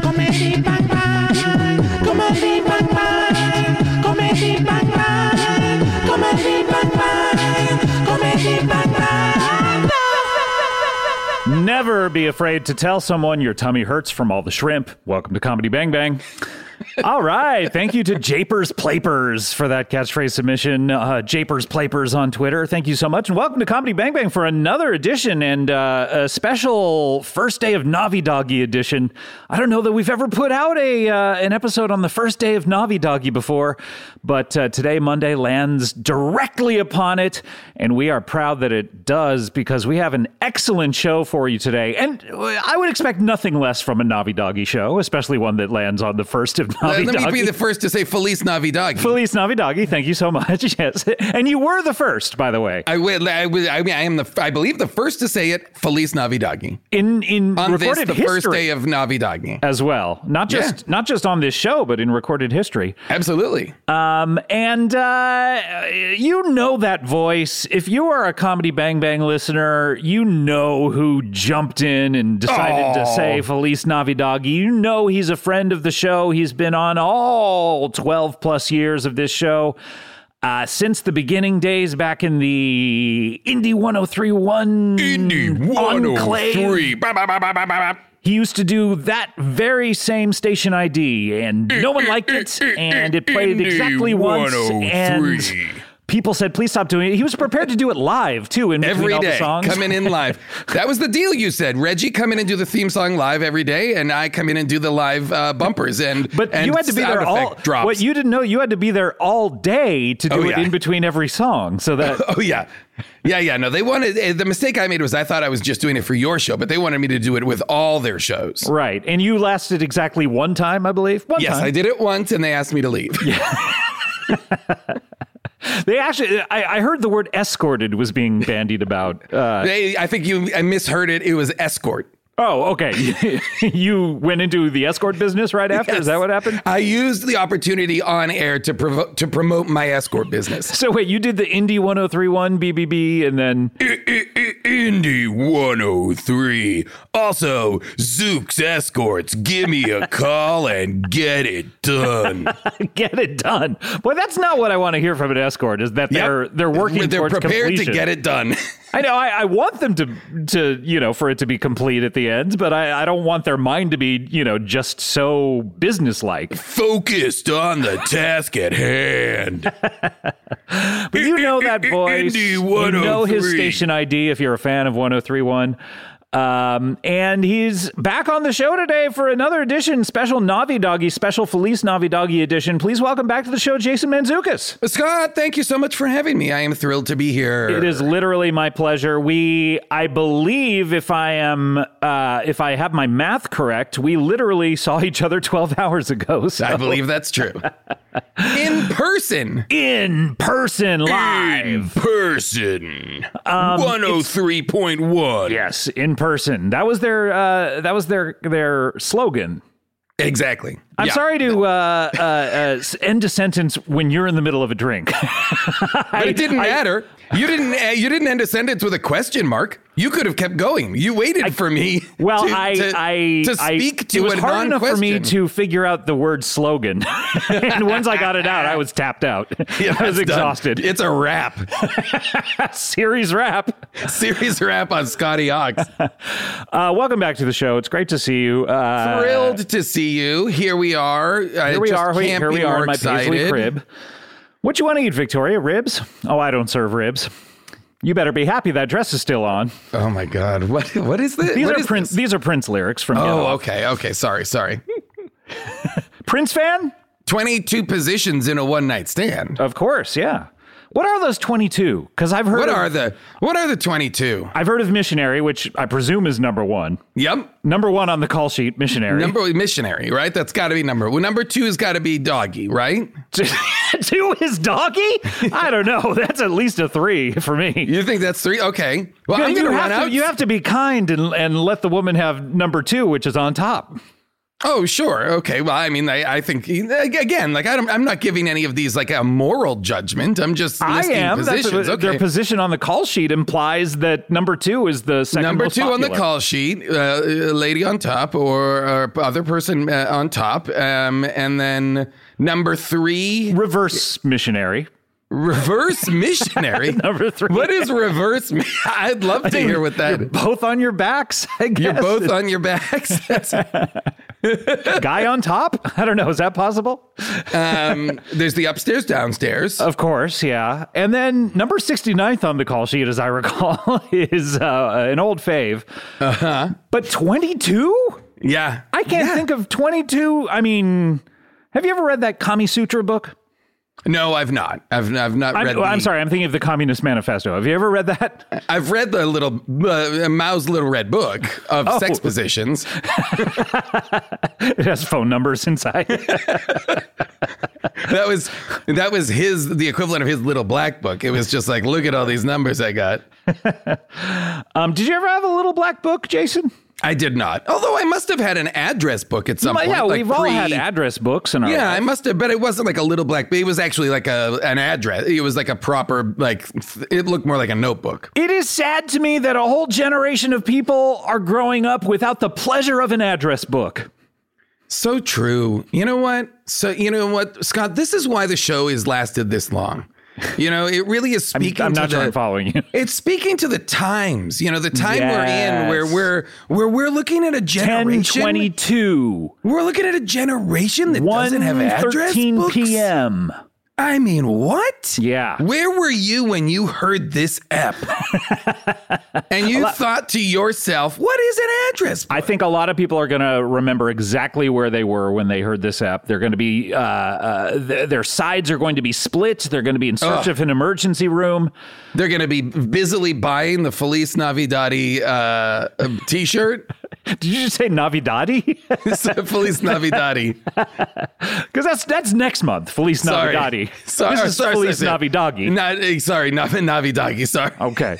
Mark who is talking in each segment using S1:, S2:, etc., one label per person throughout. S1: comedy bang bang, comedy bang bang, comedy bang bang, comedy bang bang.
S2: Never be afraid to tell someone your tummy hurts from all the shrimp. Welcome to Comedy Bang Bang. all right. Thank you to Japers Plapers for that catchphrase submission. Uh, Japers Plapers on Twitter. Thank you so much. And welcome to Comedy Bang Bang for another edition and uh, a special first day of Navi Doggy edition. I don't know that we've ever put out a uh, an episode on the first day of Navi Doggy before, but uh, today, Monday, lands directly upon it. And we are proud that it does because we have an excellent show for you today. And uh, I would expect nothing less from a Navi Doggy show, especially one that lands on the first of
S3: Uh,
S2: Navi
S3: let me
S2: Doggy.
S3: be the first to say Feliz Navidad.
S2: Feliz Navidagi, thank you so much. Yes, and you were the first, by the way.
S3: I will. I will. I mean, I am the. I believe the first to say it. Feliz Navidad.
S2: In in
S3: On this,
S2: recorded
S3: the
S2: history
S3: first day of Navidad.
S2: as well, not just not just on this show, but in recorded history.
S3: Absolutely.
S2: Um, and uh, you know that voice. If you are a Comedy Bang Bang listener, you know who jumped in and decided to
S3: Oh.
S2: say Feliz Navidad. You know he's a friend of the show. He's been on all 12 plus years of this show. Uh, since the beginning days back in the Indie 1031 enclave. He used to do that very same station ID, and no one liked it, and it played exactly once. And
S3: 103.
S2: people said, "Please stop doing it." He was prepared to do it live too, in between
S3: Every
S2: all the
S3: day,
S2: songs.
S3: coming in live. That was the deal you said, Reggie. Come in and do the theme song live every day, and I come in and do the live uh, bumpers and
S2: But
S3: and
S2: you had to be
S3: sound
S2: there all.
S3: effect drops.
S2: What you didn't know, you had to be there all day to do
S3: Oh,
S2: it
S3: yeah.
S2: in between every song. So that
S3: Oh yeah, yeah, yeah. No, they wanted eh, the mistake I made was I thought I was just doing it for your show, but they wanted me to do it with all their shows.
S2: right, and you lasted exactly one time, I believe. One
S3: Yes,
S2: time.
S3: I did it once, and they asked me to leave.
S2: They actually, I, I heard the word escorted was being bandied about. Uh,
S3: They, I think you I misheard it. It was escort.
S2: oh, okay. you went into the escort business right after. Is that
S3: Yes.
S2: what happened?
S3: I used the opportunity on air to provo- to promote my escort business.
S2: So wait, you did the Indy 1031 BBB and then
S3: Indy 103. Also, Zook's Escorts. Give me a call and get it done.
S2: get it done. Boy, that's not what I want to hear from an escort is that they're they're working
S3: They're
S2: towards
S3: prepared
S2: completion.
S3: to get it done.
S2: I know I, I want them to to you know for it to be complete at the end, but I, I don't want their mind to be you know just so businesslike.
S3: Focused on the task at hand.
S2: But you know that voice.
S3: Indy
S2: You know his
S3: 103.
S2: station ID if you're a fan of 1031. Um, and he's back on the show today for another edition, special Navi Doggy, special Felice Navi Doggy edition. Please welcome back to the show, Jason Manzukis.
S3: Scott, thank you so much for having me. I am thrilled to be here.
S2: It is literally my pleasure. We, I believe, if I am, uh, if I have my math correct, we literally saw each other 12 hours ago. So
S3: I believe that's true. In person.
S2: in person, live.
S3: In person.
S2: Um,
S3: 103.1.
S2: Yes, in person. That was their uh, that was their their slogan.
S3: Exactly.
S2: I'm
S3: Yeah.
S2: sorry to uh, uh, uh, s- end a sentence when you're in the middle of a drink.
S3: But it didn't matter. You didn't uh, you didn't end a sentence with a question mark. You could have kept going. You waited for me.
S2: Well,
S3: to,
S2: I,
S3: to,
S2: I,
S3: to
S2: I-
S3: speak to
S2: it was
S3: a
S2: hard enough for me
S3: non-question.
S2: to figure out the word slogan, and once I got it out, I was tapped out.
S3: Yeah,
S2: I was
S3: that's done.
S2: exhausted.
S3: It's a wrap.
S2: Series wrap.
S3: Series wrap on Scotty Ox.
S2: Uh, welcome back to the show. It's great to see you. Uh,
S3: Thrilled to see you. Here we are. Uh,
S2: Here we are. Here here we are in my paisley crib. What you want to eat, Victoria? Ribs? Oh, I don't serve ribs. You better be happy that dress is still on.
S3: Oh my God! What what is this?
S2: These
S3: What
S2: are
S3: is
S2: Prince.
S3: this?
S2: These are Prince lyrics from. Get
S3: Oh,
S2: Off.
S3: okay, okay. Sorry, sorry.
S2: Prince fan?
S3: Twenty-two positions in a one-night stand.
S2: Of course, yeah. What are those twenty-two? Because I've heard.
S3: What
S2: of,
S3: are the what are the twenty-two?
S2: I've heard of missionary, which I presume is number one.
S3: Yep.
S2: Number one on the call sheet, missionary.
S3: Number missionary, right? That's got to be number. Well, number two has got to be doggy, right?
S2: two is doggy. I don't know. That's at least a three for me.
S3: You think that's three? Okay. Well, I'm
S2: you,
S3: gonna
S2: have
S3: run
S2: to,
S3: out.
S2: you have to be kind and, and let the woman have number two, which is on top.
S3: oh, sure. Okay. Well, I mean, I, I think again, like I don't, I'm not giving any of these like a moral judgment. I'm just
S2: I
S3: listing
S2: am. That's-
S3: positions. okay.
S2: Their position on the call sheet implies that number two is the second
S3: Number
S2: most
S3: two on the
S2: popular.
S3: call sheet, uh, lady on top or, or other person uh, on top. Um, and then number three,
S2: Reverse missionary.
S3: reverse missionary.
S2: Number three.
S3: What is reverse? mi- I'd love to hear what that.
S2: You're both on your backs. I guess.
S3: You're both on your backs. That's-
S2: guy on top. I don't know. Is that possible?
S3: um, there's the upstairs, downstairs.
S2: Of course, yeah. And then number 69th on the call sheet, as I recall, is uh, an old fave. Uh huh. But 22?
S3: yeah,
S2: I can't think of 22. I mean, have you ever read that Kami Sutra book?
S3: no, I've not. I've I've not
S2: I'm, oh,
S3: read.
S2: I'm
S3: the-
S2: sorry, I'm thinking of the Communist Manifesto. Have you ever read that?
S3: I've read the little uh, Mao's little red book of
S2: Oh.
S3: sex positions.
S2: It has phone numbers inside.
S3: That was that was his the equivalent of his little black book. It was just like, look at all these numbers I got.
S2: um, did you ever have a little black book, Jason?
S3: I did not. Although I must have had an address book at some
S2: Well,
S3: point.
S2: yeah,
S3: like
S2: we've all
S3: pre-
S2: had address books in our
S3: Yeah, I must have, but it wasn't like a little black. It was actually like a an address. It was like a proper like. It looked more like a notebook.
S2: It is sad to me that a whole generation of people are growing up without the pleasure of an address book.
S3: So true. You know what? So you know what, Scott? This is why the show has lasted this long. You know, it really is speaking.
S2: I'm
S3: to
S2: not
S3: the,
S2: sure I'm following you.
S3: It's speaking to the times, you know, the time we're in where
S2: Yes.
S3: we're where we're looking at a
S2: 10
S3: generation.
S2: 22
S3: We're looking at a generation that doesn't have
S2: 1
S3: address
S2: 13
S3: books.
S2: p.m.
S3: I mean, what?
S2: Yeah.
S3: Where were you when you heard this app? and you thought to yourself, what is an address?
S2: I think a lot of people are going to remember exactly where they were when they heard this app. They're going to be, uh, uh, th- their sides are going to be split. They're going to be in search
S3: Ugh.
S2: of an emergency room.
S3: They're going to be busily buying the Feliz Navidad uh, t-shirt.
S2: Did you just say Navidadi?
S3: It's a Feliz Navidad.
S2: Because that's that's next month. Feliz
S3: Sorry.
S2: Navidadi.
S3: Sorry.
S2: This is
S3: sorry,
S2: Feliz Oh,
S3: sorry, sorry.
S2: Navidadi.
S3: Not, eh, sorry, not Navidad. Sorry.
S2: Okay.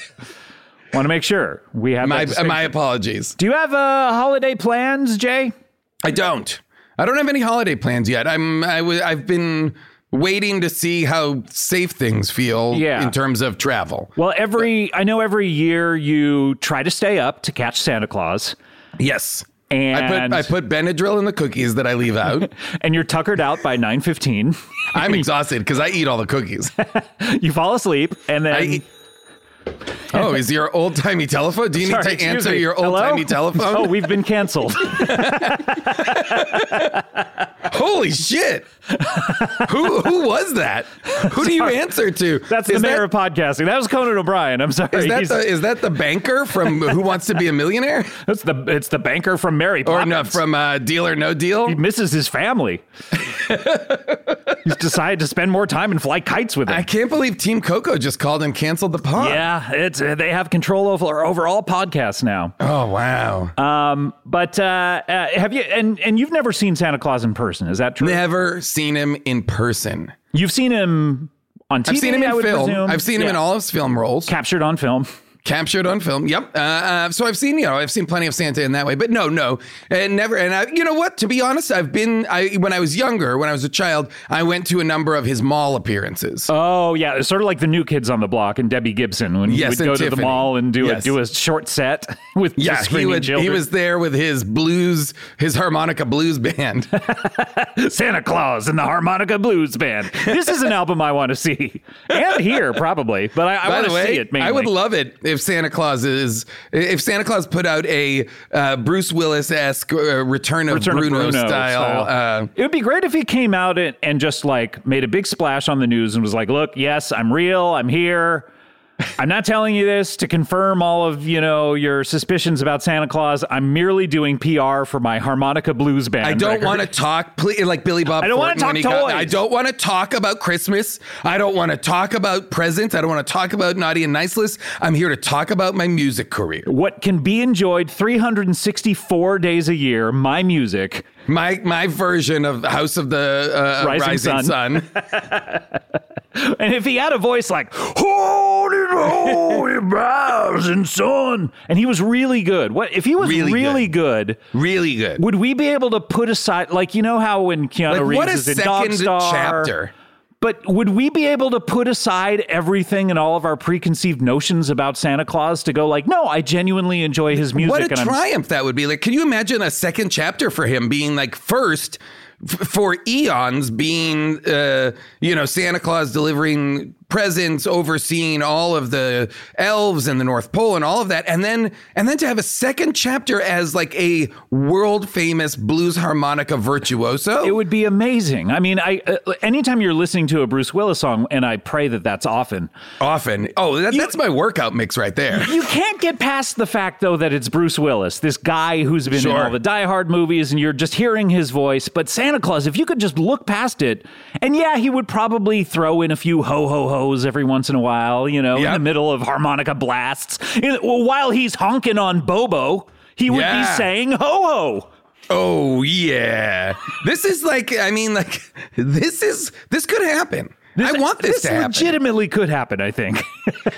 S2: Want to make sure we have
S3: My,
S2: that distinction.
S3: my apologies.
S2: Do you have uh, holiday plans, Jay?
S3: I don't. I don't have any holiday plans yet. I'm. I w- I've been waiting to see how safe things feel
S2: Yeah.
S3: in terms of travel.
S2: Well, every I know every year you try to stay up to catch Santa Claus,
S3: Yes. I put
S2: and
S3: I put Benadryl in the cookies that I leave out.
S2: and you're tuckered out by nine fifteen.
S3: I'm exhausted because I eat all the cookies.
S2: you fall asleep, and then
S3: I eat, Oh, is your old timey telephone? Do you
S4: Sorry,
S3: need to
S4: excuse
S3: answer
S4: me.
S3: your old timey
S4: Hello?
S3: telephone?
S2: Oh, we've been canceled.
S3: Holy shit! who who was that? Who do you answer to?
S2: That's the
S3: Is
S2: mayor
S3: that-
S2: of podcasting. That was Conan O'Brien. I'm sorry.
S3: Is that,
S2: He's-
S3: the, is that the banker from Who Wants to Be a Millionaire?
S2: that's the it's the banker from Mary
S3: Or
S2: Poppins.
S3: no, from uh, Deal or No
S2: he
S3: Deal?
S2: misses his family. He's decided to spend more time and fly kites with
S3: I
S2: it.
S3: can't believe Team Coco just called and canceled the pod.
S2: Yeah, it's uh, they have control over over all podcasts now.
S3: Oh, wow.
S2: Um, But uh, uh, have you and and you've never seen Santa Claus in person? Is that true?
S3: Never seen him in person.
S2: You've seen him on TV.
S3: I've seen him
S2: I
S3: in
S2: would
S3: film.
S2: presume.
S3: I've seen him
S2: Yeah.
S3: in all his film roles.
S2: captured on film.
S3: captured on film. Yep. Uh, uh, so I've seen you know I've seen plenty of Santa in that way, but no, no, and never. And I, you know what? To be honest, I've been I when I was younger, when I was a child, I went to a number of his mall appearances.
S2: Oh yeah, it's sort of like the new kids on the block and Debbie Gibson when
S3: Yes,
S2: he would
S3: and
S2: go to the
S3: Tiffany.
S2: mall and do
S3: Yes.
S2: a do a short set with
S3: yeah,
S2: just
S3: he
S2: screaming
S3: would,
S2: children.
S3: he was there with his blues, his harmonica blues band.
S2: Santa Claus and the Harmonica Blues Band. This is an album I want to see and hear probably, but I, I
S3: By
S2: want
S3: the
S2: to
S3: way,
S2: see it. Mainly.
S3: I would love it if Santa Claus is if Santa Claus put out a uh, Bruce Willis esque uh, Return of
S2: Return of
S3: Bruno, style. Uh,
S2: it would be great if he came out and, and just like made a big splash on the news and was like, "Look, yes, I'm real. I'm here. I'm not telling you this to confirm all of you know your suspicions about Santa Claus. I'm merely doing PR for my harmonica blues band.
S3: I don't
S2: record."
S3: want to talk, please, like Billy Bob.
S2: I don't wanna
S3: Thornton when
S2: talk
S3: he got-
S2: toys.
S3: I don't want to talk about Christmas. I don't want to talk about presents. I don't want to talk about naughty and nice list. I'm here to talk about my music career.
S2: what can be enjoyed 364 days a year. My music.
S3: My my version of House of the uh,
S2: Rising
S3: Rising,
S2: Sun.
S3: Sun.
S2: And if he had a voice like "Holy, holy rising sun," and he was really good, what if he was really,
S3: Really
S2: good.
S3: really good.
S2: Would we be able to put aside, like you know how when Keanu
S3: Like,
S2: Reeves
S3: what a
S2: is in Dog
S3: second
S2: Star,
S3: chapter.
S2: But would we be able to put aside everything and all of our preconceived notions about Santa Claus to go like, no, I genuinely enjoy his music.
S3: What a
S2: and I'm-
S3: triumph that would be! Like, can you imagine a second chapter for him being like first f- for eons, being uh, you know Santa Claus delivering presents, overseeing all of the elves and the North Pole and all of that, and then and then to have a second chapter as like a world famous blues harmonica virtuoso.
S2: it would be amazing. I mean, I uh, anytime you're listening to a Bruce Willis song, and I pray that that's often.
S3: often, oh, that, that's my workout mix right there.
S2: You can't get past the fact, though, that it's Bruce Willis, this guy who's been in
S3: Sure.
S2: all the Die Hard movies, and you're just hearing his voice. But Santa Claus, if you could just look past it, and yeah, he would probably throw in a few ho ho ho's every once in a while, you know, in
S3: Yeah.
S2: the middle of harmonica blasts. In- well, while he's honking on Bobo, he would
S3: Yeah.
S2: be saying ho ho.
S3: Oh yeah, this is like I mean like this is this could happen. I want this, to happen.
S2: legitimately could happen, I think.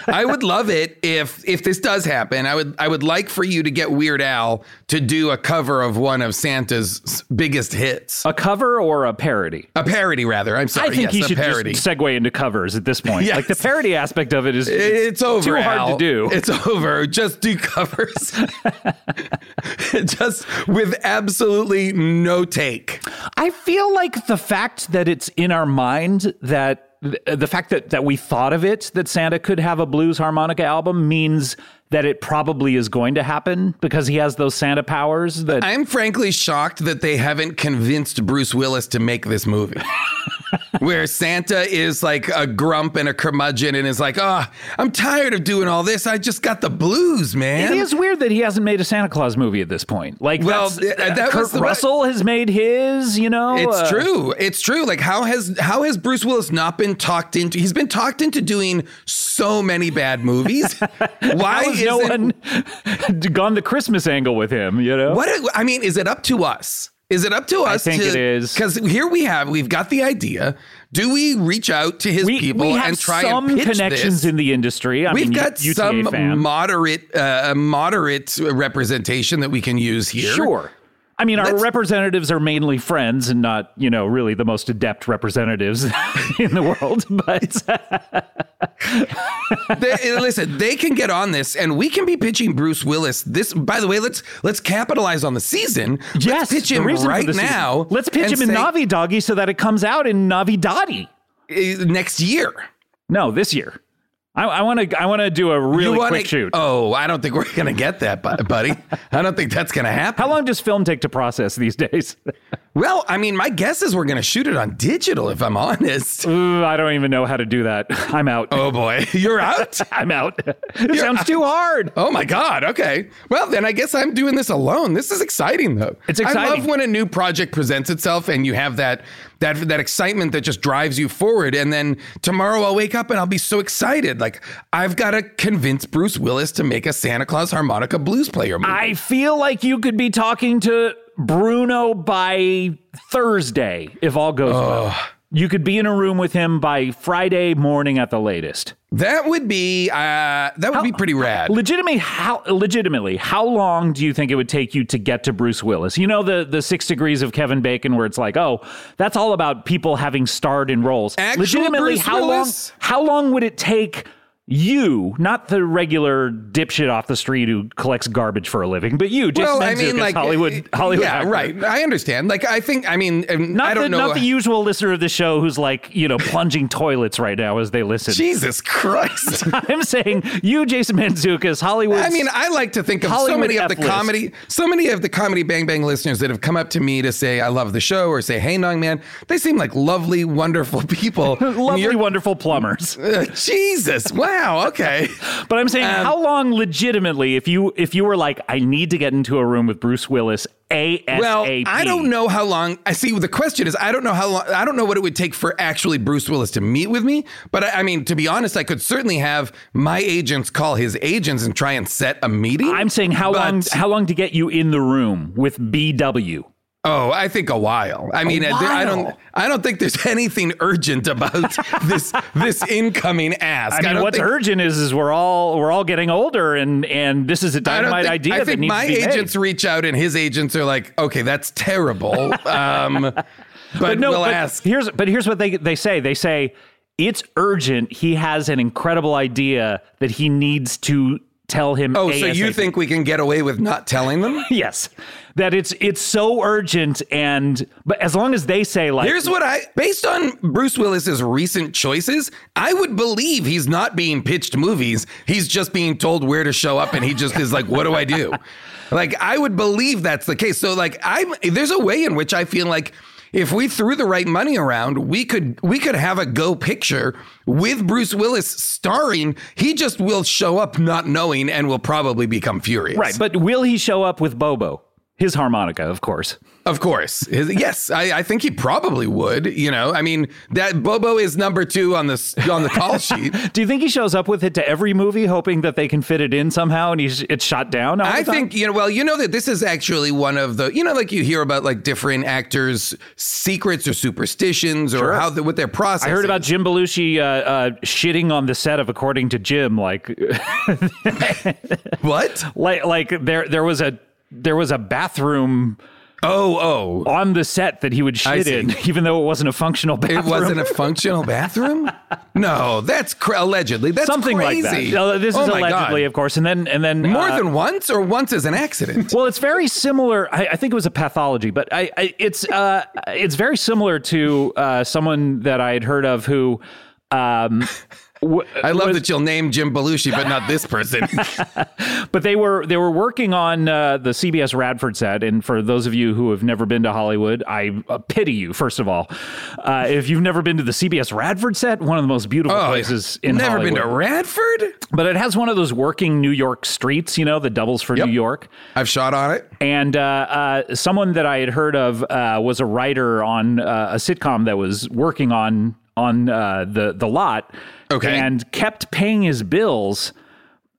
S3: I would love it if if this does happen. I would I would like for you to get Weird Al to do a cover of one of Santa's s- biggest hits,
S2: a cover or a parody?
S3: a parody rather. I'm sorry,
S2: I think
S3: Oh, yes,
S2: he
S3: a
S2: should
S3: parody.
S2: just segue into covers at this point.
S3: Yes.
S2: Like the parody aspect of it is
S3: it's over.
S2: Too hard to
S3: Al.
S2: do.
S3: It's over. Just do covers. just with absolutely no take.
S2: I feel like the fact that it's in our mind that the fact that, that we thought of it that Santa could have a blues harmonica album means that it probably is going to happen because he has those Santa powers that
S3: I'm frankly shocked that they haven't convinced Bruce Willis to make this movie. Where Santa is like a grump and a curmudgeon and is like, oh, I'm tired of doing all this. I just got the blues, man.
S2: it is weird that he hasn't made a Santa Claus movie at this point. Like,
S3: Well,
S2: that's- uh,
S3: th- that
S2: Kurt
S3: was the-
S2: Russell has made his. You know,
S3: It's
S2: uh,
S3: true. It's true. Like how has how has Bruce Willis not been talked into? He's been talked into doing so many bad movies. Why
S2: How has
S3: isn't
S2: no one gone the Christmas angle with him? You know,
S3: What I mean, is it up to us? Is it up to us?
S2: think
S3: to,
S2: it is.
S3: because here we have we've got the idea. Do we reach out to his
S2: we
S3: people
S2: we have
S3: and try
S2: some
S3: and pitch
S2: connections
S3: this?
S2: in the industry. I
S3: We've
S2: mean,
S3: got
S2: U- UTA
S3: some
S2: fan.
S3: moderate, uh, moderate representation that we can use here.
S2: Sure. I mean, our
S3: Let's-
S2: representatives are mainly friends and not, you know, really the most adept representatives in the world. But
S3: They- listen, they can get on this, and we can be pitching Bruce Willis. This, by the way, let's let's capitalize on the season.
S2: yes,
S3: let's pitch
S2: the
S3: him
S2: reason for
S3: right
S2: this is-
S3: now.
S2: let's pitch
S3: and
S2: him in
S3: say,
S2: Navi Doggy so that it comes out in Navi Dotty.
S3: uh, next year.
S2: No, this year. I, I want to. I want to do a really
S3: wanna-
S2: quick shoot.
S3: Oh, I don't think we're gonna get that, bu- buddy. I don't think that's gonna happen.
S2: How long does film take to process these days?
S3: Well, I mean, my guess is we're gonna shoot it on digital. If I'm honest.
S2: Ooh, I don't even know how to do that. I'm out.
S3: Oh boy, you're out.
S2: I'm out. It sounds too hard.
S3: Oh my God. Okay. Well, then I guess I'm doing this alone. This is exciting though.
S2: It's
S3: I love
S2: exciting.
S3: when a new project presents itself and you have that that that excitement that just drives you forward. And then tomorrow I'll wake up and I'll be so excited. Like I've got to convince Bruce Willis to make a Santa Claus harmonica blues player movie.
S2: I feel like you could be talking to Bruno by Thursday if all goes well. You could be in a room with him by Friday morning at the latest.
S3: that would be uh, that would be pretty rad.
S2: Legitimately, how legitimately, how long do you think it would take you to get to Bruce Willis? You know the the six degrees of Kevin Bacon, where it's like, oh, that's all about people having starred in roles.
S3: Actual
S2: legitimately,
S3: Bruce
S2: how
S3: Willis?
S2: long? How long would it take? You, not the regular dipshit off the street who collects garbage for a living, but you, Jason
S3: well,
S2: Mendoza,
S3: I mean, like
S2: Hollywood, Hollywood,
S3: Yeah,
S2: actor.
S3: right. I understand. Like, I think. I mean, um,
S2: Not
S3: I don't
S2: the,
S3: know.
S2: not the usual listener of the show who's like, you know, plunging toilets right now as they listen.
S3: Jesus Christ.
S2: I'm saying you, Jason Manzukas, Hollywood.
S3: I mean, I like to think of so
S2: Hollywood
S3: many of the
S2: F-list.
S3: comedy, so many of the comedy Bang Bang listeners that have come up to me to say I love the show or say Hey Nong Man. They seem like lovely, wonderful people. And
S2: lovely,
S3: you're-
S2: wonderful plumbers.
S3: uh, Jesus! Wow. Okay.
S2: But I'm saying,
S3: Um,
S2: how long, legitimately, if you if you were like, I need to get into a room with Bruce Willis, ASAP.
S3: Well, I don't know how long. I see. The question is, I don't know how long. I don't know what it would take for actually Bruce Willis to meet with me. But I, I mean, to be honest, I could certainly have my agents call his agents and try and set a meeting.
S2: I'm saying how
S3: But-
S2: long how long to get you in the room with BW.
S3: Oh, I think a while. I mean, uh, there- I don't.
S2: while?
S3: I don't think there's anything urgent about this this incoming ask.
S2: I mean,
S3: don't
S2: what's
S3: think,
S2: urgent is is we're all we're all getting older, and and this is a
S3: I don't
S2: dynamite
S3: think,
S2: idea
S3: I
S2: that
S3: think
S2: needs
S3: my
S2: to be made.
S3: agents reach out, and his agents are like, "Okay, that's terrible." Um, but, we'll
S2: but
S3: ask.
S2: Here's but here's what they they say. They say it's urgent. He has an incredible idea that he needs to tell him.
S3: Oh, so you
S2: ASAP.
S3: think we can get away with not telling them?
S2: yes that it's it's so urgent and but as long as they say like
S3: Here's what I, based on Bruce Willis's recent choices, I would believe he's not being pitched movies. He's just being told where to show up, and he just is like, "What do I do?" Like, I would believe that's the case. So, like, I'm there's a way in which I feel like if we threw the right money around, we could we could have a go picture with Bruce Willis starring. He just will show up not knowing, and will probably become furious.
S2: right but will he show up with bobo his harmonica of course
S3: Of course. His- yes, I, I think he probably would. You know, I mean, that Bobo is number two on the s- on the call sheet.
S2: do you think he shows up with it to every movie hoping that they can fit it in somehow and he's it's shot down all the
S3: I
S2: time?
S3: think you know. Well, you know that this is actually one of the you know, like you hear about like different actors' secrets or superstitions or how the, what their process.
S2: I heard about Jim Belushi uh, uh, shitting on the set of According to Jim, like
S3: what?
S2: like like there there was a there was a bathroom
S3: Oh, oh,
S2: on the set that he would
S3: I
S2: shit
S3: see.
S2: in, even though it wasn't a functional bathroom.
S3: it wasn't a functional bathroom. No, that's cr- allegedly that's
S2: something
S3: crazy.
S2: like that. Uh, This
S3: Oh
S2: is
S3: my God.
S2: allegedly, of course, and then and then
S3: more
S2: uh,
S3: than once or once as an accident.
S2: Well, it's very similar. I, I think it was a pathology, but I, I it's uh, it's very similar to uh, someone that I had heard of who. Um, w-
S3: I love that you'll name Jim Belushi, but not this person.
S2: but they were they were working on uh, the CBS Radford set, and for those of you who have never been to Hollywood, I uh, pity you. First of all, uh, if you've never been to the CBS Radford set, one of the most beautiful
S3: Oh,
S2: places in
S3: never
S2: Hollywood.
S3: been to Radford.
S2: but it has one of those working New York streets, you know, the doubles for
S3: Yep.
S2: New York.
S3: I've shot on it.
S2: And uh, uh, someone that I had heard of uh, was a writer on uh, a sitcom that was working on on uh, the the lot,
S3: Okay.
S2: and kept paying his bills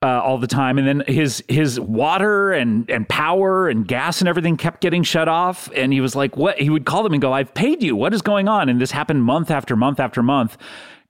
S2: uh, all the time, and then his his water and and power and gas and everything kept getting shut off, and he was like, "What?" He would call them and go, "I've paid you. What is going on?" And this happened month after month after month,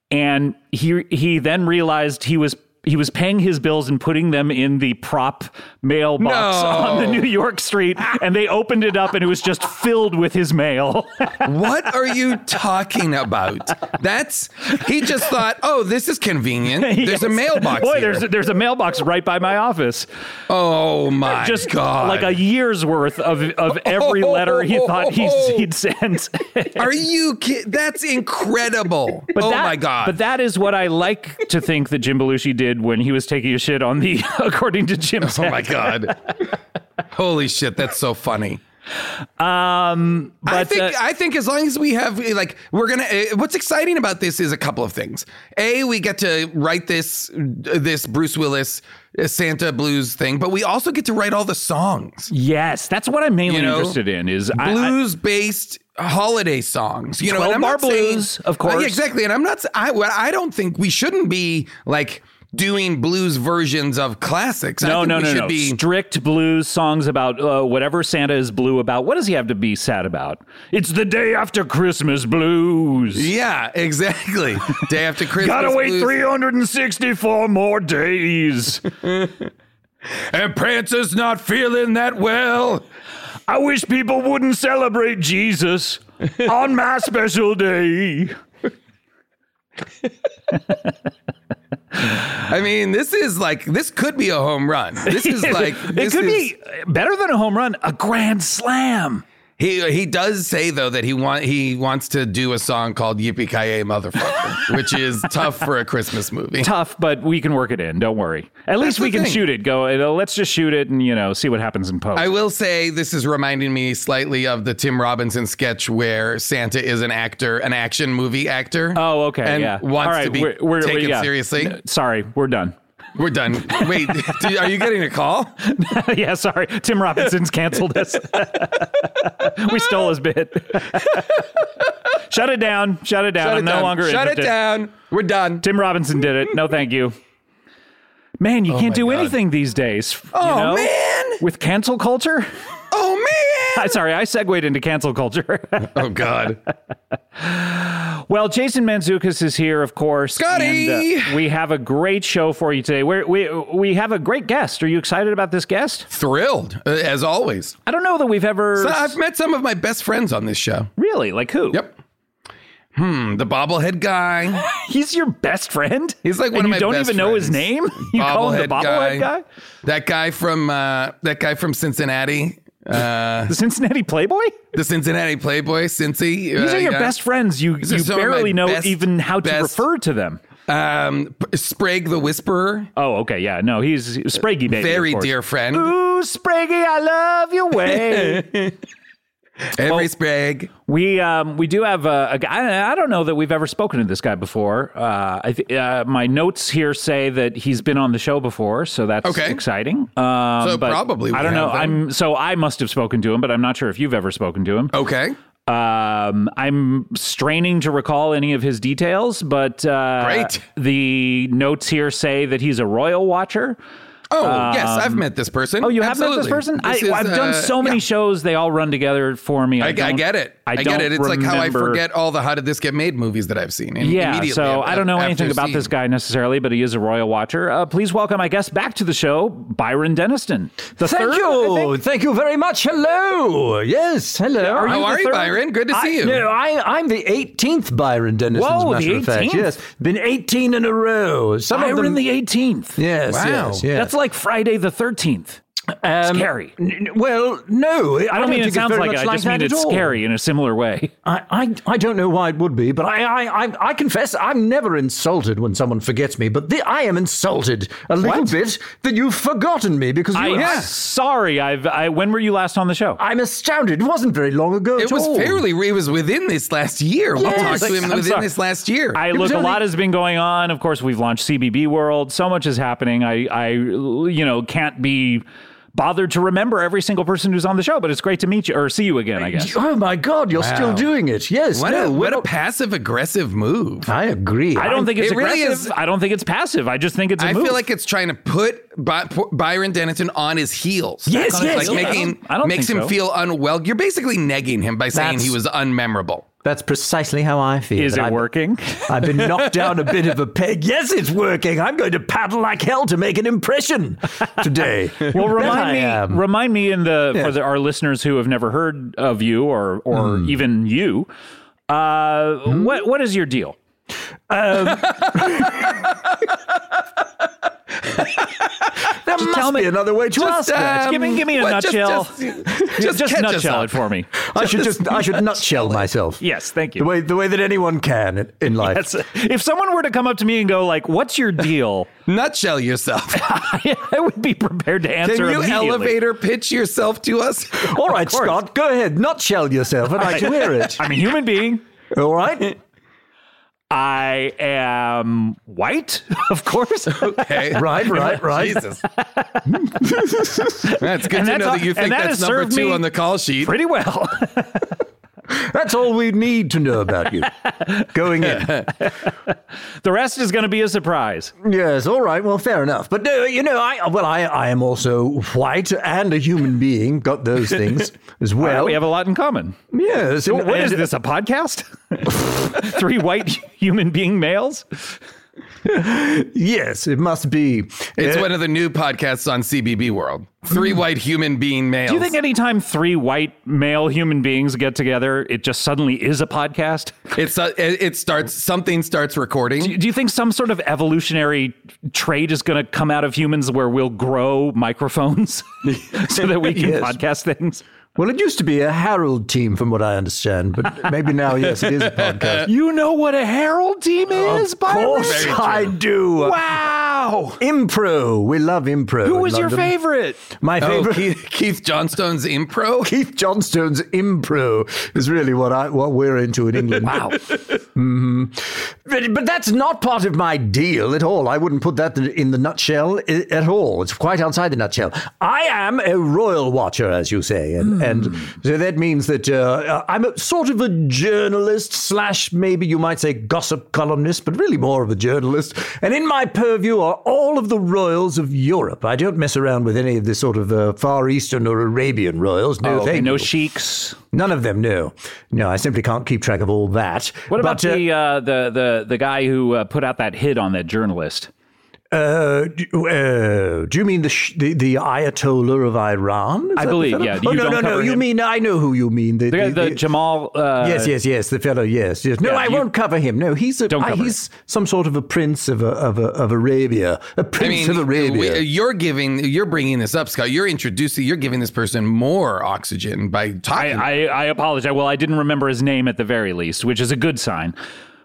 S2: and he he then realized he was he was paying his bills and putting them in the prop mailbox
S3: No.
S2: on the New York street, and they opened it up and it was just filled with his mail.
S3: What are you talking about? That's he just thought, oh, this is convenient. There's a
S2: Yes.
S3: mailbox.
S2: Boy,
S3: here.
S2: there's there's a mailbox right by my office.
S3: oh my
S2: Just
S3: god!
S2: like a year's worth of of every letter he thought he, he'd sent.
S3: Are you kidding? That's incredible. oh
S2: that-
S3: my god!
S2: But that is what I like to think that Jim Belushi did when he was taking a shit on the according to Jim.
S3: oh my god! Holy shit! That's so funny.
S2: Um, but
S3: I think
S2: uh,
S3: I think as long as we have like we're gonna. Uh, what's exciting about this is a couple of things. A, we get to write this this Bruce Willis uh, Santa Blues thing, but we also get to write all the songs.
S2: yes, that's what I'm mainly
S3: You know,
S2: interested in is I- I,
S3: blues based holiday songs. You know, and I'm
S2: 12-bar
S3: not saying-
S2: blues, of course.
S3: Uh, yeah, exactly. And I'm not. s- I well, I don't think we shouldn't be like doing blues versions of classics. I
S2: No,
S3: think
S2: no,
S3: we
S2: no,
S3: should
S2: no.
S3: Be,
S2: Strict blues songs about uh, whatever Santa is blue about. What does he have to be sad about? It's the day after Christmas blues.
S3: yeah, exactly. Day after Christmas.
S2: Gotta wait
S3: blues.
S2: 364 more days.
S3: And Prancer's not feeling that well.
S2: I wish people wouldn't celebrate Jesus on my special day.
S3: I mean, this is like this could be a home run. This is like
S2: it
S3: this
S2: could
S3: is-
S2: be better than a home run, a grand slam.
S3: He he does say though that he want he wants to do a song called Yippee Ki Motherfucker, which is tough for a Christmas movie.
S2: Tough, but we can work it in. Don't worry. At least
S3: the
S2: we can
S3: thing.
S2: shoot it. Go. uh, Let's just shoot it and you know see what happens in post.
S3: I will say this is reminding me slightly of the Tim Robinson sketch where Santa is an actor, an action movie actor.
S2: Oh, okay.
S3: And
S2: yeah.
S3: wants
S2: All right,
S3: to be
S2: we're- we're-
S3: taken
S2: yeah.
S3: seriously.
S2: N- Sorry, we're done.
S3: We're done. Wait, do- are you getting a call?
S2: yeah, sorry. Tim Robinson's canceled us. we stole his bit. Shut it down. Shut it down.
S3: Shut it
S2: I'm no
S3: down.
S2: longer
S3: Shut it
S2: interested.
S3: down. We're done.
S2: Tim Robinson did it. No, thank you. Man, you can't
S3: Oh my
S2: do
S3: God.
S2: anything these days.
S3: Oh
S2: you know?
S3: man.
S2: With cancel culture?
S3: Oh
S2: I,
S3: man.
S2: sorry, I segued into cancel culture.
S3: Oh god.
S2: Well, Jason Manzukis is here, of course.
S3: Scotty!
S2: and, uh, we have a great show for you today. We're, we we have a great guest. Are you excited about this guest?
S3: Thrilled uh, as always.
S2: I don't know that we've ever
S3: So I've met some of my best friends on this show.
S2: really like who.
S3: Yep. Hmm, the bobblehead guy.
S2: he's your best friend.
S3: He's like
S2: and
S3: one of
S2: you
S3: my
S2: don't
S3: best
S2: even know his
S3: friends.
S2: name. You call him the bobblehead guy.
S3: That guy from uh, that guy from Cincinnati. Uh,
S2: The Cincinnati Playboy.
S3: the Cincinnati Playboy, Cincy.
S2: These
S3: uh,
S2: are your
S3: yeah.
S2: best friends. You
S3: are
S2: you
S3: some of my
S2: barely know
S3: best-
S2: even how to
S3: best-
S2: refer to them.
S3: Um, P- Sprague the Whisperer,
S2: Oh, okay, yeah, no, he's Spraggy baby. of
S3: very
S2: course.
S3: dear friend.
S2: Ooh, Spraggy, I love your way.
S3: Every
S2: well-
S3: Sprague.
S2: we um we do have a, a guy. I- I don't know that we've ever spoken to this guy before. Uh, I th- uh, my notes here say that he's been on the show before, so that's
S3: Okay.
S2: exciting. Um,
S3: So
S2: but
S3: probably we
S2: I don't know.
S3: have them.
S2: I'm so I must have spoken to him, but I'm not sure if you've ever spoken to him.
S3: Okay.
S2: Um, I'm straining to recall any of his details, but uh,
S3: Great.
S2: the notes here say that he's a royal watcher.
S3: Oh yes, I've met this person.
S2: Oh, you have met this
S3: Absolutely.
S2: person? I,
S3: This is,
S2: I've done
S3: uh,
S2: so many
S3: yeah.
S2: shows; they all run together for me.
S3: I, I
S2: don't-
S3: get it. I,
S2: don't
S3: get it. It's like how I
S2: remember-
S3: forget all the "How did this get made?" movies that I've seen. and
S2: Yeah,
S3: immediately
S2: so
S3: af-
S2: I don't know
S3: after
S2: anything about
S3: seeing.
S2: this guy necessarily, but he is a royal watcher. Uh, please welcome, I guess, back to the show, Byron Deniston. The
S5: Thank
S2: third, I think?
S5: you. Thank you very much. Hello. Yes, hello.
S3: How are you, Byron? Good to see you.
S5: No, I, I'm the 18th Byron Denison. as
S2: Whoa,
S5: a matter
S2: the
S5: of fact.
S2: 18th?
S5: Yes, been 18 in a row. Some of
S2: Byron
S5: them,
S2: the 18th.
S5: yes,
S3: Wow.
S5: yes, yes.
S2: That's like Friday the 13th.
S5: Um,
S2: scary.
S5: n- n- well, no, I,
S2: I don't mean
S5: think
S2: it
S5: it's
S2: sounds
S5: very
S2: like
S5: much
S2: it. I
S5: like
S2: just mean
S5: that at
S2: it's
S5: all.
S2: scary in a similar way.
S5: I, I, I don't know why it would be, but I, I, I, I confess I'm never insulted when someone forgets me, but the, I am insulted a little bit that you've forgotten me because you
S2: I,
S5: are-
S2: am Sorry, I've. I, when were you last on the show?
S5: I'm astounded. It wasn't very long ago.
S3: It
S5: at
S3: was
S5: all.
S3: fairly. It was within this last year. We
S5: Yes.
S3: talked to him
S2: I'm
S3: within
S2: sorry.
S3: this last year.
S2: I
S5: was
S2: look. A
S5: only-
S2: lot has been going on. Of course, we've launched CBB World. So much is happening. I, I, you know, can't be bothered to remember every single person who's on the show. But it's great to meet you or see you again. I guess.
S5: Oh my God, you're still doing it. Yes.
S3: what
S5: no,
S3: a
S5: we're
S3: what a
S5: not-
S3: passive aggressive move.
S5: I agree.
S2: I don't think it's
S3: it really
S2: aggressive.
S3: is-
S2: I don't think it's passive. I just think it's a
S3: I
S2: move.
S3: feel like it's trying to put By- P- Byron Dennison on his heels.
S5: Yes,
S3: It's
S5: yes,
S3: like
S5: yes.
S3: making
S2: I don't
S3: makes
S2: think
S3: him
S2: so.
S3: feel unwell. You're basically negging him by saying
S5: That's-
S3: he was unmemorable.
S5: That's precisely how I feel.
S2: Is it
S5: I've-
S2: working?
S5: I've been knocked down a bit of a peg. Yes, it's working. I'm going to paddle like hell to make an impression today.
S2: Well,
S5: I
S2: remind me,
S5: am.
S2: remind me in the for the, our listeners who have never heard of you or or even you. Uh, What what is your deal?
S5: there must
S2: tell me-
S5: be another way to ask
S2: Just,
S5: that.
S2: give me give me a
S3: what, just-
S2: nutshell.
S3: just- just catch us
S2: nutshell it
S3: up.
S2: for me.
S5: I should just I should nutshell myself.
S2: Yes, thank
S5: The
S2: you.
S5: way the way that anyone can in- in life.
S2: That's- if someone were to come up to me and go like, "What's your deal?"
S3: Nutshell yourself.
S2: I would be prepared to answer.
S3: Can you
S2: immediately.
S3: elevator pitch yourself to us?
S5: All right, Scott, go ahead, nutshell yourself, and I can hear it.
S2: I'm a human being.
S5: All right,
S2: I am white, of course.
S3: Okay.
S5: right, right, right.
S3: Jesus. that's good
S2: And
S3: to
S2: that's
S3: know that
S2: all-
S3: you
S2: and that
S3: think that's
S2: has
S3: number
S2: served
S3: two
S2: me
S3: on the call sheet.
S2: Pretty well.
S5: That's all we need to know about you. Going in.
S2: the rest is going to be a surprise.
S5: Yes, all right. Well, fair enough. But uh, you know, I well, I I am also white and a human being. Got those things as well.
S2: we have a lot in common.
S5: yes. and-
S2: What is
S5: and-
S2: this? A podcast? Three white human being males?
S5: Yes, it must be.
S3: It's
S5: Uh,
S3: one of the new podcasts on CBB World. Three white human being males.
S2: Mm. Do you think anytime three white male human beings get together, it just suddenly is a podcast?
S3: it's a, it it starts something starts recording?
S2: Do you think some sort of evolutionary trait is going to come out of humans where we'll grow microphones so that we can
S5: Yes.
S2: podcast things?
S5: well, it used to be a Harold team, from what I understand, but maybe now, yes, it is a podcast.
S2: You know what a Herald team is,
S5: of course, I do.
S2: Wow.
S5: Impro, we love impro.
S2: Who
S5: in
S2: was your
S5: London.
S2: favorite?
S5: My
S3: Oh,
S5: favorite.
S3: Keith, Keith Johnstone's impro?
S5: Keith Johnstone's impro is really what I what we're into in England. Wow. But, but that's not part of my deal at all. I wouldn't put that in the nutshell i- at all. It's quite outside the nutshell. I am a royal watcher, as you say,
S2: Hmm.
S5: and, and so that means that uh, I'm a sort of a journalist slash maybe you might say gossip columnist, but really more of a journalist. And in my purview are all of the royals of Europe. I don't mess around with any of this sort of uh, Far Eastern or Arabian royals. No,
S2: Oh, Okay,
S5: Oh, thank
S2: no
S5: you.
S2: sheiks.
S5: None of them. No, no. I simply can't keep track of all that.
S2: What about
S5: But, uh,
S2: the, uh, the the the guy who uh, put out that hit on that journalist?
S5: Uh, do, uh, do you mean the sh- the, the Ayatollah of Iran? Is that the
S2: believe,
S5: fellow?
S2: yeah.
S5: Oh
S2: You
S5: no,
S2: don't
S5: no, no.
S2: cover
S5: You
S2: him.
S5: mean I know who you mean. The,
S2: The, guy-
S5: the-
S2: the
S5: the-
S2: Jamal. Uh,
S5: yes, yes, yes. The fellow. Yes, yes. No,
S2: Yeah,
S5: I
S2: you-
S5: won't cover him. No, he's a
S2: Don't
S5: I-
S2: cover
S5: he's some sort of a prince of a, of a, of Arabia, a
S3: I mean,
S5: prince of Arabia.
S2: uh,
S3: we- you're giving, you're bringing this up, Scott. You're introducing, you're giving this person more oxygen by
S2: I,
S3: talking.
S2: I I apologize. Well, I didn't remember his name at the very least, which is a good sign.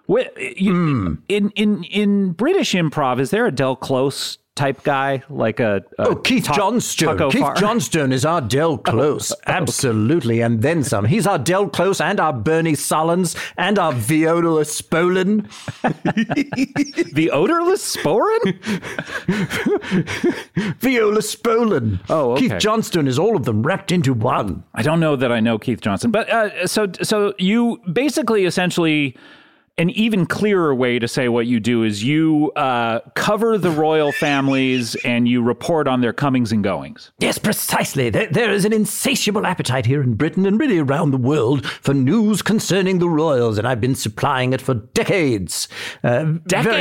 S2: Wh- you-
S5: Hmm.
S2: In in in British improv, is there a Del Close type guy like a, a
S5: Oh, Keith
S2: Ta-
S5: Johnstone.
S2: Taco Oh,
S5: Keith
S2: Far-
S5: Johnstone is our Del Close. Absolutely. And then some. He's our Del Close and our Bernie Sullins and our Viola Spolin.
S2: the odorless Sporin?
S5: Viola Spolin.
S2: Oh, okay.
S5: Keith Johnstone is all of them wrapped into one.
S2: I don't know that I know Keith Johnson, but uh, so so you basically essentially an even clearer way to say what you do is you uh, cover the royal families and you report on their comings and goings.
S5: Yes, precisely. There, there is an insatiable appetite here in Britain and really around the world for news concerning the royals, and I've been supplying it for decades. Uh, Very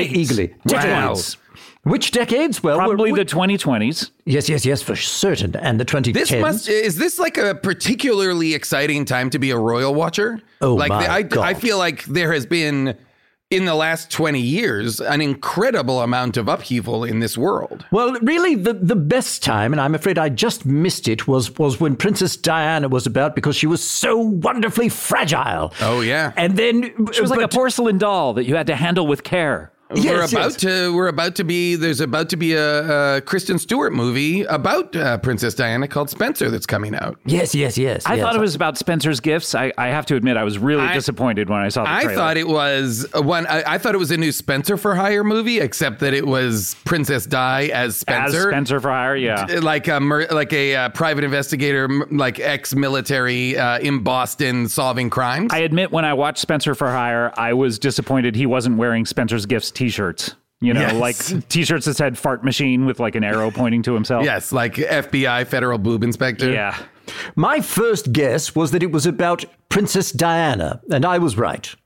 S2: Decades?
S5: eagerly.
S3: Wow.
S5: Decades. Which decades? Well, we're-
S2: Probably
S5: we-
S2: the 2020s.
S5: yes, yes, yes, for certain, and the 2010s.
S3: This must is this like a particularly exciting time to be a royal watcher?
S5: Oh,
S3: like
S5: my
S3: the, I, I
S5: God.
S3: feel like there has been in the last 20 years an incredible amount of upheaval in this world.
S5: Well, really, the, the best time, and I'm afraid I just missed it, was, was when Princess Diana was about because she was so wonderfully fragile.
S3: Oh, yeah.
S5: And then
S2: It was like a porcelain doll that you had to handle with care.
S3: we're
S5: Yes,
S3: about
S5: yes.
S3: to we're about to be there's about to be a, a Kristen Stewart movie about uh, Princess Diana called Spencer that's coming out.
S5: Yes, yes, yes.
S2: I
S5: yes.
S2: thought it was about Spencer's gifts. I, I have to admit, I was really
S3: I-
S2: disappointed when I saw the
S3: I
S2: trailer.
S3: thought it was a one. I, I thought it was a new Spencer for Hire movie, except that it was Princess Di as
S2: as
S3: Spencer,
S2: Spencer for Hire, yeah.
S3: like a mer- like a uh, private investigator, m- like ex-military uh, in Boston solving crimes.
S2: I admit when I watched Spencer for Hire, I was disappointed he wasn't wearing Spencer's Gifts t-shirts. You know,
S3: Yes.
S2: like t-shirts that said fart machine with like an arrow pointing to himself.
S3: yes, like FBI federal boob inspector.
S2: Yeah.
S5: My first guess was that it was about Princess Diana, and I was right.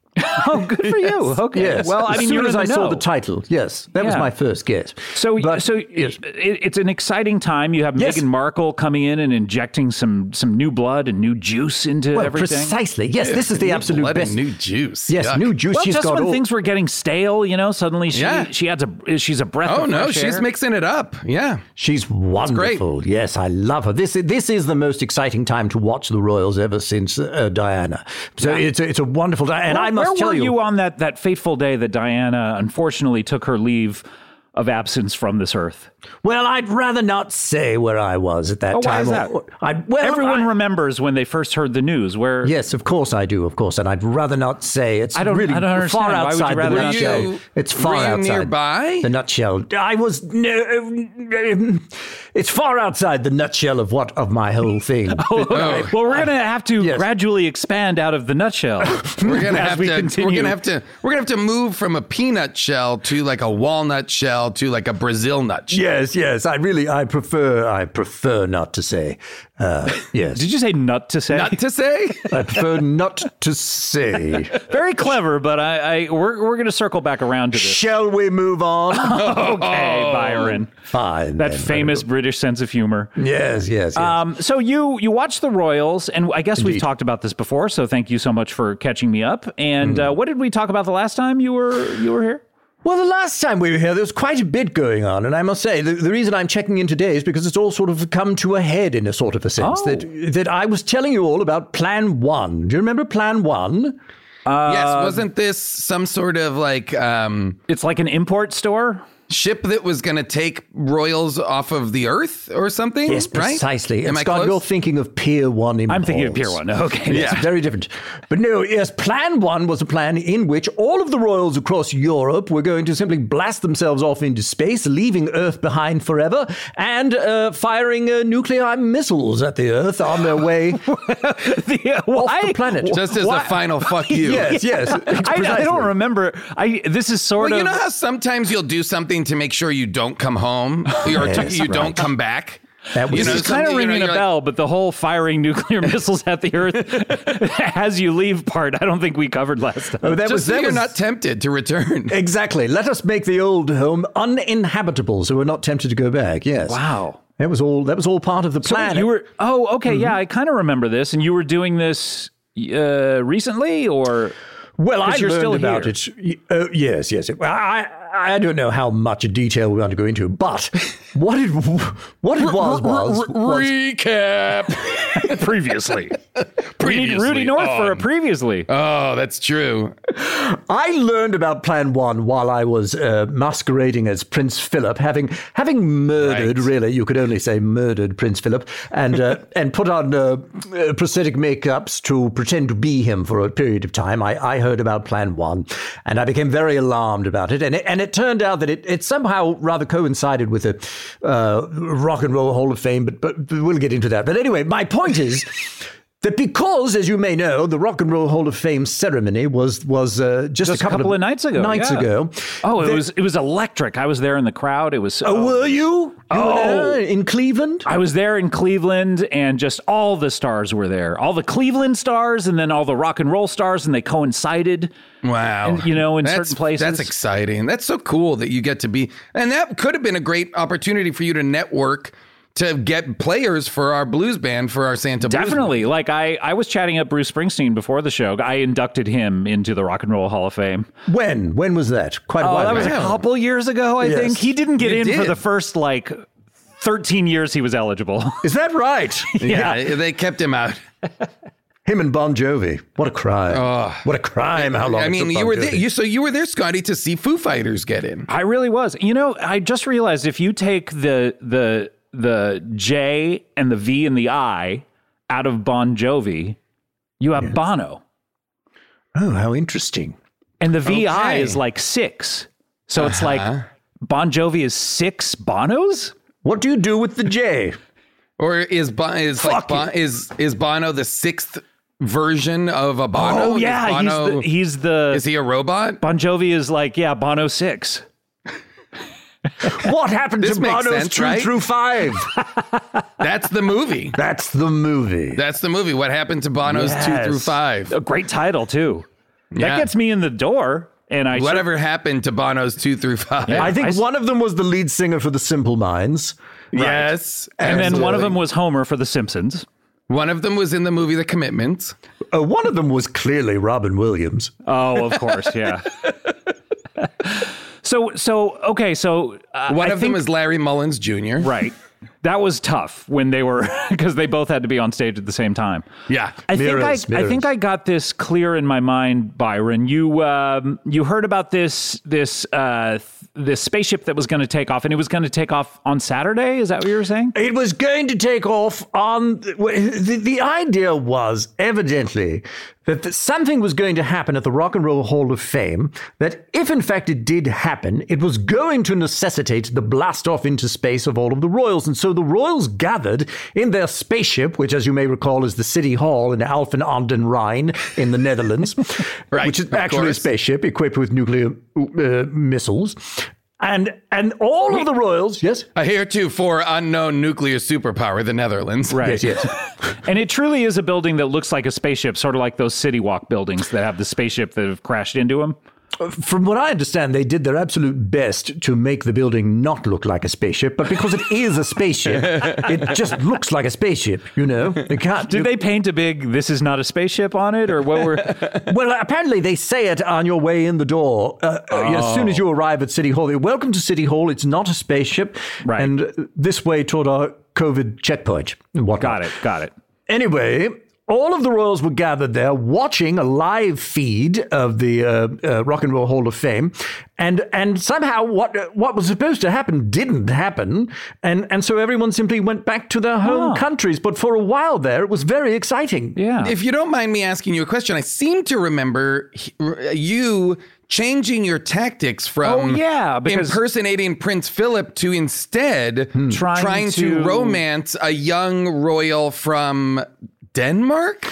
S2: Oh, good for you. Okay.
S5: Yes.
S2: Well, I
S5: as
S2: mean,
S5: soon
S2: you're
S5: as
S2: in
S5: I
S2: the
S5: saw
S2: know.
S5: the title, yes, that was
S2: Yeah.
S5: my first guess.
S2: So,
S5: But-
S2: so
S5: yes.
S2: it, it's an exciting time. You have
S5: Yes.
S2: Meghan Markle coming in and injecting some some new blood and new juice into
S5: well,
S2: everything.
S5: precisely, yes, this is the absolute
S3: Blood
S5: best.
S3: and new juice.
S5: yes,
S3: Yuck.
S5: new juice.
S2: Well,
S5: she's
S2: just
S5: got
S2: when
S5: all,
S2: things were getting stale, you know, suddenly she
S3: Yeah.
S2: she adds a she's a breath.
S3: Oh
S2: of
S3: no,
S2: fresh
S3: she's
S2: air.
S3: mixing it up. Yeah.
S5: She's
S3: great.
S5: wonderful. Yes, I love her. This this is the most exciting time to watch the royals ever since uh, Diana. So it's a, it's a wonderful time, and
S2: Where-
S5: I must
S2: where
S5: tell
S2: were you, on that that fateful day that Diana unfortunately took her leave of absence from this earth?
S5: Well, I'd rather not say where I was at that
S2: Oh, why
S5: time.
S2: is
S5: or-
S2: that?
S5: or- I, well,
S2: Everyone
S5: I-
S2: remembers when they first heard the news. Where
S5: Yes, of course I do, of course, and I'd rather not say. It's
S2: I don't-
S5: really
S2: I don't understand.
S5: far
S2: Why would you
S5: outside
S2: rather
S5: the
S2: not
S5: nutshell.
S3: say?
S5: It's far
S3: Were you
S5: outside
S3: nearby?
S5: the nutshell. I was. No, it's far outside the nutshell of what of my whole thing.
S2: Oh. well, we're gonna have to
S5: Yes.
S2: gradually expand out of the nutshell.
S3: We're gonna
S2: as
S3: have
S2: we
S3: to.
S2: continue.
S3: We're gonna have to. We're gonna have to move from a peanut shell to like a walnut shell to like a Brazil nut shell.
S5: Yes, yes. I really, I prefer, I prefer not to say. Uh, yes,
S2: Did you say nut to say?
S3: Not to say.
S5: I prefer not to say.
S2: Very clever, but I, I we're we're gonna circle back around to this.
S5: Shall we move on?
S2: Okay, Byron,
S5: Fine.
S2: that
S5: then.
S2: famous British sense of humor.
S5: Yes, yes, yes.
S2: Um, so you you watch the Royals, and I guess we've talked about this before. So thank you so much for catching me up. And
S3: Mm-hmm.
S2: uh, what did we talk about the last time you were you were here?
S5: Well, the last time we were here, there was quite a bit going on, and I must say, the, the reason I'm checking in today is because it's all sort of come to a head in a sort of a sense.
S2: Oh.
S5: That that I was telling you all about Plan One. Do you remember Plan One?
S3: yes.
S5: Uh,
S3: Wasn't this some sort of like um,
S2: It's like an import store.
S3: ship that was gonna take royals off of the earth or something?
S5: Yes,
S2: Mm-hmm.
S3: right?
S5: precisely. And
S3: Am I
S5: Scott,
S3: close?
S5: you're thinking of Pier One impulse.
S2: I'm thinking of Pier One. Okay.
S5: Yes, very different. But no, yes, Plan One was a plan in which all of the royals across Europe were going to simply blast themselves off into space, leaving Earth behind forever, and uh, firing uh, nuclear missiles at the Earth on their way
S2: the,
S5: off the planet.
S3: Just as
S2: Why-
S3: a final fuck you.
S5: yes, yes.
S2: I, I
S5: precisely.
S2: don't remember. I this is sort
S3: Well, you
S2: of
S3: know how sometimes you'll do something to make sure you don't come home or
S5: Yes,
S3: you
S5: right.
S3: don't come back.
S5: That was
S3: you
S5: it.
S3: know,
S5: It's
S2: kind of
S3: something, you know,
S2: ringing
S3: you're
S2: a
S3: like,
S2: bell, but the whole firing nuclear missiles at the Earth as you leave part, I don't think we covered last time.
S5: Oh, that
S3: Just
S5: was
S3: so
S5: that
S3: you're
S5: was
S3: not tempted to return.
S5: exactly. Let us make the old home uninhabitable, so we're not tempted to go back. Yes.
S2: Wow.
S5: That was all. That was all part of the
S2: So
S5: plan.
S2: You were oh okay
S5: Mm-hmm.
S2: yeah I kind of remember this and you were doing this uh, recently or
S5: Well, I
S2: 'Cause you're
S5: learned
S2: still
S5: about
S2: here.
S5: it. Oh, yes, yes. Well, I I don't know how much detail we want to go into, but what it what it was was, was
S3: Recap.
S2: previously. we need
S3: Previously
S2: Rudy North for a
S3: on.
S2: previously.
S3: Oh, that's true.
S5: I learned about Plan One while I was uh, masquerading as Prince Philip, having having murdered
S3: Right.
S5: really you could only say murdered Prince Philip, and uh, and put on uh, uh, prosthetic makeups to pretend to be him for a period of time. I, I heard about Plan One, and I became very alarmed about it, and it, and it turned out that it, it somehow rather coincided with the uh, Rock and Roll Hall of Fame, but but we'll get into that. But anyway, my point is. That because, as you may know, the Rock and Roll Hall of Fame ceremony was was uh, just,
S2: Just a couple of nights ago,
S5: Nights
S2: yeah.
S5: ago.
S2: Oh, it
S5: There-
S2: was it was electric. I was there in the crowd. It was
S5: Oh, were you? You
S2: Oh.
S5: were there in Cleveland.
S2: I was there in Cleveland, and just all the stars were there. All the Cleveland stars, and then all the rock and roll stars, and they coincided.
S3: Wow.
S2: And, you know, in
S3: That's-
S2: certain places.
S3: That's exciting. That's so cool that you get to be. And that could have been a great opportunity for you to network to get players for our blues band for our Santa Blues
S2: Definitely. Like I, I was chatting up Bruce Springsteen before the show. I inducted him into the Rock and Roll Hall of Fame.
S3: Oh,
S5: When? When was that? Quite a
S2: Oh,
S5: while
S2: that was a
S5: ago.
S2: couple years ago, I
S5: Yes.
S2: think. He didn't get
S3: You
S2: in for
S3: did.
S2: the first like 13 years he was eligible.
S5: Is that right?
S3: Band. Yeah. they kept him out.
S5: Him and Bon Jovi. What a crime! what a crime! How long?
S3: Ah. I
S5: it
S3: mean,
S5: took
S3: you
S5: Bon
S3: were
S5: Jovi.
S3: there. You, so you were there, Scotty, to see Foo Fighters get in.
S2: I really was. You know, I just realized if you take the the the J and the V and the I out of Bon Jovi, you have Bono.
S5: oh, how interesting!
S2: And the VI
S3: Okay. Uh-huh.
S2: is like 6. So it's like Bon Jovi is 6 Bonos?
S5: What do you do with the J?
S3: Or is bon, is like bon, is is Bono the sixth version of a Bono?
S2: Oh
S3: Is
S2: yeah,
S3: Bono-
S2: he's the he's the
S3: is he a robot?
S2: Bon Jovi is like, yeah, Bono six.
S5: What happened
S3: This
S5: to
S3: makes
S5: Bono's
S3: sense,
S5: True
S3: right?
S5: Through Five?
S3: That's the movie.
S5: That's the movie.
S3: That's the movie. What happened to Bono's two
S2: Yes.
S3: through five?
S2: A great title too. That
S3: Yeah.
S2: gets me in the door, and I
S3: Whatever happened to Bono's two through five?
S5: I think
S2: I s-
S5: one of them was the lead singer for the Simple Minds.
S3: Yes.
S2: And then one of
S3: absolutely.
S2: them was Homer for The Simpsons.
S3: one of them was in the movie The Commitments.
S5: Uh, one of them was clearly Robin Williams.
S2: Oh, of course, yeah. so so okay, so uh,
S3: One
S2: I
S3: of
S2: think,
S3: them is Larry Mullins Jr.
S2: right. That was tough when they were because they both had to be on stage at the same time.
S3: Yeah.
S2: I
S5: Mirrors,
S2: think I, I think
S5: mirrors.
S2: I got this clear in my mind, Byron. You um, you heard about this this uh, th- this spaceship that was going to take off, and it was going to take off on Saturday. Is that what you were saying?
S5: It was going to take off on. The, the idea was evidently that th- something was going to happen at the Rock and Roll Hall of Fame, that if in fact it did happen, it was going to necessitate the blast off into space of all of the Royals. And so the Royals gathered in their spaceship, which, as you may recall, is the City Hall in Alphen aan den Rijn in the Netherlands,
S3: Right,
S5: which is
S3: of
S5: actually
S3: course.
S5: a spaceship equipped with nuclear uh, missiles. And, and all of the Royals, yes?
S3: A heretofore unknown nuclear superpower, the Netherlands. Right.
S5: Yes, yes.
S2: And it truly is a building that looks like a spaceship, sort of like those City Walk buildings that have the spaceship that have crashed into them.
S5: From what I understand, they did their absolute best to make the building not look like a spaceship, but because it is a spaceship, it just looks like a spaceship, you know? They can't.
S2: Did they paint a big "This is not a spaceship" on it, or what were?
S5: Well, apparently they say it on your way in the door. Uh, uh, As soon as you arrive at City Hall, they're welcome to City Hall. It's not a spaceship.
S2: Right.
S5: And uh, this way toward our COVID checkpoint. and whatnot.
S2: got it, got it.
S5: Anyway, all of the royals were gathered there watching a live feed of the uh, uh, Rock and Roll Hall of Fame, and and somehow what what was supposed to happen didn't happen, and and so everyone simply went back to their home countries. But for a while there, it was very exciting.
S2: Yeah,
S3: If you don't mind me asking you a question, I seem to remember he- r- you changing your tactics from
S2: Oh, yeah, because- Hmm.
S3: impersonating Prince Philip to instead
S2: Trying
S3: to,
S2: to-
S3: romance a young royal from Denmark.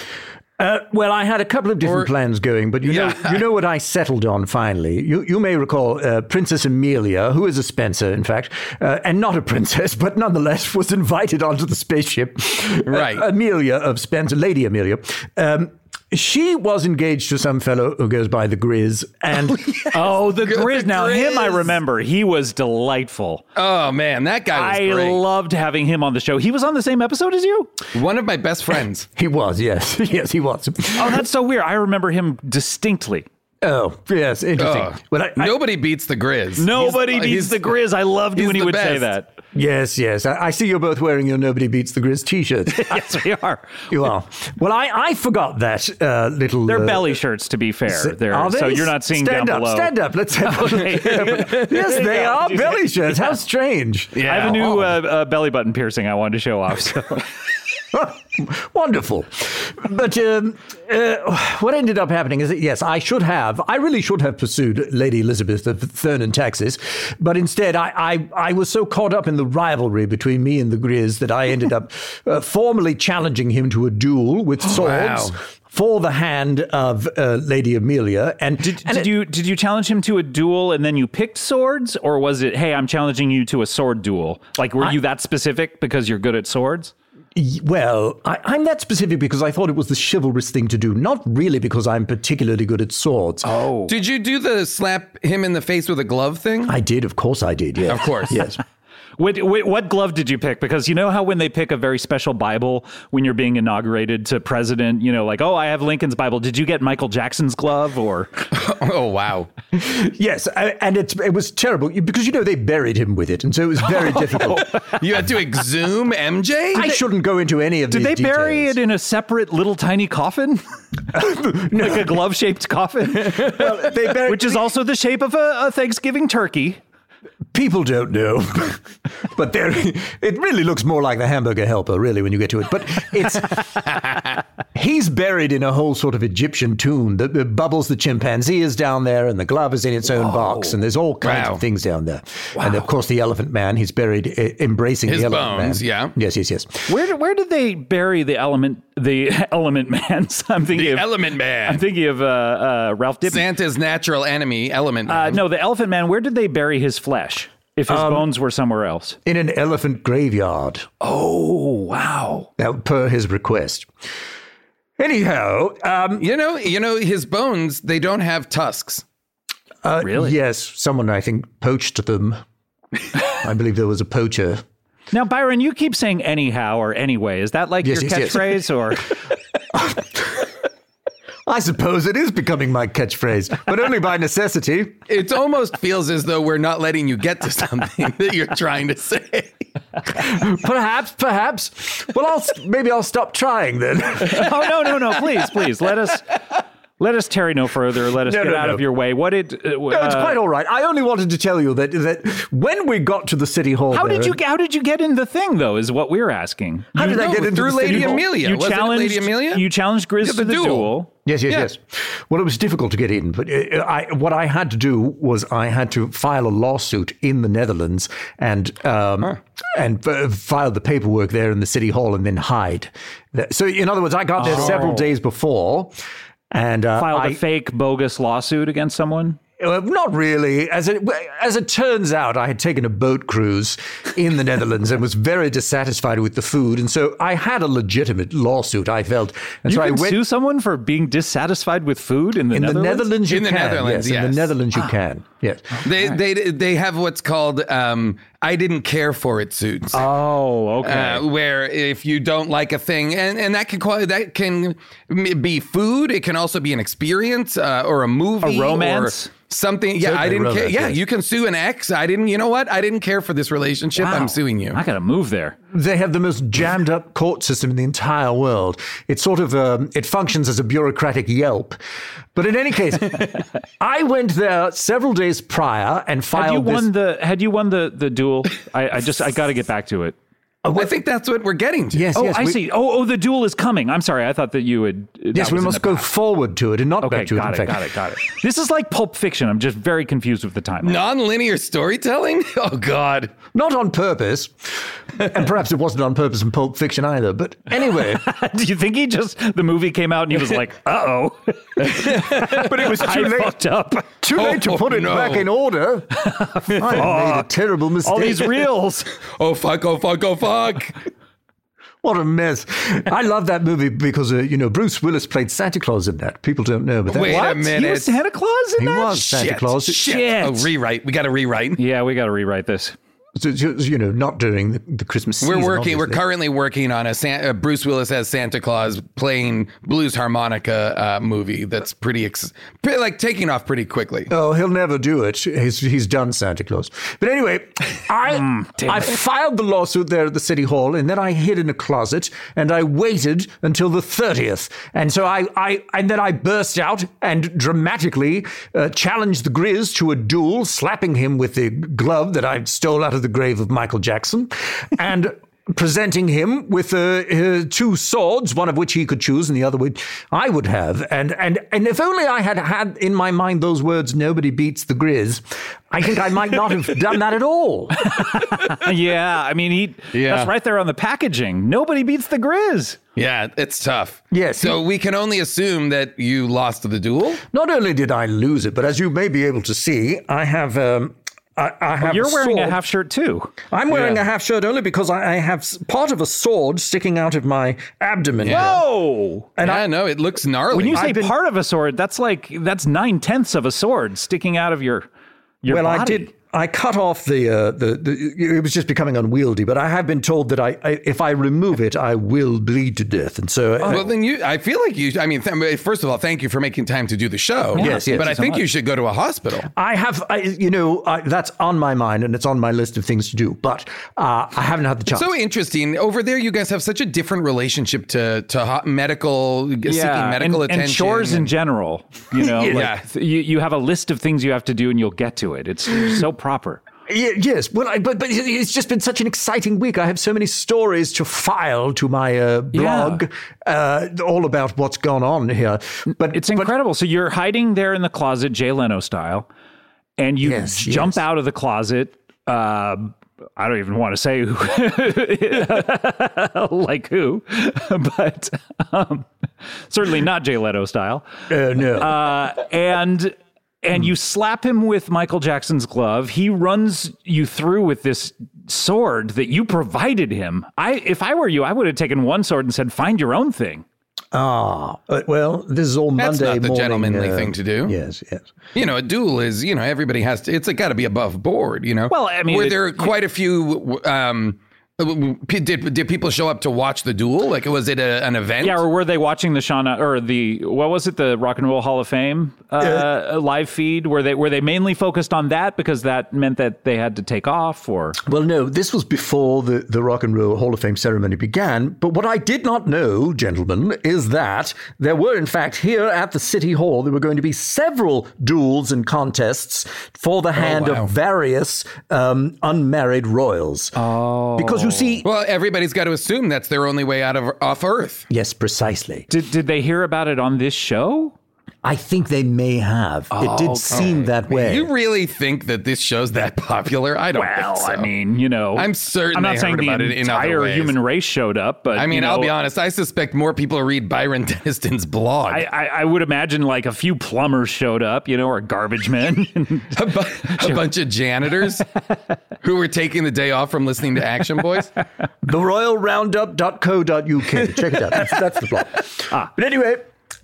S5: Uh, well, I had a couple of different
S3: Or-
S5: plans going, but you know
S3: Yeah.
S5: you know what I settled on finally. You you may recall uh, Princess Amelia, who is a Spencer, in fact, uh, and not a princess, but nonetheless was invited onto the spaceship.
S3: Right.
S5: Uh, Amelia of Spencer, Lady Amelia. Um, she was engaged to some fellow who goes by the Grizz, and
S2: Oh, the Grizz. Now, him I
S3: Grizz.
S2: remember. He was delightful.
S3: Oh man, that guy was
S2: I
S3: great.
S2: loved having him on the show. He was on the same episode as you?
S3: One of my best friends.
S5: he was yes, yes, he was.
S2: Oh, that's so weird. I remember him distinctly.
S5: Oh, yes, interesting.
S3: Oh,
S5: Well, I- I-
S3: nobody beats the Grizz.
S2: Nobody
S3: He's-
S2: needs
S3: he's-
S2: the Grizz. I loved
S3: he's
S2: when he
S3: the
S2: would say
S3: best.
S2: that.
S5: yes, yes. I, I see you're both wearing your "Nobody Beats the Grizz" t-shirt.
S2: Yes, we are.
S5: You are. Well, I, I forgot that uh, little.
S2: They're
S5: uh,
S2: belly shirts, to be fair. They're,
S5: are they?
S2: so you're not seeing
S5: stand
S2: down
S5: up,
S2: below.
S5: Stand up. Let's have
S2: Okay.
S5: Yes, they
S2: Yeah,
S5: are
S2: you-
S5: belly shirts. How strange.
S2: I have a new
S3: Oh.
S2: uh, uh, belly button piercing I wanted to show off. So.
S5: Wonderful. But um, uh, what ended up happening is that, yes, I should have, I really should have pursued Lady Elizabeth of Vernon, Texas. But instead, I, I, I was so caught up in the rivalry between me and the Grizz that I ended up uh, formally challenging him to a duel with swords.
S3: Wow.
S5: For the hand of uh, Lady Amelia, and
S2: Did,
S5: and
S2: did
S5: it-
S2: you did you challenge him to a duel and then you picked swords, or was it, hey, I'm challenging you to a sword duel? Like, were you that specific because you're good at swords?
S5: Y- Well, I, I'm that specific because I thought it was the chivalrous thing to do, not really because I'm particularly good at swords. Oh.
S3: Did you do the slap him in the face with a glove thing?
S5: I did, of course I did, yes.
S3: Of course.
S5: Yes.
S2: What, what, what glove did you pick? Because you know how when they pick a very special Bible when you're being inaugurated to president, you know, like, oh, I have Lincoln's Bible. Did you get Michael Jackson's glove? Or
S3: oh wow.
S5: yes, I- and it's, it was terrible because, you know, they buried him with it, and so it was very difficult.
S3: You had to exhume MJ?
S5: I shouldn't go into any of
S2: did
S5: these
S2: they bury
S5: details.
S2: it in a separate little tiny coffin? Like a glove shaped coffin?
S5: Well, they buried
S2: Which is also the shape of a, a Thanksgiving turkey.
S5: People don't know, but there, it really looks more like the hamburger helper, really, when you get to it. But it's he's buried in a whole sort of Egyptian tomb. The, the bubbles, the chimpanzee is down there, and the glove is in its own box, and there's all kinds
S3: Wow.
S5: of things down there. And of course, the elephant man, he's buried uh, embracing
S3: His
S5: the elephant
S3: bones,
S5: man.
S3: yeah.
S5: yes, yes, yes.
S2: Where did- where did they bury the element the element man? So I'm thinking
S3: The
S2: of,
S3: Element Man.
S2: I'm thinking of uh, uh, Ralph Dibby.
S3: Santa's natural enemy, Element
S2: Uh,
S3: Man.
S2: no, the Elephant Man. Where did they bury his flesh? if
S5: Um,
S2: his bones were somewhere else.
S5: in an elephant graveyard.
S2: Oh, wow.
S5: Now, per his request. Anyhow, um,
S3: You know, you know, his bones, they don't have tusks.
S5: uh,
S2: Really?
S5: yes, someone I think poached them. I believe there was a poacher.
S2: Now, Byron, you keep saying anyhow or anyway. Is that like
S5: Yes,
S2: your
S5: yes, yes.
S2: catchphrase or?
S5: I suppose it is becoming my catchphrase, but only by necessity.
S3: It almost feels as though we're not letting you get to something that you're trying to say.
S5: Perhaps, perhaps. Well, I'll s- maybe I'll stop trying then.
S2: oh no no no please please let us let us tarry no further let us
S5: No,
S2: get
S5: no,
S2: out
S5: no.
S2: of your way what did uh,
S5: No, it's quite all right. I only wanted to tell you that that when we got to the city hall,
S2: how
S5: there-
S2: did you get how did you get in the thing though is what we're asking
S5: How did I get into
S3: through
S5: the
S3: Lady
S5: city hall?
S3: Amelia.
S2: you
S3: Wasn't it
S2: challenged
S3: Lady Amelia?
S2: you challenged Grizz
S3: Yeah,
S2: to
S3: the
S2: the duel.
S3: duel.
S5: Yes, yes,
S3: Yeah.
S5: yes. Well, it was difficult to get in, but uh, I, what I had to do was I had to file a lawsuit in the Netherlands and um, and uh, file the paperwork there in the city hall and then hide. That- So, in other words, I got there several days before. And uh,
S2: Oh. filed a
S5: I,
S2: fake bogus lawsuit against someone
S5: uh, not really. As it as it turns out, I had taken a boat cruise in the Netherlands and was very dissatisfied with the food, and so I had a legitimate lawsuit. I felt, and
S2: you
S5: so I
S2: can
S5: went
S2: sue someone for being dissatisfied with food in the
S5: in the
S2: Netherlands Ah.
S5: Netherlands. You
S3: In the
S5: can,
S3: Netherlands,
S5: yes, in
S3: yes.
S5: the Netherlands you can, yes.
S3: They they they have what's called um, I didn't care for it suits.
S2: oh okay
S3: Uh, where if you don't like a thing, and, and that can quali- that can m- be food. It can also be an experience uh, or a movie,
S2: A romance?
S3: or something. Yeah, I
S5: Certainly
S3: didn't care.
S5: romance,
S3: Yeah,
S5: yes.
S3: you can sue an ex. I didn't. You know what? I didn't care for this relationship.
S2: Wow.
S3: I'm suing you.
S2: I gotta move there
S5: They have the most jammed up court system in the entire world. It's sort of um, it functions as a bureaucratic Yelp. But in any case, I went there several days prior and filed
S2: had you
S5: this.
S2: won the had you won the the duel I, I just I gotta get back to it
S3: I think that's what we're getting to.
S5: yes,
S2: oh
S5: yes,
S2: I
S5: we-
S2: see oh oh the duel is coming I'm sorry I thought that you would that
S5: Yes, we
S2: was in
S5: must
S2: the
S5: go
S2: past.
S5: forward to it and not
S2: Okay,
S5: back to
S2: got
S5: it.
S2: it,
S5: In fact,
S2: got it, got it. This is like Pulp Fiction. I'm just very confused with the timeline.
S3: Non-linear storytelling. Oh God.
S5: Not on purpose, and perhaps it wasn't on purpose in Pulp Fiction either. But anyway,
S2: Do you think he just the movie came out and he was like, "Uh oh,
S5: but it was
S2: I fucked up."
S5: Too late to
S3: Oh,
S5: put it
S3: no.
S5: back in order. I made a terrible mistake.
S2: All these reels.
S3: Oh fuck. Oh fuck. Oh fuck.
S5: What a mess! I love that movie because uh, you know Bruce Willis played Santa Claus in that. People don't know, but that
S3: Wait a
S5: what?
S3: minute.
S2: He was Santa Claus in
S5: He
S2: that.
S5: was Santa
S3: Shit,
S5: Claus.
S3: Shit.
S2: Shit.
S3: Oh, rewrite. We got to rewrite.
S2: Yeah, we got to rewrite this.
S5: So, so, uh, you know, not during the, the Christmas.
S3: We're
S5: season,
S3: working. We're
S5: obviously.
S3: currently working on a San, uh, Bruce Willis as Santa Claus playing blues harmonica uh, movie. That's pretty, ex- pretty like taking off pretty quickly.
S5: Oh, he'll never do it. He's, he's done Santa Claus. But anyway, I I filed the lawsuit there at the city hall, and then I hid in a closet, and I waited until the thirtieth, and so I, I and then I burst out and dramatically uh, challenged the Grizz to a duel, slapping him with the glove that I stole out of the grave of Michael Jackson, and. Presenting him with uh, uh, two swords, one of which he could choose, and the other which I would have, and and and if only I had had in my mind those words, "Nobody beats the Grizz," I think I might not have done that at all.
S2: yeah, I mean, he.
S3: Yeah.
S2: That's right there on the packaging. Nobody beats the Grizz.
S3: Yeah, it's tough.
S5: Yes.
S3: So we can only assume that you lost the duel.
S5: Not only did I lose it, but as you may be able to see, I have um, I, I have.
S2: You're wearing a
S5: sword.
S2: half shirt too.
S5: I'm wearing
S3: Yeah.
S5: a half shirt only because I, I have s- part of a sword sticking out of my abdomen.
S2: Oh.
S3: And yeah, I know it looks gnarly.
S2: When you say
S5: I've been-
S2: part of a sword, that's like that's nine tenths of a sword sticking out of your your
S5: Well,
S2: body.
S5: I did. I cut off the, uh, the the. It was just becoming unwieldy. But I have been told that I, I if I remove it, I will bleed to death. And so,
S2: Oh.
S5: uh,
S3: well, then you. I feel like you. I mean, th- first of all, thank you for making time to do the show.
S5: Yes, yes.
S3: But
S5: Thank
S3: I
S5: you so Uh,
S3: think you should go to a hospital.
S5: I have, I, you know, I, that's on my mind and it's on my list of things to do. But uh, I haven't had the chance.
S3: So interesting. Over there, you guys have such a different relationship to to ho- medical seeking medical
S2: and,
S3: attention
S2: and chores in
S3: and-
S2: general. You know,
S3: Yeah.
S2: like, th- you, you have a list of things you have to do, and you'll get to it. It's so proper.
S5: Ye- Yes, well, I, but but it- it's just been such an exciting week. I have so many stories to file to my uh, blog, uh, all about what's gone on here. But
S2: It's incredible. so you're hiding there in the closet, Jay Leno style, and you
S5: Yes,
S2: jump
S5: yes.
S2: out of the closet. Uh, I don't even want to say who, like who, but um, certainly not Jay Leno style.
S5: uh, no,
S2: Uh, and and you slap him with Michael Jackson's glove. He runs you through with this sword that you provided him. I, if I were you, I would have taken one sword and said, "Find your own thing."
S5: Ah, uh, well, this is all
S3: That's
S5: Monday
S3: not the
S5: morning,
S3: gentlemanly
S5: uh,
S3: thing to do.
S5: Yes, yes.
S3: You know, a duel is, you know, everybody has to, it's got to be above board, you know?
S2: Well, I mean,
S3: were
S2: it-
S3: there quite a few, um, did, did people show up to watch the duel? Like, was it a, an event?
S2: Yeah, or were they watching the Shauna or the what was it, the Rock and Roll Hall of Fame uh, live feed? Were they were they mainly focused on that because that meant that they had to take off? Or
S5: Well, no, this was before the, the Rock and Roll Hall of Fame ceremony began. But what I did not know, gentlemen, is that there were, in fact, here at the City Hall, there were going to be several duels and contests for the hand
S3: Oh, wow.
S5: of various um, unmarried royals. Oh. Because you see.
S3: Well, everybody's got to assume that's their only way out of off Earth.
S5: Yes, precisely.
S2: did did they hear about it on this show?
S5: I think they may have. it did seem that way.
S3: You really think that this show's that popular? I don't.
S2: Well,
S3: think so.
S2: I mean, you know,
S3: I'm certain
S2: I'm
S3: they
S2: not saying
S3: heard
S2: the
S3: about it in other
S2: entire
S3: ways.
S2: human race showed up, but
S3: I mean,
S2: you
S3: I'll
S2: know,
S3: be honest. I suspect more people read Byron Deniston's blog.
S2: I, I, I would imagine like a few plumbers showed up, you know, or garbage men.
S3: a, bu- a bunch of janitors who were taking the day off from listening to Action Boys.
S5: theroyalroundup.co.uk. Check it out. That's, that's the blog. But anyway,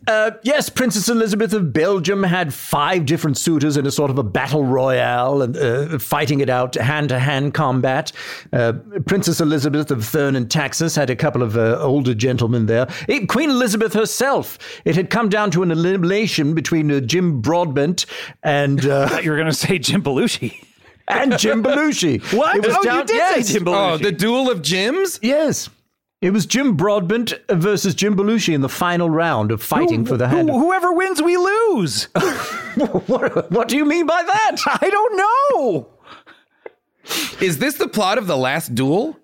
S5: uh, yes, Princess Elizabeth of Belgium had five different suitors in a sort of a battle royale and uh, fighting it out, hand to hand combat. Uh, Princess Elizabeth of Thurn and Taxis had a couple of uh, older gentlemen there. Eh, Queen Elizabeth herself. It had come down to an elimination between uh, Jim Broadbent and uh,
S2: You're gonna say Jim Belushi.
S5: and Jim Belushi.
S2: What?
S5: It was
S2: oh, you
S5: down-
S2: did
S5: yes.
S2: say Jim Belushi.
S3: Oh, the duel of gyms.
S5: Yes. It was Jim Broadbent versus Jim Belushi in the final round of fighting for the
S2: Who-
S5: hand.
S2: whoever wins, we lose.
S5: what, what do you mean by that?
S2: I don't know.
S3: Is this the plot of the last duel?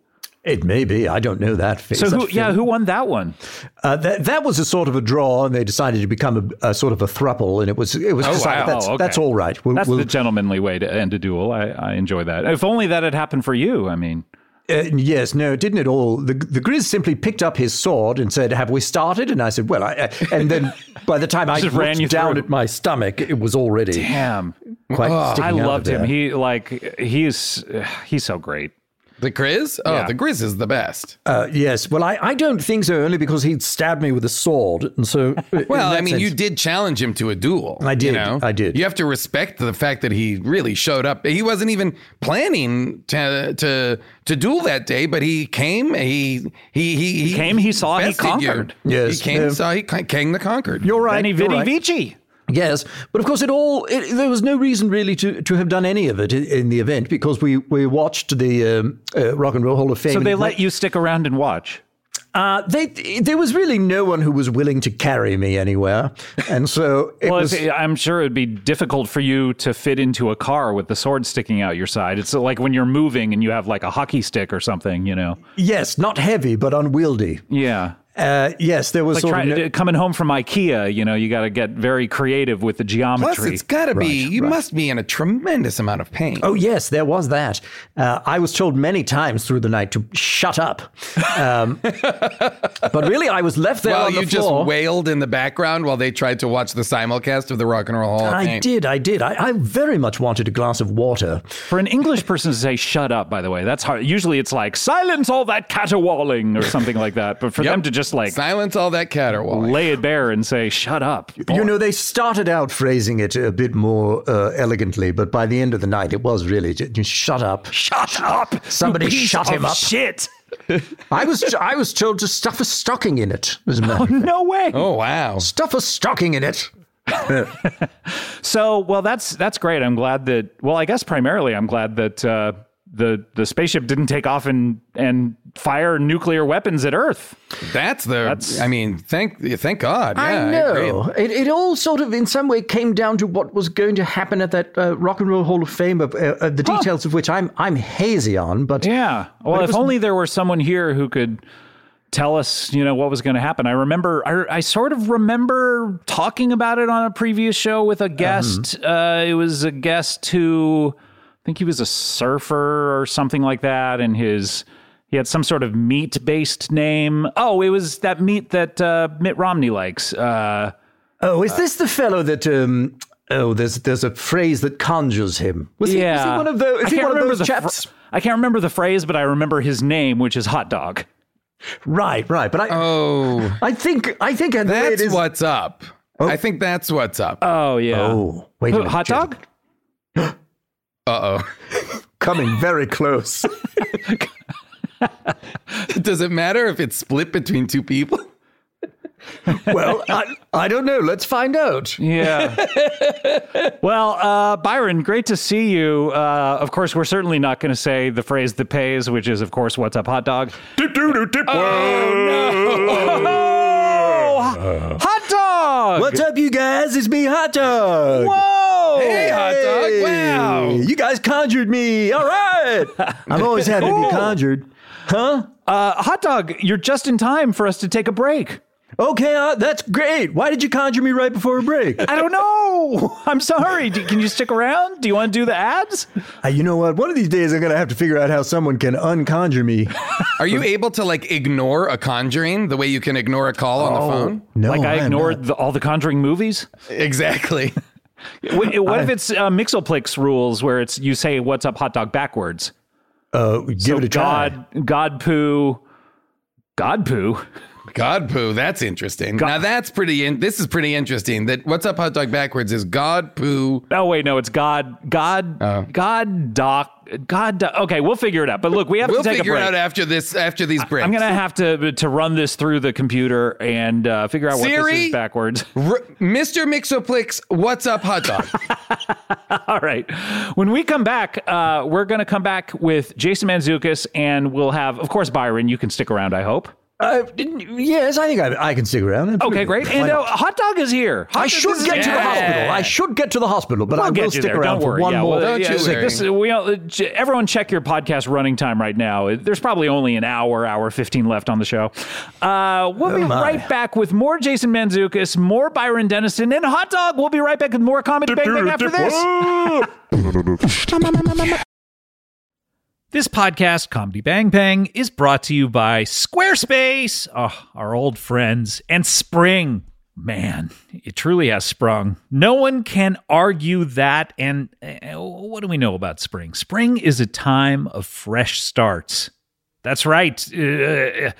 S5: It may be. I don't know that.
S2: So who, yeah, who won that one?
S5: uh, that, that was a sort of a draw, and they decided to become a, a sort of a thruple, and it was it was
S3: Oh,
S5: decided
S3: wow.
S5: that's,
S2: Oh, okay.
S5: that's all right. We'll,
S2: That's
S5: we'll-
S2: the gentlemanly way to end a duel. I, I enjoy that. If only that had happened for you. I mean,
S5: Uh, yes, no, it didn't at all. The, the Grizz simply picked up his sword and said, "Have we started?" And I said, "Well," I, I, and then by the time I
S2: Just ran you
S5: looked down
S2: through.
S5: at my stomach, it was already
S2: damn,
S5: quite.
S2: I
S5: sticking out of
S2: loved him.
S5: there.
S2: He like he's he's so great.
S3: The Grizz? Oh,
S2: Yeah.
S3: the Grizz is the best.
S5: Uh, yes. Well, I, I don't think so, only because he'd stabbed me with a sword. And so.
S3: well, I mean, you did challenge him to a duel.
S5: I did.
S3: You know?
S5: I did.
S3: You have to respect the fact that he really showed up. He wasn't even planning to to to duel that day, but he came. He he he, he
S2: came, he saw, he
S3: bested you.
S2: conquered.
S5: Yes.
S3: he came,
S5: Yeah.
S3: saw, he con- king the conquered.
S5: You're right.
S2: Benny
S5: you're
S2: Vidi
S5: right.
S2: Vici.
S5: Yes. But of course, it all. It, there was no reason really to, to have done any of it in, in the event because we, we watched the um, uh, Rock and Roll Hall of Fame.
S2: So
S5: and
S2: they
S5: it
S2: let you stick around and watch.
S5: Uh, they, there was really no one who was willing to carry me anywhere. And so it
S2: Well,
S5: was.
S2: it's- I'm sure it'd be difficult for you to fit into a car with the sword sticking out your side. It's like when you're moving and you have like a hockey stick or something, you know.
S5: yes, not heavy, but unwieldy.
S2: Yeah.
S5: Uh, yes, there was
S2: Like
S5: sort
S2: try,
S5: of. no-
S2: coming home from IKEA, you know, you got to get very creative with the geometry.
S3: Plus, it's got to be. You must be in a tremendous amount of pain.
S5: Oh, yes, there was that. Uh, I was told many times through the night to shut up. Um, but really, I was left there
S3: well,
S5: on the
S3: you just
S5: floor.
S3: wailed in the background while they tried to watch the simulcast of the Rock and Roll Hall of
S5: I
S3: Fame.
S5: did, I did. I, I very much wanted a glass of water.
S2: For an English person to say "shut up," by the way, that's hard. Usually, it's like "silence all that caterwauling" or something like that. But for them to just like
S3: Silence all that caterwauling.
S2: lay it bare and say "shut up,"
S5: You know, they started out phrasing it a bit more uh, elegantly, but by the end of the night, it was really j- just shut up.
S2: shut up. you
S5: Somebody
S2: piece
S5: shut him
S2: of
S5: up.
S2: Shit.
S5: I was I was told to stuff a stocking in it. As a matter of fact.
S2: No way.
S3: Oh wow.
S5: Stuff a stocking in it.
S2: So, well, that's that's great. I'm glad that. Well, I guess primarily, I'm glad that uh, the the spaceship didn't take off and and fire nuclear weapons at Earth.
S3: That's the. I mean, thank thank God. Yeah,
S5: I
S3: agree.
S5: know. it, it all sort of, in some way, came down to what was going to happen at that uh, Rock and Roll Hall of Fame, of, uh, uh, the details of which I'm I'm hazy on. But
S2: Yeah. Well, if only there were someone here who could tell us, you know, what was going to happen. I remember, I, I sort of remember talking about it on a previous show with a guest.
S5: Uh-huh.
S2: Uh, it was a guest who, I think he was a surfer or something like that, and his. He had some sort of meat-based name. Oh, it was that meat that uh, Mitt Romney likes. Uh,
S5: oh, is this the fellow that um, Oh, there's there's a phrase that conjures him. Was he, was he one of those? Is
S2: I
S5: he
S2: can't
S5: one of
S2: remember
S5: those
S2: the fr-
S5: chaps?
S2: I can't remember the phrase, but I remember his name, which is hot dog.
S5: right, right. But I,
S3: Oh,
S5: I think, I think and the way it
S3: that's
S5: is-
S3: what's up. I think that's what's up. Uh
S2: Oh yeah.
S5: Oh, wait a minute,
S2: hot
S5: Jeff.
S2: dog?
S3: oh.
S5: coming very close.
S3: Does it matter if it's split between two people?
S5: well, I, I don't know. Let's find out.
S2: Yeah. well, uh, Byron, great to see you. Uh, of course, we're certainly not going to say the phrase that pays, which is, of course, what's up, hot dog. Oh, hot dog!
S5: What's up, you guys? It's me, Hot Dog.
S2: Whoa!
S3: Hey, hot dog! Wow.
S5: Hey, You guys conjured me. All right. I'm always happy to be conjured. Huh?
S2: Uh, hot dog, you're just in time for us to take a break.
S5: Okay, uh, that's great. Why did you conjure me right before a break?
S2: I don't know. I'm sorry. Do, can you stick around? Do you want to do the ads?
S5: Uh, you know what? One of these days, I'm going to have to figure out how someone can unconjure me.
S3: Are you able to like ignore a conjuring the way you can ignore a call on
S5: Oh.
S3: the phone?
S5: No,
S2: like I
S5: am
S2: ignored the, all the Conjuring movies.
S3: Exactly.
S2: What, what if it's uh, Mixoplex rules where it's you say "What's up, hot dog?" backwards.
S5: not. Uh, give
S2: So
S5: it a try.
S2: God, God poo, God poo.
S3: God poo, that's interesting. Now that's pretty. In- this is pretty interesting. That what's up, hot dog backwards is God poo.
S2: Oh wait, no, it's God, God, God doc, God. Doc. Okay, we'll figure it out. But look, we have
S3: We'll
S2: to take a
S3: figure
S2: break.
S3: out after this. After these breaks,
S2: I'm gonna have to to run this through the computer and uh, figure out what this
S3: Siri?
S2: is backwards.
S3: R- Mr. Mixoplex, what's up, hot dog?
S2: All right. When we come back, uh, we're going to come back with Jason Manzukis, and we'll have, of course, Byron. You can stick around, I hope.
S5: Uh, yes, I think I, I can stick around.
S2: Okay, great. And uh, Hot Dog is here. Hot
S5: I
S2: Dog
S5: should
S2: is
S5: get to the
S2: here.
S5: hospital. I should get to the hospital, but I
S2: We'll
S5: will
S2: get you
S5: stick
S2: there.
S5: around
S2: Don't worry.
S5: for one
S2: yeah,
S5: more.
S2: Well,
S3: Don't
S2: yeah,
S3: you
S2: this-
S3: worry.
S2: this is- we all- uh, j- everyone check your podcast running time right now. There's probably only an hour, hour 15 left on the show. Uh, we'll be
S5: Oh, my.
S2: right back with more Jason Manzukis, more Byron Dennison, and Hot Dog. We'll be right back with more Comedy Bang Bang after this. This podcast, Comedy Bang Bang, is brought to you by Squarespace, ah, our old friends, and Spring. Man, it truly has sprung. No one can argue that. And uh, what do we know about spring? Spring is a time of fresh starts. That's right. Uh, y-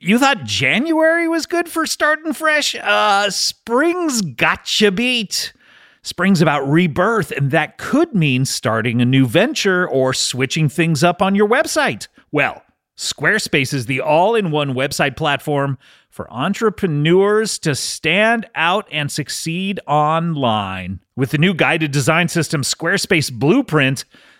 S2: you thought January was good for starting fresh? Uh, spring's gotcha beat. Spring's about rebirth, and that could mean starting a new venture or switching things up on your website. Well, Squarespace is the all in one website platform for entrepreneurs to stand out and succeed online. With the new guided design system, Squarespace Blueprint,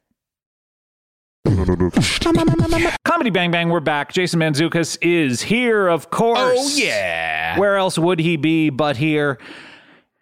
S2: Comedy Bang Bang, we're back. Jason Manzukas is here, of course.
S3: Oh, yeah.
S2: Where else would he be but here?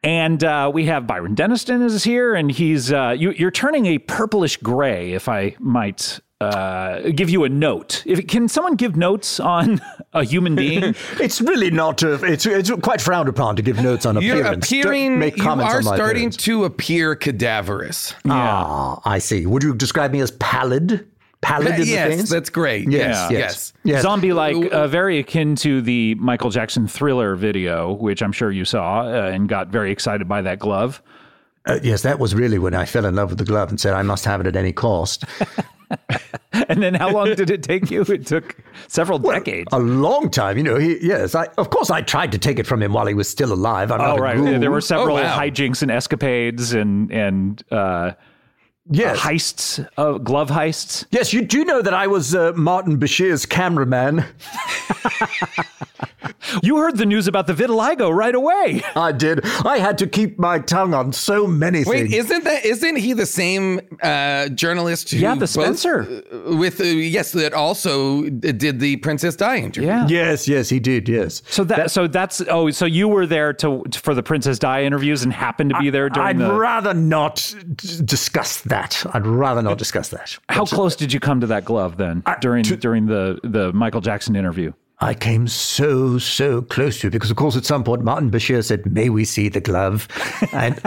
S2: And uh, we have Byron Deniston is here, and he's uh, you, you're turning a purplish gray, if I might uh, give you a note. If can someone give notes on a human being?
S5: It's really not. A, it's it's quite frowned upon to give notes on
S3: You're
S5: appearance. Don't
S3: appearing.
S5: make
S3: You
S5: comments
S3: are
S5: on my
S3: starting
S5: appearance.
S3: to appear cadaverous.
S5: Ah, I see. Would you describe me as pallid? Pallid in
S3: Uh, yes,
S5: the face.
S3: that's great. Yes,
S5: Yes, yes.
S3: yes.
S5: Yes.
S2: Zombie like, uh, very akin to the Michael Jackson thriller video, which I'm sure you saw uh, and got very excited by that glove.
S5: Uh, yes, that was really when I fell in love with the glove and said I must have it at any cost.
S2: And then how long did it take you? It took several decades.
S5: A long time, you know. He, yes, I, of course I tried to take it from him while he was still alive. I'm
S2: Oh
S5: not a
S2: right,
S5: guru.
S2: there were several
S3: wow.
S2: hijinks and escapades and and uh,
S5: yes.
S2: heists, uh, glove heists.
S5: Yes, you do know that I was uh, Martin Bashir's cameraman.
S2: You heard the news about the vitiligo right away.
S5: I did. I had to keep my tongue on so many
S3: Wait,
S5: things.
S3: isn't that isn't he the same uh, journalist? Who
S2: Yeah, the
S3: both-
S2: Spencer.
S3: uh, with uh, yes, that also did the Princess Di interview.
S5: yes, yes, he did. Yes.
S2: So that, so that's oh so you were there to for the Princess Di interviews and happened to be there during
S5: I'd
S2: the.
S5: rather not d- discuss that. I'd rather not discuss that.
S2: how close did you come to that glove then during during the the Michael Jackson interview?
S5: I came so, so close to it because, of course, at some point, Martin Bashir said, May we see the glove? And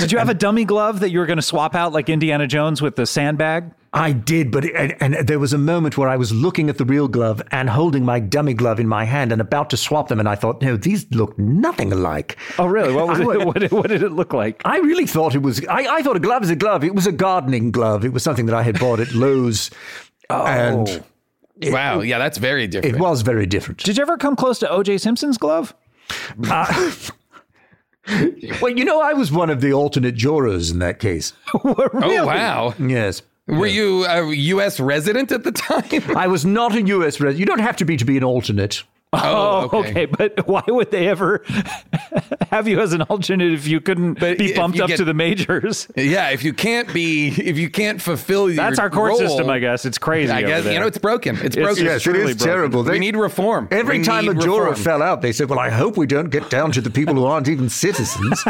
S2: Did you have a dummy glove that you were going to swap out like Indiana Jones with the sandbag?
S5: I did, but and, and there was a moment where I was looking at the real glove and holding my dummy glove in my hand and about to swap them, and I thought, no, these look nothing alike.
S2: Oh really? What was
S5: I
S2: it?
S5: would-
S2: What, did- what did it look like?
S5: I really thought it was. I, I thought a glove is a glove. It was a gardening glove. It was something that I had bought at Lowe's,
S2: Oh,
S5: and
S3: Wow, yeah, that's very
S5: it
S3: different.
S5: was very different.
S2: Did you ever come close to O.J. Simpson's glove?
S5: Uh, Well, you know, I was one of the alternate jurors in that case.
S3: oh wow,
S5: Yes.
S3: were you a U.S. resident at the time?
S5: I was not a U.S. resident. You don't have to be to be an alternate.
S3: Oh,
S2: okay. but why would they ever have you as an alternate if you couldn't
S3: But
S2: be
S3: if
S2: bumped
S3: you
S2: up
S3: get-
S2: to the majors?
S3: Yeah, if you can't be, if you can't fulfill your
S2: That's our court
S3: role,
S2: system, I guess. It's crazy.
S3: I
S2: over
S3: guess
S2: there.
S3: you know it's broken. It's broken.
S2: yes, it is
S5: terrible.
S3: we need reform.
S5: Every
S3: We
S5: time a
S3: need
S5: juror
S3: reform.
S5: fell out, they said, "Well, I hope we don't get down to the people who aren't even citizens."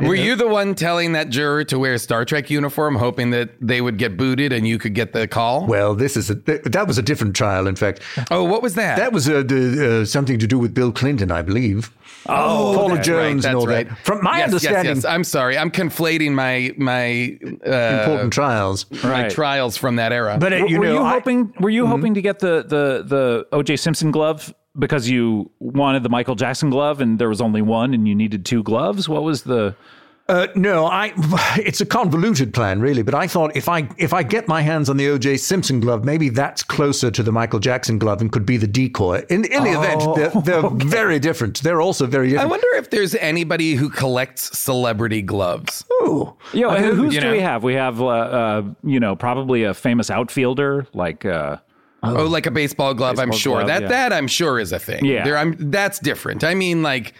S3: Were you the one telling that juror to wear a Star Trek uniform, hoping that they would get booted and you could get the call?
S5: well, this is a, th- that was a different trial. In fact,
S3: oh, what was that?
S5: that was uh, the, uh, something to do with Bill Clinton, I believe. Oh, Paula
S3: That's right,
S5: Jones
S3: that's
S5: and all
S3: right.
S5: that. From my
S3: Yes, yes,
S5: understanding,
S3: yes. Uh, I'm sorry, I'm conflating my my uh,
S5: important trials.
S3: my
S2: Right.
S3: trials from that era.
S5: But uh,
S2: were
S5: you
S2: were
S5: know,
S2: you Mm-hmm.
S5: I-
S2: hoping were you hoping to get the the the O.J. Simpson glove because you wanted the Michael Jackson glove and there was only one and you needed two gloves? What was the
S5: Uh, no, I. It's a convoluted plan, really. But I thought if I if I get my hands on the O.J. Simpson glove, maybe that's closer to the Michael Jackson glove and could be the decoy. In any event, they're, they're very different. They're also very
S3: I
S5: different.
S3: wonder if there's anybody who collects celebrity gloves.
S5: Ooh.
S2: Yo, who, who's
S3: you
S2: do
S3: know.
S2: we have? We have uh, uh, you know probably a famous outfielder like uh,
S3: Oh, like a baseball glove, I'm
S2: Baseball
S3: sure.
S2: glove,
S3: that
S2: yeah.
S3: that I'm sure is a thing.
S2: Yeah.
S3: There I'm that's different. I mean like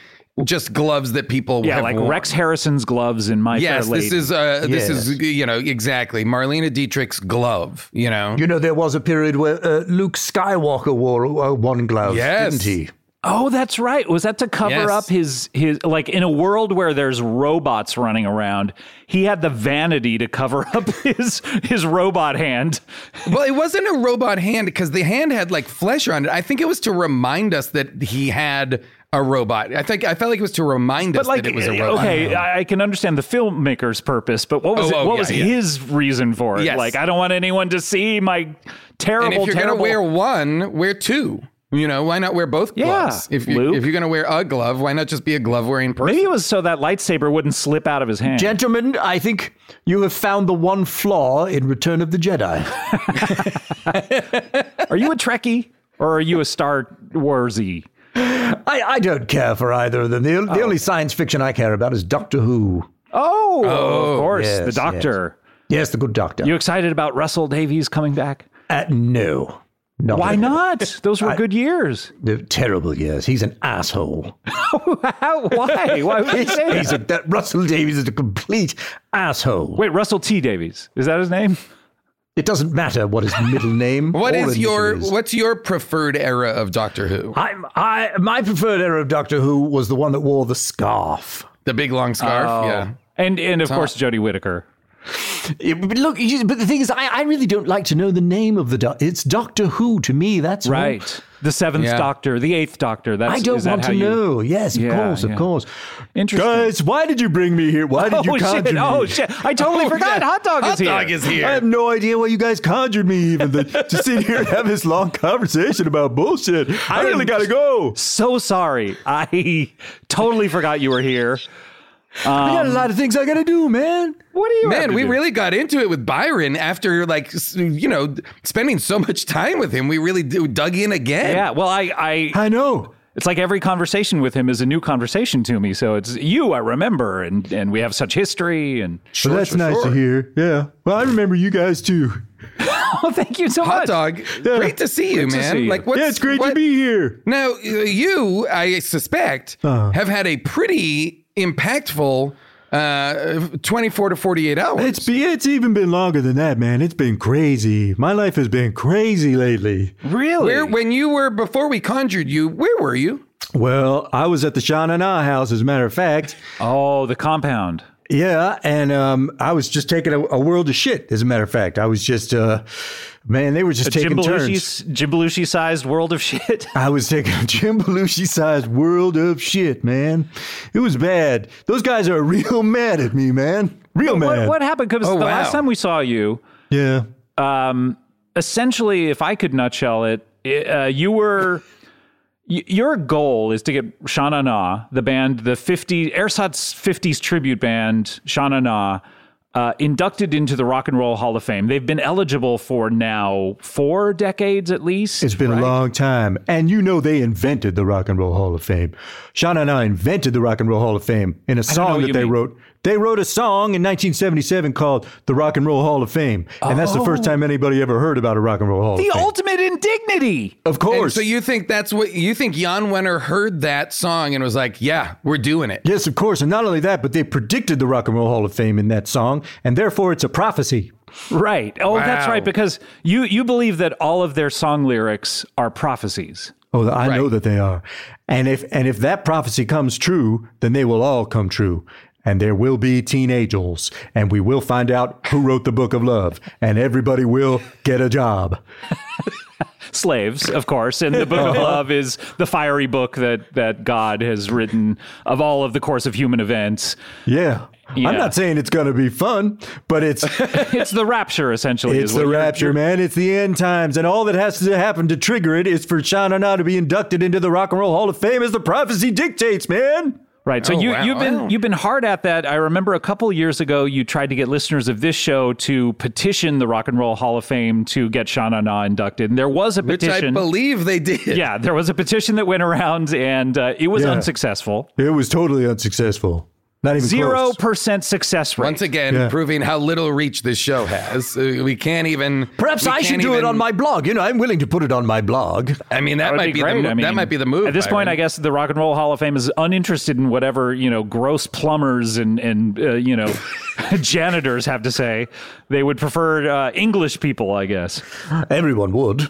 S3: just gloves that people
S2: Yeah,
S3: have
S2: like
S3: worn.
S2: Rex Harrison's gloves in My
S3: Yes,
S2: Fair Lady.
S3: this is uh, this is you know exactly Marlena Dietrich's glove. You know,
S5: You know, there was a period where uh, Luke Skywalker wore uh, one glove,
S3: Yes.
S5: didn't he?
S2: Oh, that's right. Was that to cover
S3: Yes.
S2: up his his like in a world where there's robots running around? He had the vanity to cover up his his robot hand.
S3: well, it wasn't a robot hand because the hand had like flesh on it. I think it was to remind us that he had a robot. I think I felt like it was to remind
S2: But
S3: us
S2: like, eh,
S3: that it was a robot.
S2: okay, I, I can understand the filmmaker's purpose, but what was
S3: Oh,
S2: it,
S3: oh,
S2: what
S3: yeah,
S2: was
S3: yeah.
S2: his reason for it?
S3: Yes.
S2: Like, I don't want anyone to see my terrible.
S3: and if you're
S2: terrible.
S3: gonna wear one, wear two. You know, why not wear both
S2: Yeah,
S3: gloves? if you
S2: Luke.
S3: if you're gonna wear a glove, why not just be a glove wearing person?
S2: maybe it was so that lightsaber wouldn't slip out of his hand.
S5: Gentlemen, I think you have found the one flaw in Return of the Jedi.
S2: are you a Trekkie or are you a Star Warsy?
S5: I, I don't care for either of them. The, the only science fiction I care about is Doctor Who.
S2: Oh, of course,
S5: yes,
S2: the
S5: yes.
S2: Doctor.
S5: Yes, the good doctor.
S2: You excited about Russell Davies coming back?
S5: Uh, no. Not
S2: Why
S5: at all.
S2: not? Those were good years.
S5: They're terrible years. He's an asshole.
S2: How? Why? Why would you
S5: He's,
S2: say
S5: he's
S2: that?
S5: a, that Russell Davies is a complete asshole.
S2: Wait, Russell T Davies is that his name?
S5: It doesn't matter what his middle name.
S3: What
S5: or
S3: is
S5: initial
S3: your
S5: is.
S3: what's your preferred era of Doctor Who?
S5: I, I, my preferred era of Doctor Who was the one that wore the scarf.
S3: The big long scarf.
S2: Oh.
S3: Yeah.
S2: And and of course Jodie Whittaker.
S5: Yeah, but look, you- but the thing is, I, I really don't like to know the name of the Doctor. It's Doctor Who to me. That's all.
S2: Right, the seventh
S3: Yeah.
S2: Doctor, the eighth Doctor. That's
S5: I don't
S2: is that
S5: want
S2: how
S5: to
S2: you-
S5: know. Yes, of
S2: Yeah,
S5: course, of
S2: yeah.
S5: course.
S2: Interesting.
S5: Guys, why did you bring me here? Why did
S2: Oh
S5: you conjure
S2: shit!
S5: me?
S2: Oh shit! I totally forgot.
S3: yeah.
S2: Hot dog
S3: Hot
S2: is here.
S3: dog is here.
S5: I have no idea why you guys conjured me even the, to sit here and have this long conversation about bullshit. I, really gotta go.
S2: So sorry. I totally forgot you were here.
S5: I got a lot of things I gotta do, man.
S2: What do you? have
S3: Man,
S2: to
S3: we
S2: do?
S3: really got into it with Byron after like s- you know spending so much time with him. We really d- dug in again.
S2: Yeah. Well, I I
S5: I know.
S2: It's like every conversation with him is a new conversation to me. So it's you I remember, and and we have such history. And
S5: Well, that's
S3: sure,
S5: nice
S3: sure.
S5: to hear. Yeah. Well, I remember you guys too.
S2: oh, thank you so
S3: Hot
S2: much.
S3: dog, great to see you,
S2: to
S3: man.
S2: see you.
S3: Like, what's,
S5: yeah, it's great
S3: what-
S5: to be here.
S3: Now, uh, you, I suspect,
S5: Uh-huh.
S3: have had a pretty impactful uh, 24 to 48 hours.
S6: It's be, it's even been longer than that, man. It's been crazy. My life has been crazy lately.
S2: Really?
S3: where, when you were, before we conjured you, where were you?
S6: Well, I was at the Sean and I house, as a matter of fact.
S2: Oh, the compound.
S6: Yeah, and um, I was just taking a, a world of shit. As a matter of fact, I was just, uh, man, they were just
S2: Jim
S6: taking turns.
S2: Belushi, Jim Belushi sized world of shit.
S6: I was taking a Jim Belushi sized world of shit, man. It was bad. Those guys are real mad at me, man. Real
S2: what,
S6: mad.
S2: what happened? Because
S3: Oh,
S2: the
S3: wow.
S2: last time we saw you,
S6: Yeah.
S2: essentially, if I could nutshell it, i- uh, you were. y- Your goal is to get Shana Na, the band, the 50, Airsot's 50s tribute band, Shana Na, uh, inducted into the Rock and Roll Hall of Fame. They've been eligible for now four decades at least.
S6: It's been a long time. And you know they invented the Rock and Roll Hall of Fame. Sean and I invented the Rock and Roll Hall of Fame in a
S2: know what
S6: song
S2: you
S6: that they
S2: mean.
S6: wrote. They wrote a song in 1977 called The Rock and Roll Hall of Fame. And that's the first time anybody ever heard about a Rock and Roll Hall
S2: Oh. the
S6: of Fame.
S2: ultimate indignity.
S6: of
S3: And
S6: course.
S3: so you think that's what, you think Jan Wenner heard that song and was like, yeah, we're doing it.
S6: yes, of course. And not only that, but they predicted the Rock and Roll Hall of Fame in that song. And therefore, it's a prophecy.
S2: Right. Oh, that's
S3: Wow.
S2: right. Because you you believe that all of their song lyrics are prophecies.
S6: Oh, I know
S3: Right.
S6: that they are. And if and if that prophecy comes true, then they will all come true. And there will be teen angels, and we will find out who wrote the book of love, and everybody will get a job.
S2: Slaves, of course, and the Book
S3: Uh-huh.
S2: of Love is the fiery book that that God has written of all of the course of human events.
S6: Yeah.
S2: Yeah.
S6: I'm not saying it's going to be fun, but it's
S2: It's the rapture, essentially. is
S6: it's
S2: what
S6: the
S2: you're-
S6: rapture, man. It's the end times, and all that has to happen to trigger it is for Sean and I to be inducted into the Rock and Roll Hall of Fame as the prophecy dictates, man.
S2: Right. So
S3: Oh,
S2: you
S3: wow.
S2: you've been
S3: Wow.
S2: you've been hard at that. I remember a couple years ago you tried to get listeners of this show to petition the Rock and Roll Hall of Fame to get Shana Na inducted, and there was a
S3: Which I
S2: petition.
S3: believe they did.
S2: yeah, there was a petition that went around, and uh, it was
S6: Yeah.
S2: unsuccessful.
S6: It was totally unsuccessful.
S5: Not even
S2: Zero
S5: close.
S2: percent success rate.
S3: Once again, proving how little reach this show has. Uh, we can't even.
S5: Perhaps
S3: we
S5: I should
S3: can't
S5: do it
S3: even-
S5: on my blog. You know, I'm willing to put it on my blog.
S3: I mean, that,
S2: That would
S3: might be,
S2: be great.
S3: the, mo-
S2: I mean,
S3: that might be the move.
S2: At this point, I guess the Rock and Roll Hall of Fame is uninterested in whatever you know gross plumbers and and uh, you know janitors have to say. They would prefer uh, English people, I guess.
S5: Everyone would.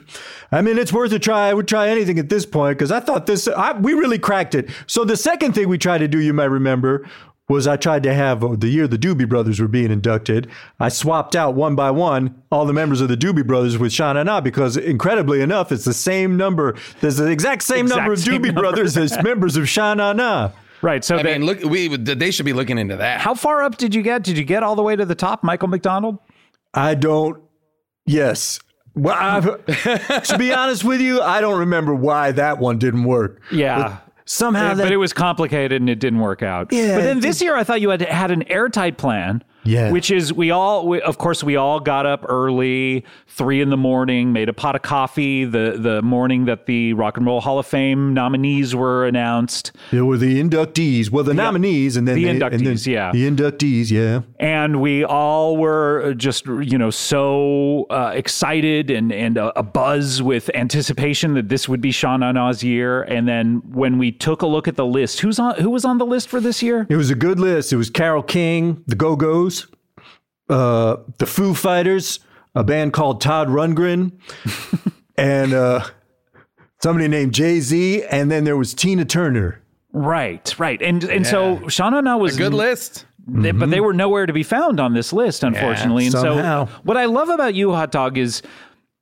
S5: I mean, it's worth a try. I would try anything at this point because I thought this, I, we really cracked it. So, the second thing we tried to do, you might remember, was I tried to have uh, the year the Doobie Brothers were being inducted. I swapped out one by one all the members of the Doobie Brothers with Sean and I because, incredibly enough, it's the same number. There's the exact same
S2: Exact
S5: number of
S2: same
S5: Doobie
S2: number.
S5: Brothers as members of Sean and I.
S2: Right. So
S3: I
S2: they,
S3: mean, look, we they should be looking into that.
S2: how far up did you get? Did you get all the way to the top, Michael McDonald?
S5: I don't. Yes. Well, I've, to be honest with you, I don't remember why that one didn't work.
S2: Yeah.
S5: Somehow,
S2: Yeah,
S5: that,
S2: but it was complicated and it didn't work out.
S5: Yeah,
S2: But then
S5: it
S2: this year, I thought you had had an airtight plan.
S5: Yeah.
S2: Which is we all, we, of course, we all got up early, three in the morning, made a pot of coffee the the morning that the Rock and Roll Hall of Fame nominees were announced,
S5: There were the inductees. Well, the nominees, and then
S2: the
S5: and then
S2: inductees, yeah.
S5: the inductees, yeah.
S2: and we all were just you know so uh, excited and and uh, a buzz with anticipation that this would be Sean Ana's year. And then when we took a look at the list, who's on who was on the list for this year?
S5: It was a good list. It was Carol King, the Go Go's, uh, the Foo Fighters, a band called Todd Rundgren, and uh, somebody named Jay Z, and then there was Tina Turner.
S2: Right, right, and and so Shauna Na was
S3: Good list. Mm-hmm.
S2: they- but they were nowhere to be found on this list, unfortunately. and
S5: somehow.
S2: so, what I love about you, Hot Dog, is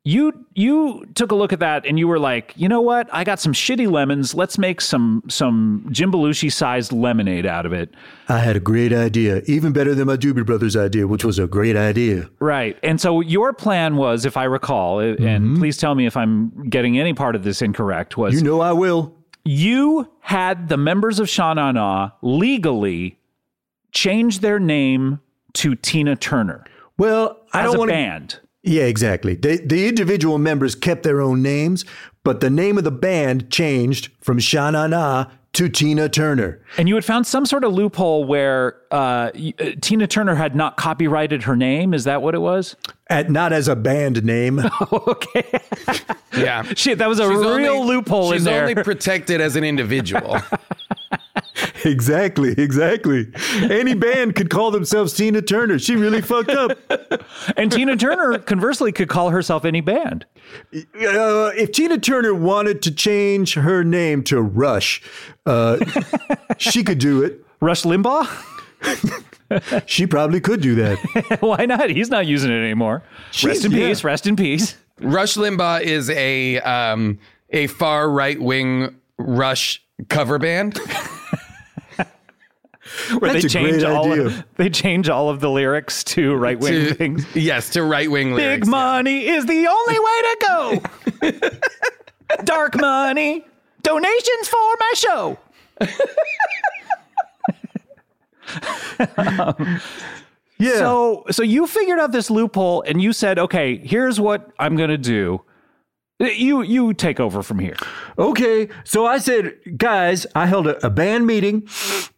S2: you you took a look at that and you were like, you know what? I got some shitty lemons. Let's make some some Jim Belushi sized lemonade out of it.
S5: I had a great idea, even better than my Doobie Brothers idea, which was a great idea.
S2: Right. And so your plan was, if I recall, and
S3: Mm-hmm.
S2: please tell me if I'm getting any part of this incorrect, was
S5: You know I will.
S2: you had the members of Shanana legally change their name to Tina Turner
S5: Well, I
S2: as
S5: don't
S2: a
S5: want to
S2: band.
S5: Yeah, exactly. They, the individual members kept their own names, but the name of the band changed from Shanana to Tina Turner.
S2: And you had found some sort of loophole where uh, y- uh, Tina Turner had not copyrighted her name. Is that what it was?
S5: At, not as a band name.
S2: Okay.
S3: Yeah.
S2: Shit, that was a
S3: She's
S2: real
S3: only-
S2: loophole in
S3: She's
S2: there.
S3: only protected as an individual.
S5: exactly, exactly. Any band could call themselves Tina Turner. She really fucked up.
S2: and Tina Turner, conversely, could call herself any band.
S5: Uh, if Tina Turner wanted to change her name to Rush, uh, she could do it.
S2: Rush Limbaugh?
S5: She probably could do that.
S2: Why not? He's not using it anymore. rest in
S5: yeah.
S2: peace. Rest in peace.
S3: Rush Limbaugh is a um, a far right wing Rush cover band.
S2: Where
S5: That's
S2: they
S5: a great
S2: change all
S5: idea.
S2: Of, they change all of the lyrics to right wing
S3: to-
S2: things.
S3: Yes, to right wing lyrics.
S2: Big money is the only way to go. Dark money. Donations for my show.
S5: Yeah.
S2: So so you figured out this loophole and you said, "Okay, here's what I'm going to do." You you take over from here.
S5: Okay, so I said, guys, I held a, a band meeting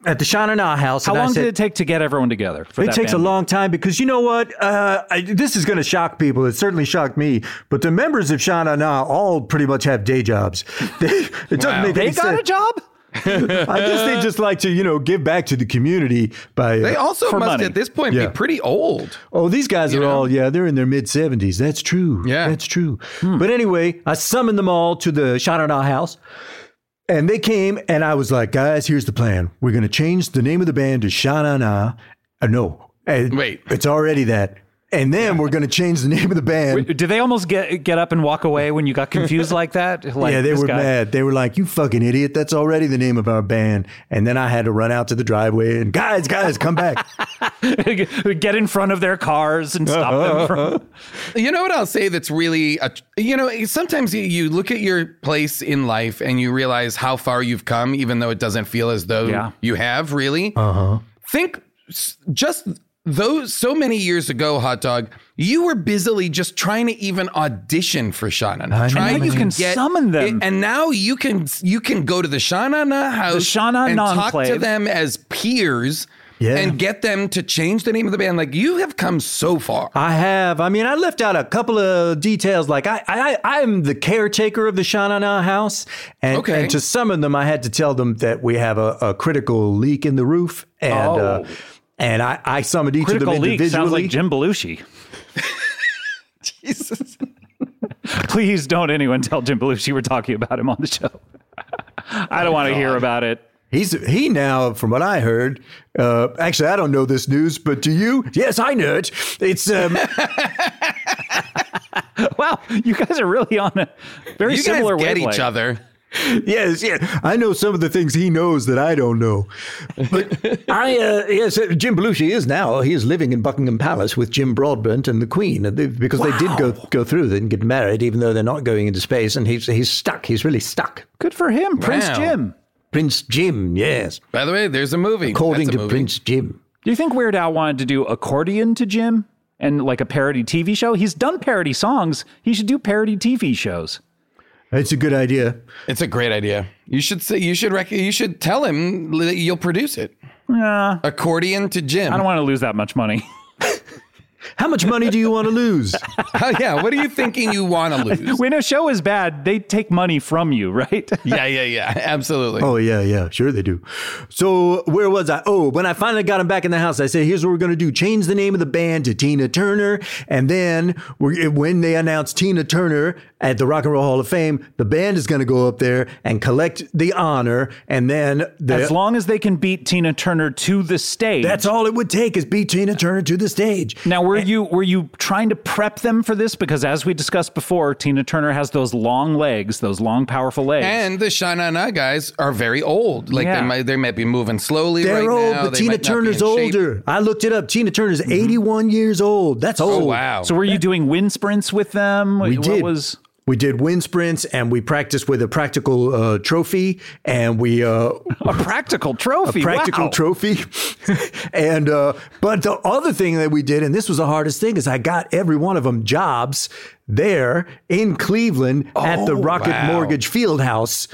S5: at the Sean and I house.
S2: How
S5: and I
S2: long
S5: said,
S2: did it take to get everyone together? for
S5: It
S2: that
S5: takes a
S2: band?
S5: long time because you know what? Uh, I, this is going to shock people. It certainly shocked me. But the members of Sean and I all pretty much have day jobs. They, it doesn't make
S2: They
S5: any
S2: got a
S5: sense.
S2: job?
S5: I guess they just like to, you know, give back to the community by. Uh,
S3: They also
S2: For
S3: must
S2: money.
S3: at this point
S5: Yeah.
S3: be pretty old.
S5: Oh, these guys are all, yeah, they're in their mid 70s. That's true.
S3: Yeah.
S5: That's true.
S2: Hmm.
S5: But anyway, I summoned them all to the Shanana house. And they came, and I was like, guys, here's the plan. We're going to change the name of the band to Shanana. Uh, no. Uh,
S3: Wait.
S5: It's already that. And then we're going to change the name of the band.
S2: Did they almost get get up and walk away when you got confused like that? Like
S5: yeah, they
S2: this
S5: were
S2: guy?
S5: mad. They were like, "You fucking idiot! That's already the name of our band." And then I had to run out to the driveway and, guys, guys, come back.
S2: get in front of their cars and stop them from.
S3: You know what I'll say that's really, a, you know, sometimes you- you look at your place in life and you realize how far you've come, even though it doesn't feel as though
S2: Yeah.
S3: you have really. Think s- just those so many years ago, hot dog, you were busily just trying to even audition for Shanana. Trying
S2: now you
S3: to
S2: can
S3: get
S2: summon them.
S3: it- and now you can you can go to the Shanana house
S2: Shanana
S3: and talk to
S2: enclave.
S3: them as peers
S5: Yeah.
S3: and get them to change the name of the band. Like you have come so far.
S5: I have. I mean, I left out a couple of details. Like I, I, I- I'm the caretaker of the Shanana house, and,
S3: Okay.
S5: and to summon them, I had to tell them that we have a, a critical leak in the roof, and uh, and I, I summoned each
S2: Oh. Critical
S5: of them
S2: leak sounds
S5: individually.
S2: like Jim Belushi. Please don't anyone tell Jim Belushi we're talking about him on the show. I
S3: Oh
S2: don't want to hear about it.
S5: He's he now, from what I heard. Uh, actually, I don't know this news, but do you? Yes, I know it. It's um,
S2: Wow, you guys are really on a very
S3: You guys
S2: similar
S3: get
S2: wavelength.
S3: each other.
S5: yes, yeah. I know some of the things he knows that I don't know. But I, uh, yes, uh, Jim Belushi is now. He is living in Buckingham Palace with Jim Broadbent and the Queen, and they, because they did go go through, they didn't get married, even though they're not going into space. And he's he's stuck. He's really stuck.
S2: Good for him, Prince
S3: Wow.
S2: Jim.
S5: Prince Jim, yes,
S3: By the way, there's a movie.
S5: according
S3: That's a
S5: to
S3: movie.
S5: Prince Jim.
S2: Do you think Weird Al wanted to do accordion to Jim and like a parody TV show? He's done parody songs. He should do parody TV shows.
S5: That's a good idea.
S3: It's a great idea. You should say you should rec- you should tell him that you'll produce it.
S2: Nah, I
S3: Accordion to Jim.
S2: don't want to lose that much money.
S5: How much money do you want to lose?
S3: Oh, yeah, what are you thinking you want to lose?
S2: when a show is bad, they take money from you, right?
S3: yeah, yeah, yeah. Absolutely.
S5: Oh yeah, yeah, sure they do. So where was I? Oh, when I finally got him back in the house, I said, "Here's what we're gonna do: change the name of the band to Tina Turner." And then we when they announced Tina Turner at the Rock and Roll Hall of Fame, the band is gonna go up there and collect the honor, and then the,
S2: As long as they can beat Tina Turner to the stage.
S5: that's all it would take is beat Tina Turner to the stage.
S2: Now, were you were you trying to prep them for this? Because as we discussed before, Tina Turner has those long legs, those long, powerful legs.
S3: And the Shanana guys are very old. Like
S2: Yeah.
S3: they might they might be moving slowly
S5: They're
S3: right
S5: old,
S3: now.
S5: but
S3: They
S5: Tina
S3: might not be in
S5: Turner's
S3: shape.
S5: older. I looked it up. Tina Turner's 81 years old. That's old.
S3: Oh wow.
S2: so, were you doing wind sprints with them?
S5: We
S2: what
S5: did.
S2: Was
S5: we did wind sprints and we practiced with a practical uh, trophy and we uh,
S2: a practical trophy?
S5: practical
S2: wow.
S5: trophy and uh, but the other thing that we did and this was the hardest thing is I got every one of them jobs there in Cleveland at the Rocket
S3: wow.
S5: Mortgage Field House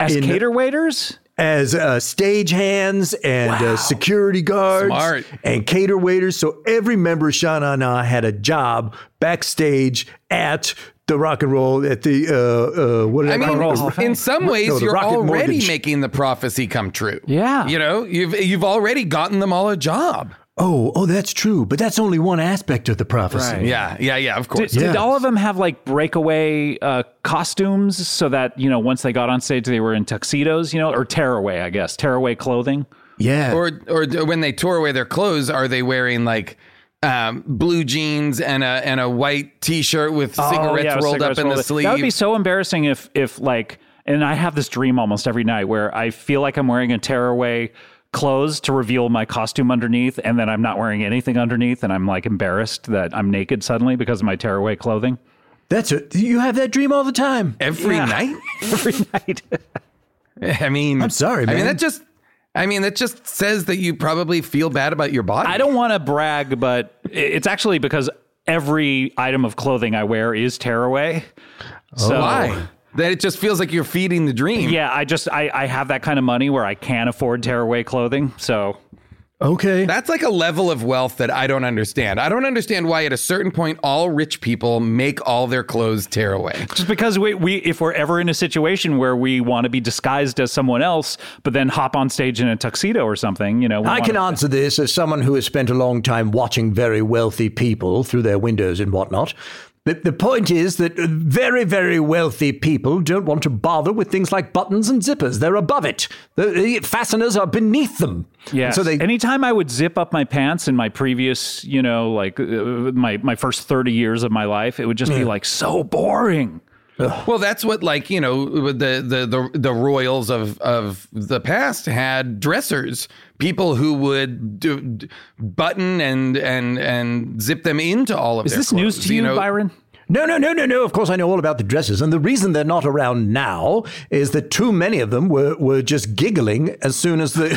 S2: Oh, As
S5: in-
S2: cater waiters?
S5: as uh, stage hands and uh, security guards
S3: Smart.
S5: and cater waiters. So every member of Sha Na Na had a job backstage at the rock and roll at the uh, uh, what did I,
S3: I
S5: call it?
S2: Roll Hall of
S3: mean, in
S2: Fame.
S3: some
S5: No,
S3: ways,
S5: the
S3: you're
S5: Rocket
S3: already
S5: Mortgage.
S3: making the prophecy come true.
S2: Yeah.
S3: you know, you've you've already gotten them all a job.
S5: oh oh that's true, but that's only one aspect of the prophecy.
S2: Right.
S3: Yeah, yeah, yeah. Of
S2: Did,
S3: course.
S2: did
S5: Yes.
S2: all of them have like breakaway uh, costumes so that, you know, once they got on stage, they were in tuxedos, you know, or tearaway, I guess, tearaway clothing? Uh,
S5: Yeah,
S3: Or or d- when they tore away their clothes, are they wearing like um, blue jeans and a and a white T-shirt with cigarettes
S2: Oh, yeah,
S3: rolled
S2: cigarettes
S3: up in
S2: rolled
S3: the sleeve?
S2: That would be so embarrassing if if like and I have this dream almost every night where I feel like I'm wearing a tearaway clothes to reveal my costume underneath and then I'm not wearing anything underneath and I'm like embarrassed that I'm naked suddenly because of my tearaway clothing
S5: that's it. You have that dream all the time.
S3: every night.
S2: every night.
S3: I mean,
S5: I'm sorry,
S3: I mean
S5: man.
S3: that just. I mean, that just says that you probably feel bad about your body.
S2: I don't want to brag but i- it's actually because every item of clothing I wear is tearaway. So
S3: Oh. why. That it just feels like you're feeding the dream.
S2: Yeah, I just I, I have that kind of money where I can afford tearaway clothing. So
S5: Okay,
S3: That's like a level of wealth that I don't understand. I don't understand why at a certain point all rich people make all their clothes tear away.
S2: Just because we, we if we're ever in a situation where we want to be disguised as someone else, but then hop on stage in a tuxedo or something, you know, we
S5: I
S2: wanna-
S5: can answer this as someone who has spent a long time watching very wealthy people through their windows and whatnot. The, the point is that very, very wealthy people don't want to bother with things like buttons and zippers. They're above it. The, the fasteners are beneath them.
S2: Yeah.
S5: And So they.
S2: Anytime I would zip up my pants in my previous, you know, like uh, my my first thirty years of my life, it would just be like so boring.
S3: Well, that's what like, you know, the the the, the royals of of the past had dressers, people who would do, d- button and and and zip them into all of
S2: Is
S3: their
S2: this
S3: clothes,
S2: news to you,
S3: know?
S2: Byron?
S5: No, no, no, no, no. Of course, I know all about the dresses. And the reason they're not around now is that too many of them were, were just giggling as soon as the,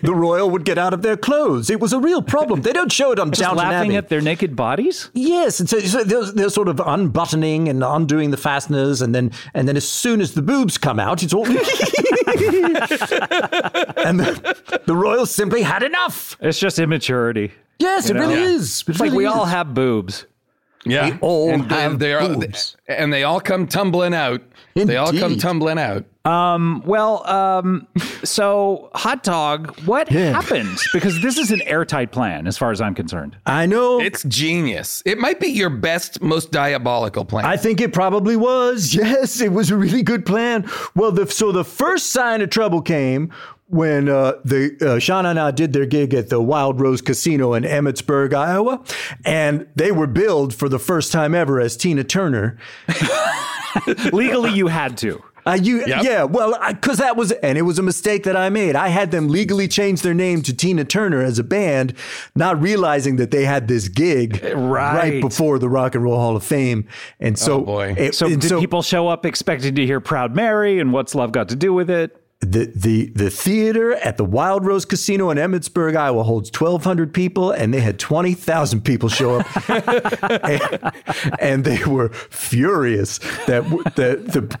S5: the royal would get out of their clothes. It was a real problem. They don't show it on Downton
S2: laughing
S5: Abbey.
S2: at their naked bodies?
S5: Yes, and so, so they're, they're sort of unbuttoning and undoing the fasteners, and then and then as soon as the boobs come out, it's all. and the, the royals simply had enough.
S2: It's just immaturity.
S5: Yes, it
S2: know?
S5: really
S2: Yeah.
S5: is. It
S2: It's like
S5: really
S2: we
S5: is.
S2: all have boobs.
S3: Yeah,
S5: They all
S3: and they-
S5: have
S3: they are-
S5: boobs.
S3: and they all come tumbling out. They all come
S5: Indeed.
S3: tumbling out.
S2: Well, um, so hot dog, what happened? Because this is an airtight plan, as far as I'm concerned.
S5: I know.
S3: It's genius. It might be your best, most diabolical plan.
S5: I think it probably was. Yes, it was a really good plan. Well, the, so the first sign of trouble came when uh, the uh, Sean and I did their gig at the Wild Rose Casino in Emmitsburg, Iowa, and they were billed for the first time ever as Tina Turner.
S2: Legally, you had to.
S5: Uh, you, yeah, well, because that was, and it was a mistake that I made. I had them legally change their name to Tina Turner as a band, not realizing that they had this gig right,
S2: Right. Oh,
S5: before the Rock and Roll Hall of Fame. And so,
S3: boy.
S5: it-
S2: So
S5: and
S2: did people show up expecting to hear "Proud Mary" and "What's Love Got to Do with It"?
S5: the, the, the theater at the Wild Rose Casino in Emmitsburg, Iowa holds 1,200 people, and they had 20,000 people show up. and, and they were furious that w- that the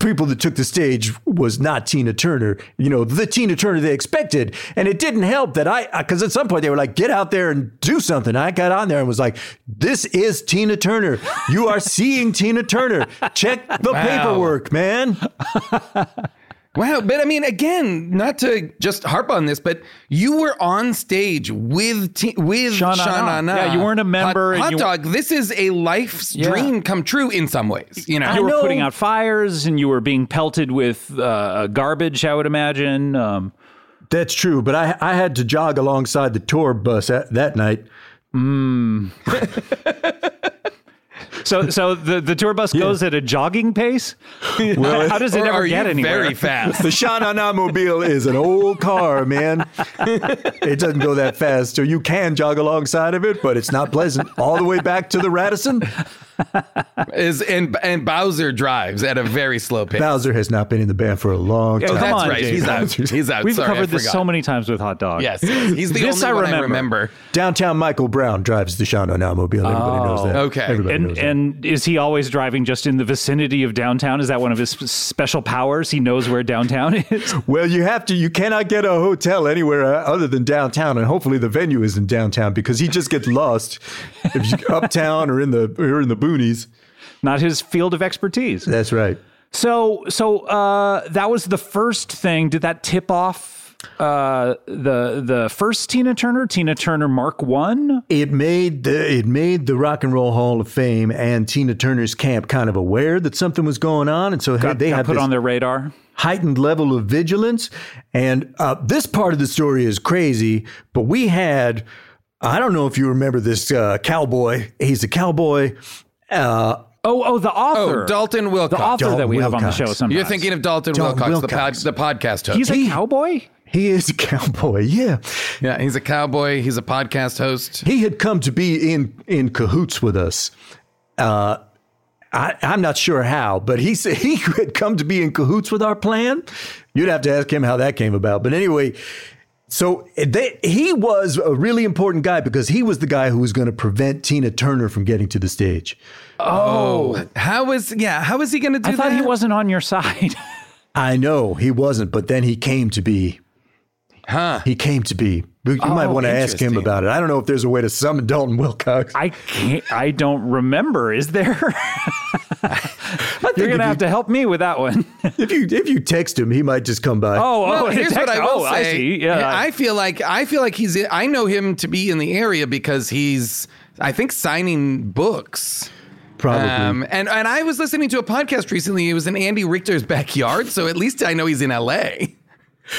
S5: people that took the stage was not Tina Turner, you know, the Tina Turner they expected. And it didn't help that I, because at some point they were like, get out there and do something. I got on there and was like, this is Tina Turner. You are seeing Tina Turner. Check the paperwork, man.
S3: Wow, but I mean, again, not to just harp on this, but you were on stage with t- with
S2: Sha
S3: Sean
S2: Na Na.
S3: Anna.
S2: Yeah, you weren't a member and
S3: Hot,
S2: you-
S3: dog. This is a life's
S2: Yeah.
S3: dream come true in some ways. You know,
S2: You were
S5: know.
S2: putting out fires, and you were being pelted with uh, garbage. I would imagine. Um,
S5: That's true, but I I had to jog alongside the tour bus at, that night.
S2: so, so the, the tour bus goes at a jogging pace. How does it
S3: or
S2: ever
S3: are
S2: get
S3: you
S2: anywhere?
S3: very fast?
S5: The Shanana mobile is an old car, man. it doesn't go that fast, so you can jog alongside of it, but it's not pleasant. All the way back to the Radisson,
S3: is and and Bowser drives at a very slow pace.
S5: Bowser has not been in the band for a long
S2: Yeah,
S5: time.
S3: That's
S2: come on,
S3: right.
S2: Jason.
S3: He's out. He's out.
S2: We've
S3: Sorry,
S2: covered
S3: I
S2: this so
S3: forgot.
S2: many times with hot dog.
S3: Yes, yes. he's the
S2: This
S3: only
S2: I
S3: one I
S2: remember.
S3: remember.
S5: Downtown Michael Brown drives the Shanana mobile. Everybody knows that.
S3: okay.
S5: Everybody
S2: And
S5: knows that.
S2: and is he always driving just in the vicinity of downtown? Is that one of his sp- special powers? He knows where downtown is.
S5: Well, you have to. You cannot get a hotel anywhere uh, other than downtown, and hopefully the venue is in downtown because he just gets lost if you uptown or in the or in the boonies.
S2: Not his field of expertise.
S5: That's right.
S2: So so uh, that was the first thing. Did that tip off uh, the the first Tina Turner, Tina Turner Mark One?
S5: It made the it made the Rock and Roll Hall of Fame and Tina Turner's camp kind of aware that something was going on, and so they
S2: got
S5: had
S2: put
S5: this
S2: on their radar.
S5: heightened level of vigilance. And uh, this part of the story is crazy, but we had I don't know if you remember this uh, cowboy. He's a cowboy. Uh,
S2: Oh oh, the author,
S3: Oh, Dalton
S2: the
S3: Wilcox.
S2: author that we have on the
S5: Wilcox.
S2: show.
S5: You're
S2: Sometimes
S3: You're thinking of Dalton,
S5: Dalton
S3: Wilcox,
S5: Wilcox.
S3: the pod, the podcast host.
S2: he's a cowboy.
S5: he is a cowboy. Yeah.
S3: yeah, he's a cowboy. He's a podcast host.
S5: he had come to be in in cahoots with us. Uh, I, I'm not sure how, but he said he had come to be in cahoots with our plan. You'd have to ask him how that came about. But anyway, so they, he was a really important guy because he was the guy who was going to prevent Tina Turner from getting to the stage.
S3: How is yeah? How is he going to do
S2: I thought
S3: that?
S2: he wasn't on your side.
S5: I know he wasn't, but then he came to be. Huh? He came to be. You might want to ask him
S3: interesting.
S5: about it. I don't know if there's a way to summon Dalton Wilcox.
S2: I can't. I don't remember. Is there? You're
S5: if
S2: gonna have to help me with that one.
S5: if you if you text him, he might just come by.
S2: Oh,
S3: Well,
S2: oh,
S3: here's
S2: text-
S3: what I will
S2: oh,
S3: say.
S2: I see. Yeah,
S3: I feel like I feel like he's. In, I know him to be in the area because he's. I think signing books.
S5: probably.
S3: Um, and and I was listening to a podcast recently. It was in Andy Richter's backyard, so at least I know he's in L.A.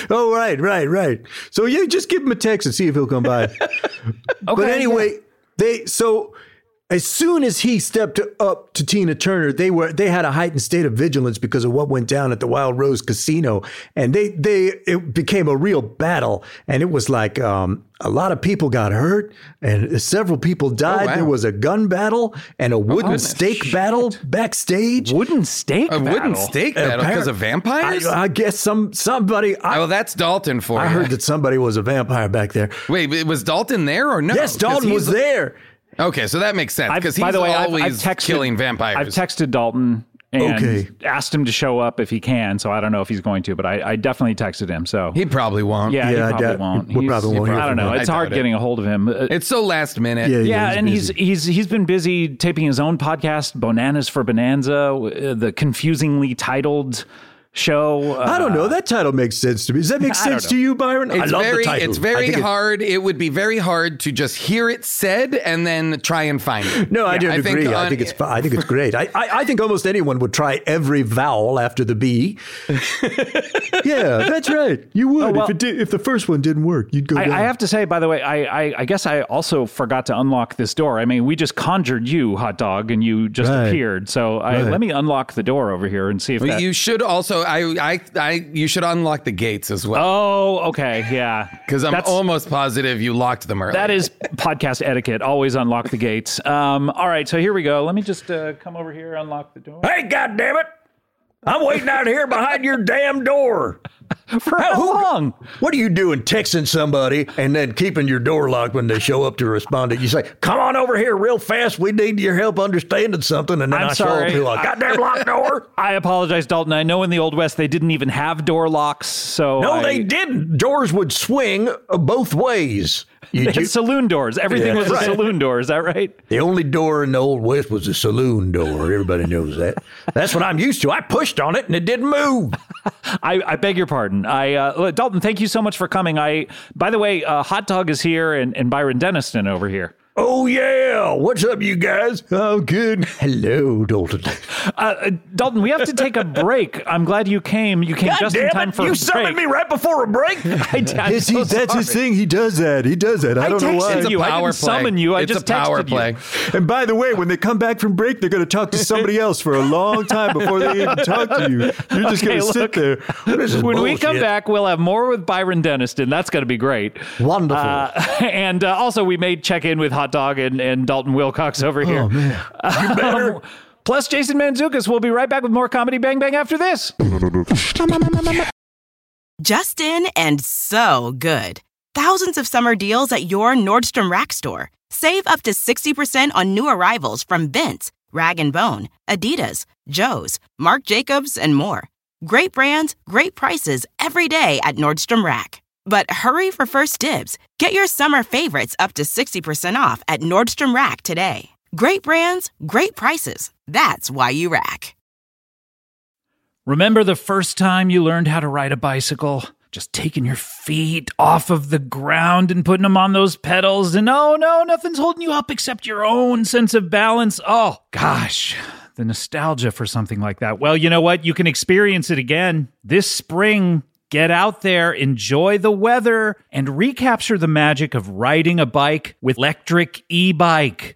S5: Oh, right, right, right. So yeah, just give him a text and see if he'll come by. but anyway, they so As soon as he stepped up to Tina Turner, they were they had a heightened state of vigilance because of what went down at the Wild Rose Casino, and they they it became a real battle, and it was like um, a lot of people got hurt and several people died.
S3: Oh, wow.
S5: There was a gun battle and a wooden
S3: goodness.
S5: stake battle backstage.
S2: Wooden stake.
S3: A wooden
S2: battle. uh,
S3: stake battle because of
S5: I,
S3: vampires?
S5: I guess some somebody. I,
S3: oh, that's Dalton for
S5: I
S3: you.
S5: heard that somebody was a vampire back there.
S3: Wait, but was Dalton there or no?
S2: Oh,
S5: Yes,
S3: 'Cause
S5: Dalton
S3: he's-
S5: was there.
S3: Okay, so that makes sense
S2: I've-
S3: because he's
S2: by the way, I've-
S3: always
S2: I've, texted,
S3: killing vampires.
S2: I've texted Dalton and
S5: Okay.
S2: asked him to show up if he can. So I don't know if he's going to, but I, I definitely texted him. So
S3: he probably won't.
S2: yeah,
S5: Yeah, I
S2: he probably
S5: doubt-
S2: won't.
S5: we probably won't hear
S2: I don't
S5: from
S2: know.
S3: him.
S2: It's
S3: I
S2: hard
S3: doubt it.
S2: getting a hold of him. Uh,
S3: It's so last minute.
S2: yeah, and
S5: busy.
S2: he's he's he's been busy taping his own podcast, Bonanas for Bonanza, uh, the confusingly titled show. Uh,
S5: I don't know. That title makes sense to me. Does that make
S2: don't
S5: sense
S2: know.
S5: to you, Byron? I
S3: It's
S5: love
S3: very,
S5: the title.
S3: it's
S5: I
S3: very
S5: think it-
S3: hard. It would be very hard to just hear it said and then try and find it.
S5: no, I don't
S3: I think
S5: agree. I
S3: on-
S5: think it's fi- I think it's great. I, I I think almost anyone would try every vowel after the B. yeah, that's right. You would
S2: Oh, well-
S5: if it did, if the first one didn't work, you'd go.
S2: I,
S5: down.
S2: I have to say, by the way, I, I I guess I also forgot to unlock this door. I mean, we just conjured you, hot dog, and you just
S5: Right.
S2: appeared. So I, let me unlock the door over here and see if that.
S3: You should also. I. I. I. You should unlock the gates as well
S2: oh, okay, yeah.
S3: because I'm
S2: Oh, that's-
S3: almost positive you locked them earlier.
S2: That is podcast etiquette. Always unlock the gates. Um, all right, so here we go. Let me just uh, come over here, unlock the door.
S7: Hey, goddammit! I'm waiting out here behind your damn door.
S2: For how long?
S5: What are you doing texting somebody and then keeping your door locked when they show up to respond to you? Say,
S7: Come on over here real fast.
S5: we need your help understanding something, and then
S2: I'm
S5: I show up
S2: sorry.
S5: to like,
S7: Goddamn locked door.
S2: I apologize, Dalton. I know in the Old West they didn't even have door locks, so
S5: No,
S2: I-
S5: they didn't. Doors would swing uh, both ways. You, you-
S2: saloon doors. Everything
S5: Yeah.
S2: was
S5: Right.
S2: a saloon door. Is that right?
S5: the only door in the old west was the saloon door. Everybody knows that. That's what I'm used to. I pushed on it and it didn't move.
S2: I, I beg your pardon. I uh, Dalton, thank you so much for coming. I by the way, uh, Hot Dog is here and, and Byron Deniston over here.
S5: Oh yeah, what's up, you guys? Oh good. Hello, Dalton.
S2: Uh, uh, Dalton, we have to take a break. I'm glad you came. You came just in time
S7: Damn it!
S2: for
S7: You
S2: a
S7: summoned
S2: break.
S7: me right before a break.
S2: I, I'm
S5: Is he,
S2: so
S5: that's his
S2: sorry.
S5: thing. He does that. He does that. I, don't know
S2: texted
S5: why.
S2: you.
S3: It's a
S2: I
S3: power
S2: didn't
S3: play.
S2: summon you. I
S3: it's
S2: just
S3: a
S2: texted
S3: power
S2: you.
S3: play.
S5: And by the way, when they come back from break, they're going to talk to somebody else for a long time before they even talk to you. You're just
S2: Okay,
S5: going to
S2: look.
S5: sit there. This is
S2: When we come
S5: bullshit.
S2: back, we'll have more with Byron Deniston. That's going to be great.
S5: wonderful.
S2: Uh, and uh, also, we may check in with Hot Dog and, and Dalton Wilcox over
S7: Oh,
S2: here. Um, plus, Jason Manzukas. We'll be right back with more Comedy Bang Bang after this.
S1: Justin and so good. Thousands of summer deals at your Nordstrom Rack store. Save up to 60% on new arrivals from Vince, Rag & Bone, Adidas, Joe's, Marc Jacobs, and more. Great brands, great prices every day at Nordstrom Rack. But hurry for first dibs. Get your summer favorites up to 60% off at Nordstrom Rack today. Great brands, great prices. That's why you rack.
S4: Remember the first time you learned how to ride a bicycle? Just taking your feet off of the ground and putting them on those pedals, and oh no, nothing's holding you up except your own sense of balance. Oh gosh, the nostalgia for something like that. Well, you know what? You can experience it again this spring. Get out there, enjoy the weather, and recapture the magic of riding a bike with electric e bike.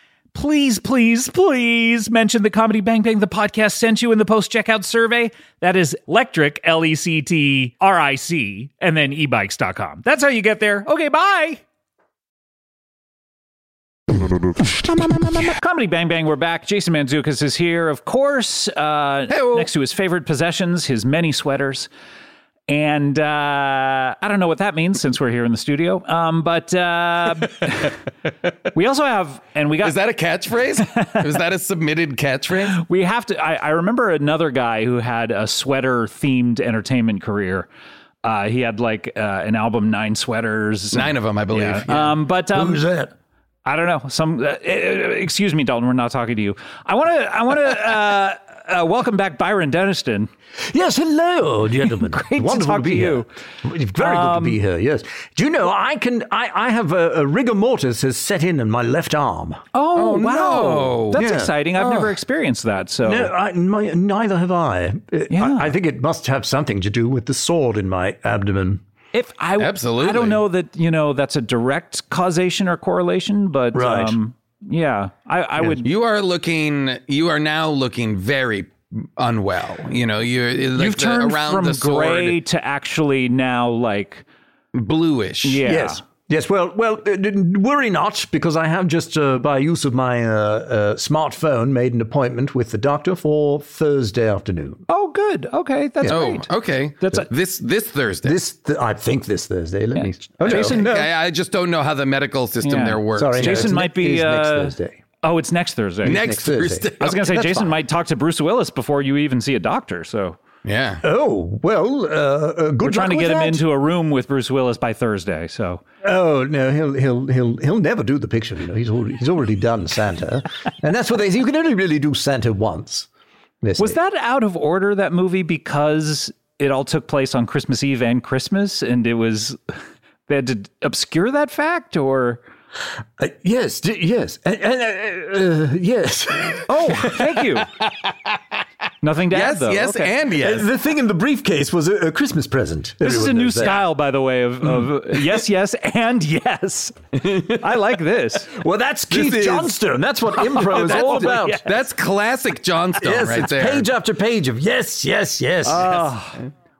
S2: Please, please, please mention the Comedy Bang Bang the podcast sent you in the post checkout survey. That is electric, L E C T R I C, and then e ebikes.com. That's how you get there. Okay, bye.
S6: Comedy Bang Bang, we're back. Jason Manzukas is here, of course, uh, next to his favorite possessions, his many sweaters. And uh, I don't know what that means since we're here in the studio. Um, but uh, we also have, and we got
S3: Is that a catchphrase? Is that a submitted catchphrase?
S6: we have to I, I remember another guy who had a sweater themed entertainment career uh, he had like uh, an album nine sweaters
S3: Nine of them, I believe.
S6: um, but um,
S8: Who's that?
S6: I don't know. Some uh, uh, excuse me, Dalton. We're not talking to you. I want to. I want to uh, uh, welcome back Byron Deniston.
S8: Yes, hello, gentlemen.
S6: Great
S5: Wonderful
S6: talk
S5: to be
S6: you.
S5: here. Very good
S2: Um,
S5: to be here. Yes. Do you know I can? I, I have a, a rigor mortis has set in in my left arm.
S6: Oh, wow,
S3: no.
S6: that's exciting. I've never experienced that. So
S5: No, I, my, neither have I. Uh,
S6: Yeah.
S5: I. I think it must have something to do with the sword in my abdomen.
S6: if I
S3: Absolutely.
S6: I don't know that you know that's a direct causation or correlation, but
S5: Right.
S6: um, yeah, I, I would.
S3: You are looking. You are now looking very unwell. You know, you're like
S6: You've
S3: the-
S6: turned
S3: around
S6: from
S3: the sword,
S6: gray to actually now like
S3: bluish.
S6: yeah.
S5: Yes. Yes, well, well, uh, d- worry not, because I have just, uh, by use of my uh, uh, smartphone, made an appointment with the doctor for Thursday afternoon.
S6: Oh, good. Okay, that's
S3: Oh,
S6: great.
S3: okay.
S6: That's a-
S3: this this Thursday.
S5: This, th- I think, this Thursday. Let me. Oh, no.
S6: Jason,
S5: no.
S3: I, I just don't know how the medical system
S6: Yeah.
S3: there works.
S5: Sorry, no,
S6: Jason
S5: it's
S6: might
S5: ne-
S6: be,
S5: it is next
S6: uh,
S5: Thursday.
S6: Oh, it's next Thursday.
S3: next,
S5: next Thursday.
S3: Thursday.
S6: I was going to say
S5: That's
S6: Jason
S5: fine.
S6: might talk to Bruce Willis before you even see a doctor. So
S3: yeah.
S5: Oh well, uh, uh, good.
S6: we're trying to
S5: luck
S6: get
S5: with
S6: him
S5: that.
S6: into a room with Bruce Willis by Thursday. So
S5: Oh no, he'll he'll he'll he'll never do the picture. You know, he's already, he's already done Santa, and that's what they. You can only really do Santa once. This
S6: was
S5: is-
S6: that out of order that movie because it all took place on Christmas Eve and Christmas, and it was they had to obscure that fact or
S5: Uh, yes, d- yes, and, and, uh, uh, yes.
S6: oh, thank you. Nothing to add
S3: Yes,
S6: though.
S3: yes,
S6: Okay.
S3: and yes.
S5: the thing in the briefcase was a, a Christmas present.
S6: This is a new style, by the way, of, of yes, yes, and yes. I like this.
S5: Well, that's Keith
S3: is-
S5: Johnston. That's what improv is all about.
S6: yes.
S3: That's classic Johnstone
S5: Yes,
S3: right
S5: it's
S3: there.
S5: page after page of yes, yes, yes.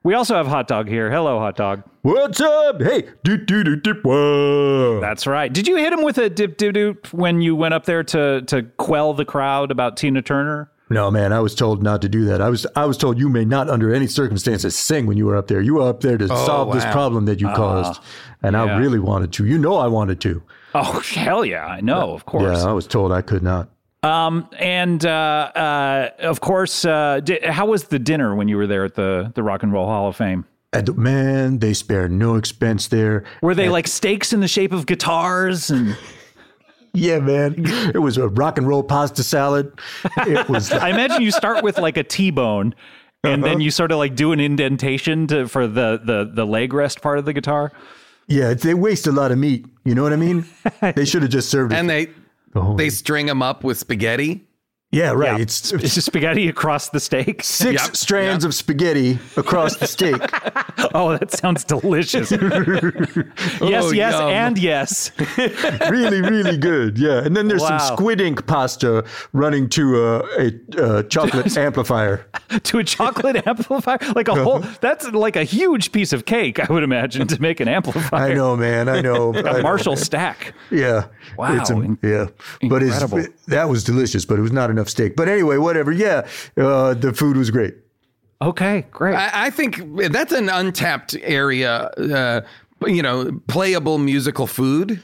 S6: We also have hot dog here. Hello, hot dog.
S5: What's up? Hey, do do do do. Whoa.
S6: That's right. Did you hit him with a dip dip doop when you went up there to to quell the crowd about Tina Turner?
S5: No, man, I was told not to do that. I was I was told you may not, under any circumstances, sing when you were up there. You were up there to solve this
S3: wow.
S5: problem that you caused, and I really wanted to. You know, I wanted to.
S6: Oh hell yeah, I know, of course.
S5: Yeah, I was told I could not.
S6: And uh, uh, of course, uh, di- how was the dinner when you were there at the the Rock and Roll Hall of Fame?
S5: And man, they spared no expense there.
S6: Were they like steaks in the shape of guitars? And
S5: Yeah, man, it was a rock and roll pasta salad. It was.
S6: I imagine you start with like a T-bone, and
S5: Uh-huh.
S6: then you sort of like do an indentation to, for the, the the leg rest part of the guitar.
S5: yeah, they waste a lot of meat. You know what I mean? They should have just served.
S3: and
S5: it.
S3: they
S6: Oh.
S5: whole
S3: they string them up with spaghetti.
S5: yeah, right. It's
S6: It's just spaghetti across the steaks.
S5: six
S3: Yep,
S5: strands of spaghetti across the steak.
S6: Oh, that sounds delicious. yes,
S5: Oh,
S6: yes,
S3: yum.
S6: and yes.
S5: really, really good. Yeah, and then there's
S6: Wow.
S5: some squid ink pasta running to a, a, uh chocolate amplifier.
S6: to a chocolate amplifier. Like a whole,
S5: Uh-huh.
S6: that's like a huge piece of cake, I would imagine, to make an amplifier.
S5: I know, man. I know. I know.
S6: A Marshall stack.
S5: Yeah.
S6: Wow,
S5: It's a-
S6: in-
S5: yeah. But it's,
S6: incredible.
S5: that was delicious, but it was not enough steak. But anyway, whatever. Yeah, uh, the food was great.
S6: Okay, great.
S3: I, I think that's an untapped area. Uh, you know, playable musical food.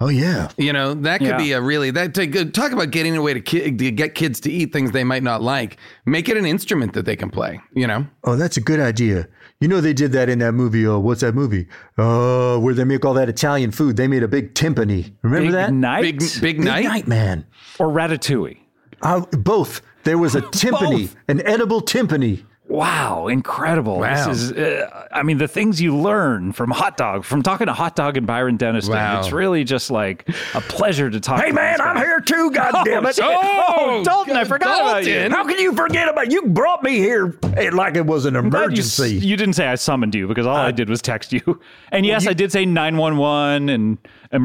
S5: Oh yeah.
S3: You know that could
S6: Yeah.
S3: be a really that to go- talk about getting a way to, ki- to get kids to eat things they might not like. Make it an instrument that they can play. You know,
S5: Oh, that's a good idea. You know they did that in that movie. Uh, what's that movie? Uh, where they make all that Italian food. They made a big timpani. Remember
S6: Big
S5: that?
S6: night
S3: big big
S5: Big
S3: night.
S5: night, man.
S6: or ratatouille.
S5: Uh, both. There was a timpani, an edible timpani.
S6: Wow, incredible.
S3: Wow.
S6: This is, uh, I mean, the things you learn from Hot Dog, from talking to Hot Dog and Byron Dennis,
S3: Wow.
S6: it's really just like a pleasure to talk
S8: Hey,
S6: to
S8: man,
S6: these
S8: I'm
S6: guys.
S8: here
S5: Oh,
S8: too, goddammit.
S6: shit. Oh, Dalton, I forgot about you.
S3: Dalton.
S8: How can you forget about you brought me here
S7: it eh, like it was an
S6: Glad you s-
S7: emergency.
S6: You, didn't say I summoned you because all I did was text you. And yes, I did say 911 and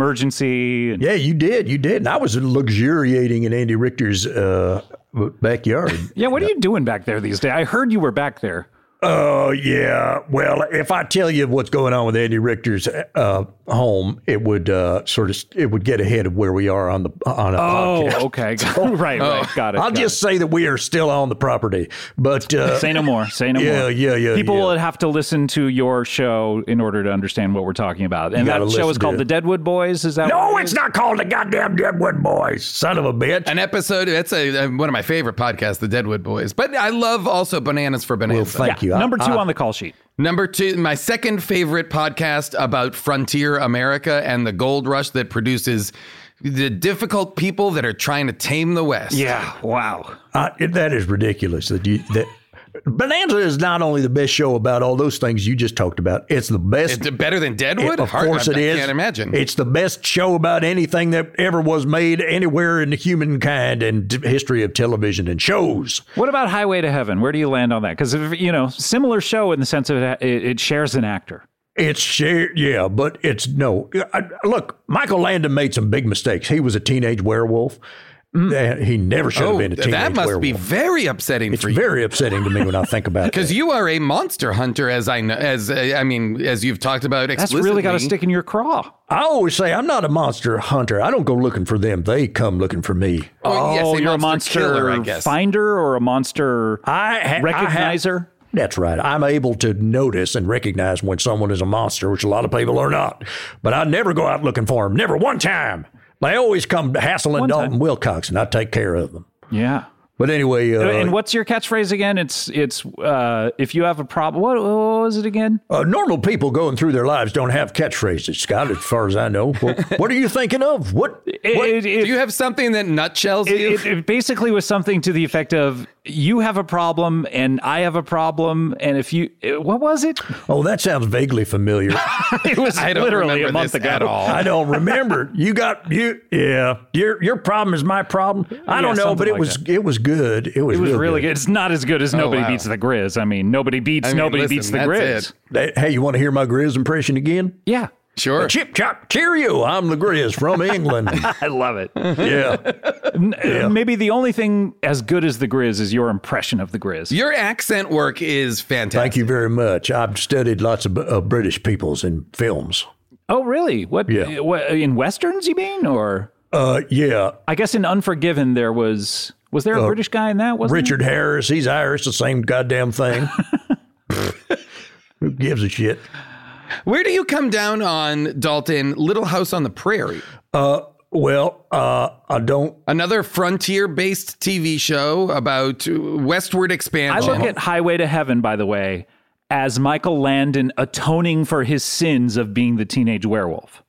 S6: emergency. And
S7: yeah, you did. You did. And I was luxuriating in Andy Richter's uh, backyard.
S6: yeah, what are you doing back there these days? I heard you were back there.
S7: Oh, yeah. Well, if I tell you what's going on with Andy Richter's uh, home, it would uh, sort of it would get ahead of where we are on the on a podcast.
S6: Oh, okay. right, right. Got it.
S7: I'll
S6: got it.
S7: just say that we are still on the property, but uh,
S6: Say no more. Say no
S7: yeah,
S6: more.
S7: yeah, yeah.
S6: People
S7: yeah.
S6: will have to listen to your show in order to understand what we're talking about. And
S7: gotta
S6: that show
S7: listen
S6: is
S7: to
S6: called
S7: it.
S6: The Deadwood Boys. Is that
S7: No, it's not called the goddamn Deadwood Boys, son of a bitch.
S3: An episode. That's a, uh, one of my favorite podcasts, the Deadwood Boys. But I love also Bananas for Bananas.
S7: Well, thank you. I-
S6: number two on the call sheet?
S3: Number two, my second favorite podcast about frontier America and the gold rush that produces the difficult people that are trying to tame the West.
S6: Yeah. Wow.
S7: I, that is ridiculous. That you that Bonanza is not only the best show about all those things you just talked about. It's the best.
S3: It's better than Deadwood?
S7: It- of
S3: Hard-
S7: course,
S3: I,
S7: it is.
S3: I can't imagine.
S7: It's the best show about anything that ever was made anywhere in humankind and t- history of television and shows.
S6: What about Highway to Heaven? Where do you land on that? Because you know, similar show in the sense of it, it, it shares an actor.
S7: It's shared, yeah, but it's no. I, I- look, Michael Landon made some big mistakes. He was a teenage werewolf. And He never should have
S3: oh,
S7: been a teenage
S3: that must
S7: werewolf.
S3: be very upsetting
S7: it's
S3: for you.
S7: very upsetting to me when I think about it.
S3: because you are a monster hunter, as I know, as uh, I mean, as you've talked about
S6: That's
S3: explicitly.
S6: really got to stick in your craw.
S7: I always say I'm not a monster hunter. I don't go looking for them. They come looking for me.
S3: Well, yes,
S6: oh, you're a monster
S3: monster killer, I guess.
S6: finder or a monster
S7: I ha- I ha-
S6: recognizer.
S7: that's right. I'm able to notice and recognize when someone is a monster, which a lot of people are not. But I never go out looking for them. Never one time. They always come hassling Dalton Wilcox, and I take care of them.
S6: yeah.
S7: But anyway, uh,
S6: and what's your catchphrase again? It's it's uh, if you have a problem. What, what was it again?
S7: uh, normal people going through their lives don't have catchphrases, Scott. As far as I know, what, what are you thinking of? What? what-
S6: It- it-
S3: Do you have something that nutshells you?
S6: it, it basically was something to the effect of you have a problem and I have a problem and if you it- what was it?
S7: oh, that sounds vaguely familiar.
S6: It was
S3: I don't
S6: literally
S3: remember
S6: a month
S3: this
S6: ago
S3: at all.
S7: I don't remember. You got you. Yeah, your your problem is my problem. I don't
S6: Yeah,
S7: know,
S6: something
S7: but it
S6: like
S7: was it was good. It was,
S6: It was
S7: real
S6: really good. It's not as good as Nobody
S3: Oh, wow.
S6: Beats the Grizz. I mean, Nobody Beats
S3: I mean,
S6: Nobody
S3: listen,
S6: Beats the
S3: that's
S6: Grizz.
S3: it.
S7: Hey, Hey, you want to hear my Grizz impression again?
S6: Yeah.
S3: sure.
S7: Chip chop cheerio. I'm the Grizz from England.
S6: I love it.
S7: yeah,
S6: Maybe the only thing as good as the Grizz is your impression of the Grizz.
S3: Your accent work is fantastic.
S7: thank you very much. I've studied lots of uh, British peoples in films.
S6: Oh, really? What,
S7: Yeah.
S6: what in westerns you mean or
S7: Uh, yeah,
S6: I guess in Unforgiven there was was there a British guy in that? Wasn't there?
S7: Uh, Richard Harris. He's Irish. The same goddamn thing. Who gives a shit?
S3: Where do you come down on Dalton? Little House on the Prairie,
S7: Well, uh, I don't.
S3: another frontier-based TV show about westward
S6: I
S3: expansion.
S6: look at Highway to Heaven, by the way, as Michael Landon atoning for his sins of being the teenage werewolf.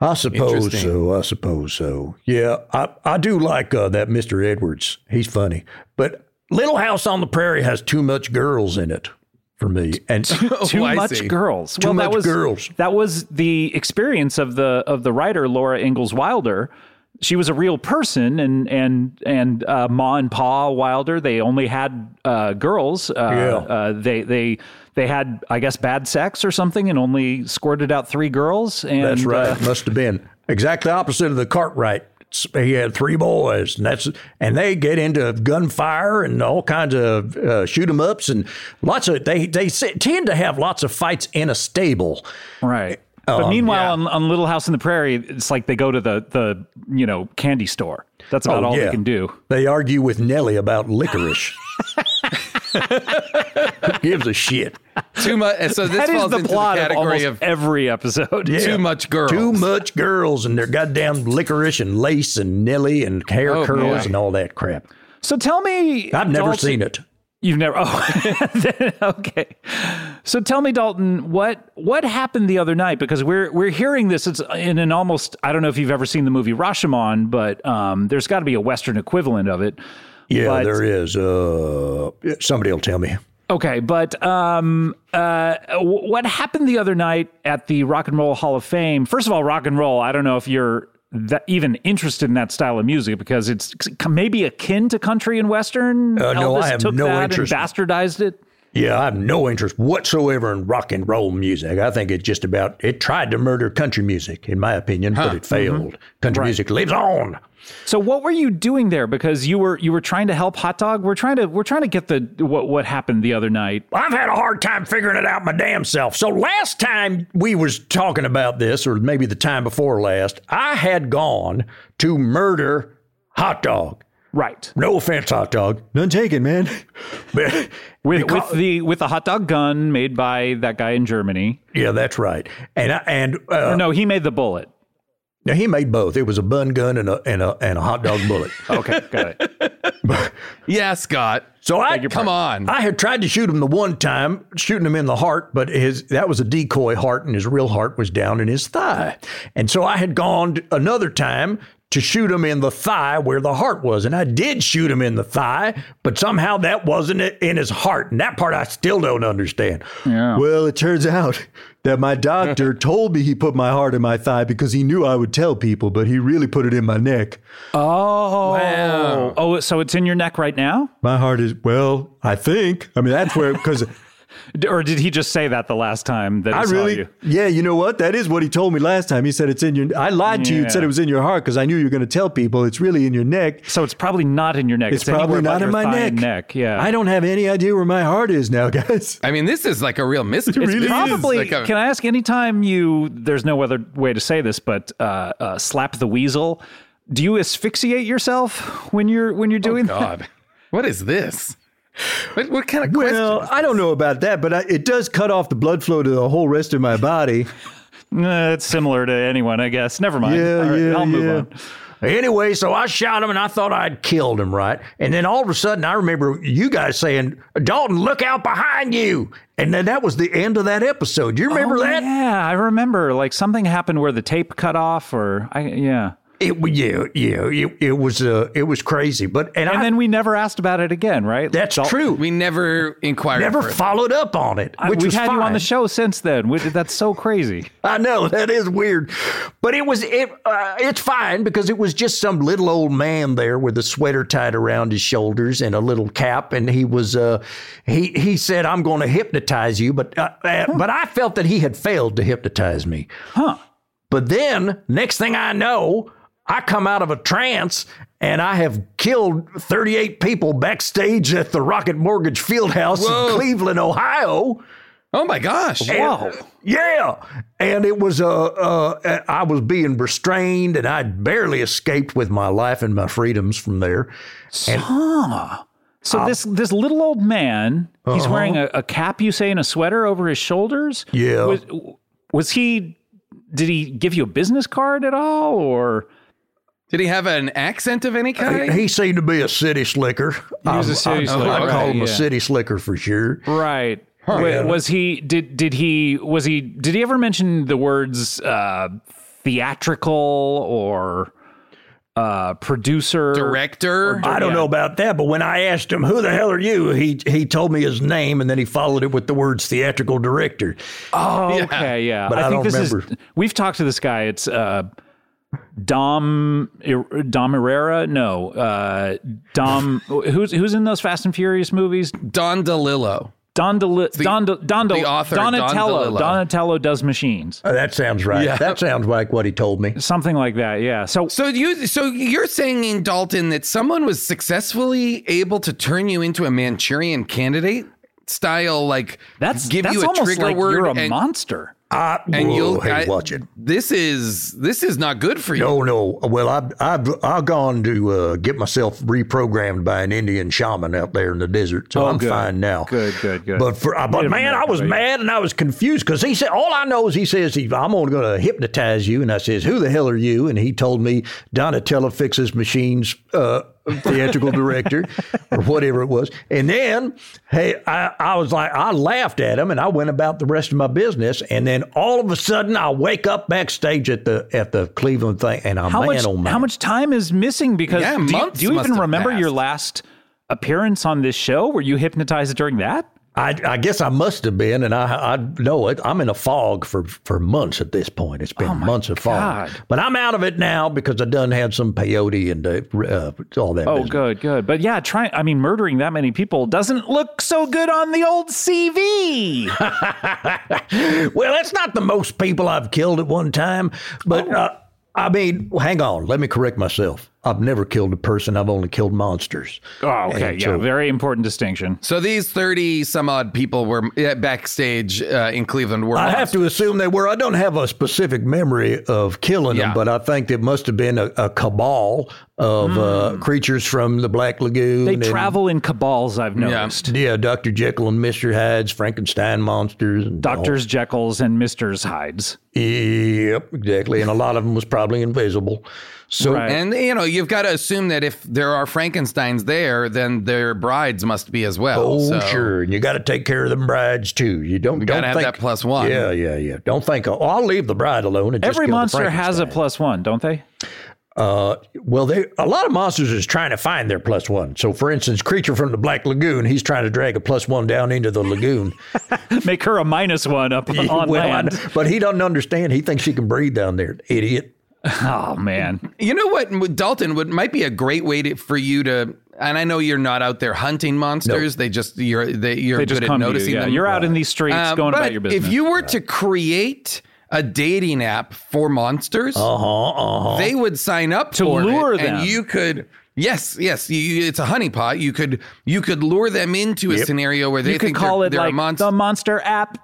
S7: I suppose
S3: Interesting.
S7: so. I suppose so. Yeah, I, I do like uh, that Mr. Edwards. He's funny. But Little House on the Prairie has too much girls in it for me. And
S6: Too
S3: I
S6: much
S3: see.
S6: girls. Too well, that
S7: much
S6: was
S7: girls.
S6: that was the experience of the of the writer Laura Ingalls Wilder. She was a real person, and and and uh, Ma and Pa Wilder. They only had uh, girls. Uh,
S7: Yeah.
S6: uh, they they they had, I guess, bad sex or something, and only squirted out three girls. And
S7: that's
S6: uh,
S7: right. Must have been exactly opposite of the Cartwright. He had three boys, and that's and they get into gunfire and all kinds of uh, shoot 'em ups and lots of they they se- tend to have lots of fights in a stable.
S6: Right.
S7: Um,
S6: But meanwhile, on, on Little House in the Prairie, it's like they go to the the you know candy store. That's about
S7: Oh,
S6: all
S7: yeah.
S6: they can do.
S7: They argue with Nellie about licorice. Who gives a shit?
S3: too much. So this
S6: That is
S3: falls
S6: the
S3: into
S6: plot
S3: the
S6: of almost
S3: category of
S6: every episode.
S3: too much girls.
S7: Too much girls and their goddamn licorice and lace and Nelly and hair
S3: Oh,
S7: curls
S3: boy.
S7: and all that crap.
S6: So tell me,
S7: I've never
S6: Dalton-
S7: seen it.
S6: You've never. Oh, then- okay. So tell me, Dalton, what what happened the other night? Because we're we're hearing this. It's in an almost. I don't know if you've ever seen the movie Rashomon, but um, there's got to be a Western equivalent of it.
S7: Yeah,
S6: But-
S7: there is. Uh, somebody will tell me.
S6: Okay, but um, uh, w- what happened the other night at the Rock and Roll Hall of Fame? First of all, rock and roll. I don't know if you're that even interested in that style of music because it's maybe akin to country and western.
S7: Uh, no,
S6: Elvis
S7: I have
S6: took
S7: no
S6: that
S7: interest.
S6: and bastardized it.
S7: Yeah, I have no interest whatsoever in rock and roll music. I think it's just about it tried to murder country music, in my opinion, but it failed.
S5: mm-hmm.
S7: Country music lives on.
S6: So what were you doing there? Because you were you were trying to help Hot Dog. We're trying to we're trying to get the what what happened the other night.
S7: I've had a hard time figuring it out my damn self. So last time we was talking about this, or maybe the time before last, I had gone to murder hot dog.
S6: Right.
S7: No offense, hot dog.
S5: None taken, man.
S7: But
S6: With, with the with the hot dog gun made by that guy in Germany.
S7: yeah, that's right. And I, and uh,
S6: no, he made the bullet.
S7: now he made both. It was a bun gun and a and a and a hot dog bullet.
S6: Okay, got it.
S3: Yeah, Scott.
S7: So I
S3: Come on.
S7: I had tried to shoot him the one time, shooting him in the heart, but his that was a decoy heart, and his real heart was down in his thigh. And so I had gone t- another time to shoot him in the thigh where the heart was, and I did shoot him in the thigh, but somehow that wasn't i- in his heart, and that part I still don't understand.
S5: Well, it turns out that my doctor told me he put my heart in my thigh because he knew I would tell people, but he really put it in my neck.
S6: Oh, oh, so it's in your neck right now,
S5: My heart is, well, I think. I mean, that's where, because
S6: D- or did he just say that the last time that he
S5: I
S6: saw
S5: really,
S6: you?
S5: yeah, you know what? That is what he told me last time. He said it's in your, I lied to you and said
S6: Yeah.
S5: it was in your heart because I knew you were going to tell people it's really in your neck.
S6: So it's probably not in your neck.
S5: It's, probably
S6: anywhere but
S5: not in
S6: your
S5: my
S6: thigh
S5: neck.
S6: and neck. Yeah.
S5: I don't have any idea where my heart is now, guys.
S3: I mean, this is like a real mystery.
S6: It's
S3: This is
S6: probably.
S3: like
S5: uh,
S3: a-
S6: can I ask? Anytime you, there's no other way to say this, but uh, uh, slap the weasel. Do you asphyxiate yourself when you're when you're
S5: Oh,
S6: doing that?
S3: God, what is this? What, what kind of question?
S5: Well, I don't know about that, but I, it does cut off the blood flow to the whole rest of my body.
S6: Eh, it's similar to anyone, I guess. Never mind.
S5: Yeah,
S6: All right,
S5: yeah,
S6: I'll move
S5: yeah.
S6: on.
S7: Anyway, so I shot him and I thought I'd killed him, right? And then all of a sudden, I remember you guys saying, Dalton, look out behind you. And then that was the end of that episode. You remember
S6: Oh,
S7: that?
S6: Yeah, I remember. Like something happened where the tape cut off, or I yeah.
S7: It wa- yeah yeah it, it was uh it was crazy but and,
S6: And
S7: I
S6: then we never asked about it again, right?
S7: that's true we
S3: we never inquired.
S7: never
S3: further.
S7: followed up on it
S6: I-
S7: which
S6: We've
S7: was
S6: had you on the
S7: fine.
S6: show since then. which- That's so crazy.
S7: I know that is weird but it was it uh, it's fine because it was just some little old man there with a sweater tied around his shoulders and a little cap and he was uh he he said I'm going to hypnotize you but uh, uh, but I felt that he had failed to hypnotize me But then, next thing I know, I come out of a trance and I have killed 38 people backstage at the Rocket Mortgage Fieldhouse in
S3: Whoa.
S7: Cleveland, Ohio.
S3: Oh my gosh!
S7: Whoa. Yeah. And it was, uh, uh, I was being restrained and I barely escaped with my life and my freedoms from there.
S6: So
S7: um,
S6: this this little old man, he's wearing a, a cap, you say, and a sweater over his shoulders.
S7: Uh-huh. Yeah.
S6: Was, was he? Did he give you a business card at all, or
S3: Did he have an accent of any kind?
S7: He seemed to be a city slicker. He
S6: was a city
S7: Um, I,
S6: slicker,
S7: I, call
S3: right,
S7: him a
S6: yeah.
S7: city slicker for sure.
S6: right? Wa- Was he? Did did he? Was he? Did he ever mention the words uh, theatrical or uh, producer?
S3: Director?
S7: I don't know about that, but when I asked him, "Who the hell are you?" he he told me his name, and then he followed it with the words "theatrical director."
S6: Oh, okay, yeah.
S7: But I
S6: think
S7: don't
S6: this is.
S7: remember.
S6: We've talked to this guy. It's uh, Dom Ir- Dom Herrera. No, uh, Dom. who's who's in those Fast and Furious movies?
S3: Don DeLillo.
S6: Don Deli- Don De- Don De-
S3: the author, Don
S6: Donatello.
S3: DeLillo.
S6: Donatello does machines.
S7: Oh, that sounds right.
S3: Yeah.
S7: That sounds like what he told me.
S6: Something like that. Yeah. So
S3: So you so you're saying in Dalton that someone was successfully able to turn you into a Manchurian candidate style like
S6: that's
S3: give
S6: that's
S3: you a
S6: almost
S3: trigger
S6: like
S3: word
S6: you're a
S3: and,
S6: monster.
S7: I,
S3: and
S7: whoa,
S3: you'll
S7: hey,
S3: I-
S7: watch it.
S3: This is this is not good for you.
S7: No, no. Well, I've I've I've gone to uh, get myself reprogrammed by an Indian shaman out there in the desert, so I'm
S6: good.
S7: fine now.
S6: Good, good, good.
S7: But
S5: uh,
S7: for I- but
S6: Native
S7: man, I
S6: American,
S7: was
S6: right?
S7: mad and I was confused because he said all I know is he says he, I'm only going to hypnotize you, and I says who the hell are you? And he told me Donatello fixes machines, uh, theatrical director or whatever it was. And then hey, I I was like I laughed at him and I went about the rest of my business, and then all of a sudden I wake up backstage at the at the Cleveland thing, and I'm
S6: How
S7: man
S6: much
S7: oh man.
S6: how much time is missing? Because
S3: Yeah,
S6: do you,
S3: months
S6: do you
S3: must
S6: even
S3: have
S6: remember your
S3: passed.
S6: last appearance on this show? Were you hypnotized during that?
S5: I, I guess I must have been, and I, I know it. I'm in a fog for, for months at this point. It's
S6: Oh,
S5: been months of fog, but I'm out of it now because I done had some peyote and uh, uh, all that.
S6: Oh,
S5: business.
S6: good, good. But yeah, try. I mean, murdering that many people doesn't look so good on the old Oh, CV.
S5: well, that's not the most people I've killed at one time, but
S6: Oh.
S5: uh, I mean, hang on, let me correct myself. I've never killed a person. I've only killed monsters.
S6: oh, okay,
S5: And
S6: yeah,
S5: so-
S6: very important distinction.
S3: So these 30 some odd people were uh, backstage uh, in Cleveland were
S5: I have
S3: lost.
S5: to assume they were. I don't have a specific memory of killing
S3: Yeah.
S5: them, but I think it must have been a, a cabal of uh, creatures from the Black Lagoon.
S6: Hmm. They
S5: and-
S6: travel in cabals. I've noticed.
S3: Oh.
S5: Yeah, Dr. Jekyll and Mr. Hyde's Frankenstein monsters. And all-
S6: Doctors Jekylls and Misters Hydes.
S5: Yep, exactly. And a lot of them was probably invisible. So
S6: Right.
S3: And you know, you've got to assume that if there are Frankensteins there, then their brides must be as well.
S5: Oh,
S3: So-
S5: sure. And you got to take care of them brides too. You don't.
S3: gotta
S5: don't
S3: have
S5: think,
S3: that plus one.
S5: Yeah, yeah, yeah. Don't think. Oh, I'll leave the bride alone. And just
S6: Every
S5: kill the
S6: monster has a
S5: Frankenstein."
S6: plus one, don't they?
S5: Uh, well, they a lot of monsters is trying to find their plus one. So, for instance, creature from the Black Lagoon, he's trying to drag a plus one down into the lagoon.
S6: Make her a minus one up on
S5: Well, I
S6: land.
S5: know, but he doesn't understand. He thinks he can breathe down there. Idiot.
S6: Oh man,
S3: You know what, Dalton? What might be a great way to, for you to, and I know you're not out there hunting monsters. They just you're they, you're
S6: they
S3: good
S6: just
S3: at
S6: come to
S3: noticing
S6: you. Yeah,
S3: them.
S6: you're out in these streets
S3: Uh,
S6: going about
S3: but
S6: your business.
S3: If you were to create a dating app for monsters,
S5: Uh-huh, uh-huh.
S3: they would sign up
S6: To
S3: for it,
S6: lure them.
S3: and you could. Yes, yes, you- you, it's a honeypot. You could you could lure them into a scenario where they
S6: you could
S3: think
S6: call
S3: they're,
S6: it
S3: they're
S6: like
S3: a monster.
S6: the monster app,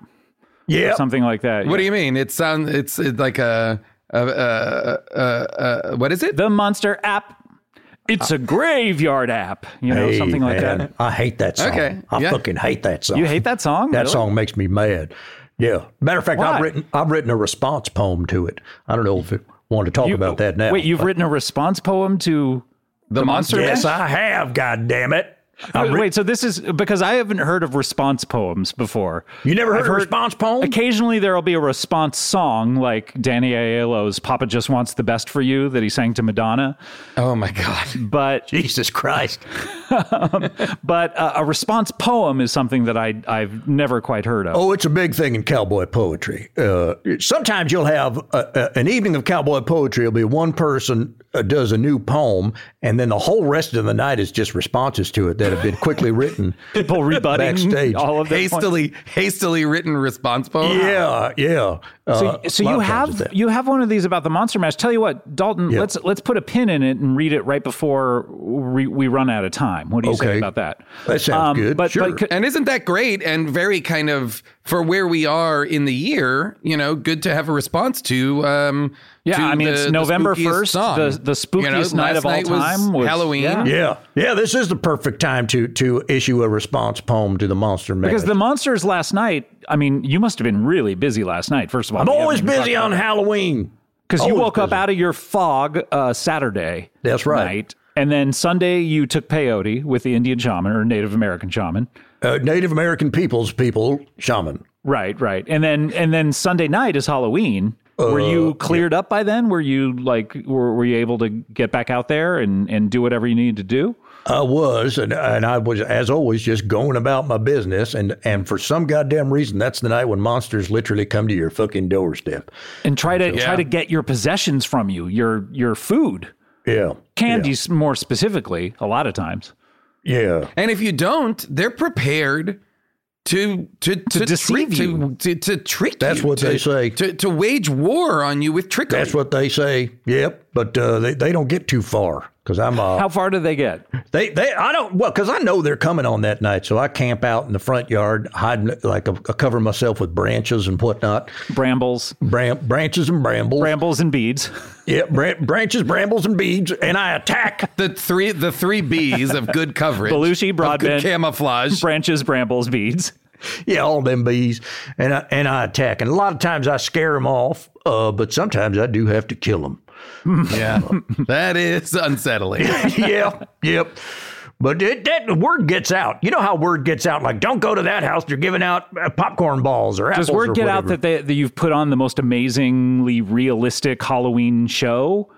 S5: Yeah.
S6: something like that.
S3: What
S6: yeah.
S3: do you mean? It sounds it's, it's like a, a, a, a, a, a what is it?
S6: the monster app.
S3: Uh,
S6: It's a graveyard app, you know, something like that.
S5: I hate that song.
S3: Okay,
S5: I
S3: yeah.
S5: fucking hate that song.
S6: You hate that song?
S5: That
S6: Really?
S5: song makes me mad. Yeah. Matter of fact,
S6: Why?
S5: I've written I've written a response poem to it. I don't know if you want to talk
S6: You-
S5: about that now.
S6: Wait, you've written a response poem to
S3: the monster.
S5: yes, I have. God damn it! I've writ-
S6: Wait, so this is because I haven't heard of response poems before.
S5: you never heard
S6: I've
S5: a
S6: heard-
S5: response poem?
S6: Occasionally, there'll be a response song like Danny Aiello's "Papa Just Wants the Best for You" that he sang to Madonna.
S3: Oh my god!
S6: But
S5: Jesus Christ!
S6: but uh, a response poem is something that I I've never quite heard of.
S5: Oh, it's a big thing in cowboy poetry. Uh, sometimes you'll have a, a, an evening of cowboy poetry. It'll be one person uh, does a new poem, and then the whole rest of the night is just responses to it that have been quickly written.
S6: People rebutting
S5: Backstage.
S6: all of their points.
S3: Hastily, hastily written response poem.
S5: yeah, yeah.
S6: So,
S5: Uh,
S6: so
S5: a lot
S6: you
S5: of times
S6: have
S5: it's that.
S6: you have one of these about the monster mash. Tell you what, Dalton, let's let's put a pin in it and read it right before we, we run out of time. What do you say
S5: Okay.
S6: about that? Um,
S5: That sounds good.
S6: But,
S5: Sure.
S6: but c-
S3: And isn't that great and very kind of for where we are in the year, you know, good to have a response to um
S6: Yeah,
S3: to
S6: I mean, it's November
S3: spookiest
S6: 1st,
S3: song.
S6: the- the spookiest night
S3: last
S6: of all
S3: was
S6: time was-
S3: Halloween.
S6: yeah.
S5: Yeah, yeah. This is the perfect time to to issue a response poem to the monster man.
S6: because the monsters last night, I mean, you must have been really busy last night. First of all,
S5: I'm always busy on Halloween.
S6: because you
S5: always
S6: woke up
S5: busy.
S6: out of your fog uh, Saturday.
S5: That's right.
S6: Night, and then Sunday you took peyote with the Indian shaman or Native American shaman.
S5: Uh, Native American peoples, people, shaman.
S6: Right, right. And then and then Sunday night is Halloween. were you cleared up by then? Were you like were, were you able to get back out there and and do whatever you needed to do?
S5: I was, and, and I was, as always, just going about my business. And, and for some goddamn reason, that's the night when monsters literally come to your fucking doorstep.
S6: And try to try
S3: Yeah.
S6: to get your possessions from you, your your food,
S5: Yeah.
S6: candies more specifically. A lot of times
S5: Yeah.
S3: And if you don't, they're prepared to to to,
S6: deceive
S3: trick,
S6: you.
S3: To, to, to trick
S5: That's
S3: you,
S5: what
S3: to-
S5: they say.
S3: To, to wage war on you with trickery.
S5: That's what they say. Yep. But uh, they, they don't get too far because I'm, uh,
S6: how far do they get?
S5: they, they, I don't, well, because I know they're coming on that night. So I camp out in the front yard, hiding, like, I cover myself with branches and whatnot,
S6: Brambles,
S5: Bram, branches and brambles.
S6: brambles and beads.
S5: yeah. Bran- branches, brambles, and beads. And I attack.
S3: the three the three B's of good coverage.
S6: Belushi,
S3: of good
S6: Broadbent,
S3: camouflage.
S6: branches, brambles, beads.
S5: Yeah, all them bees, and I, and I attack. And a lot of times I scare them off, uh, but sometimes I do have to kill them.
S3: Yeah. that is unsettling.
S5: yep, yep. But it, that the word gets out. You know how word gets out? Like, don't go to that house. They're giving out uh, popcorn balls or apples.
S6: Does word
S5: or
S6: get out
S5: whatever.
S6: that, they, that you've put on the most amazingly realistic Halloween show?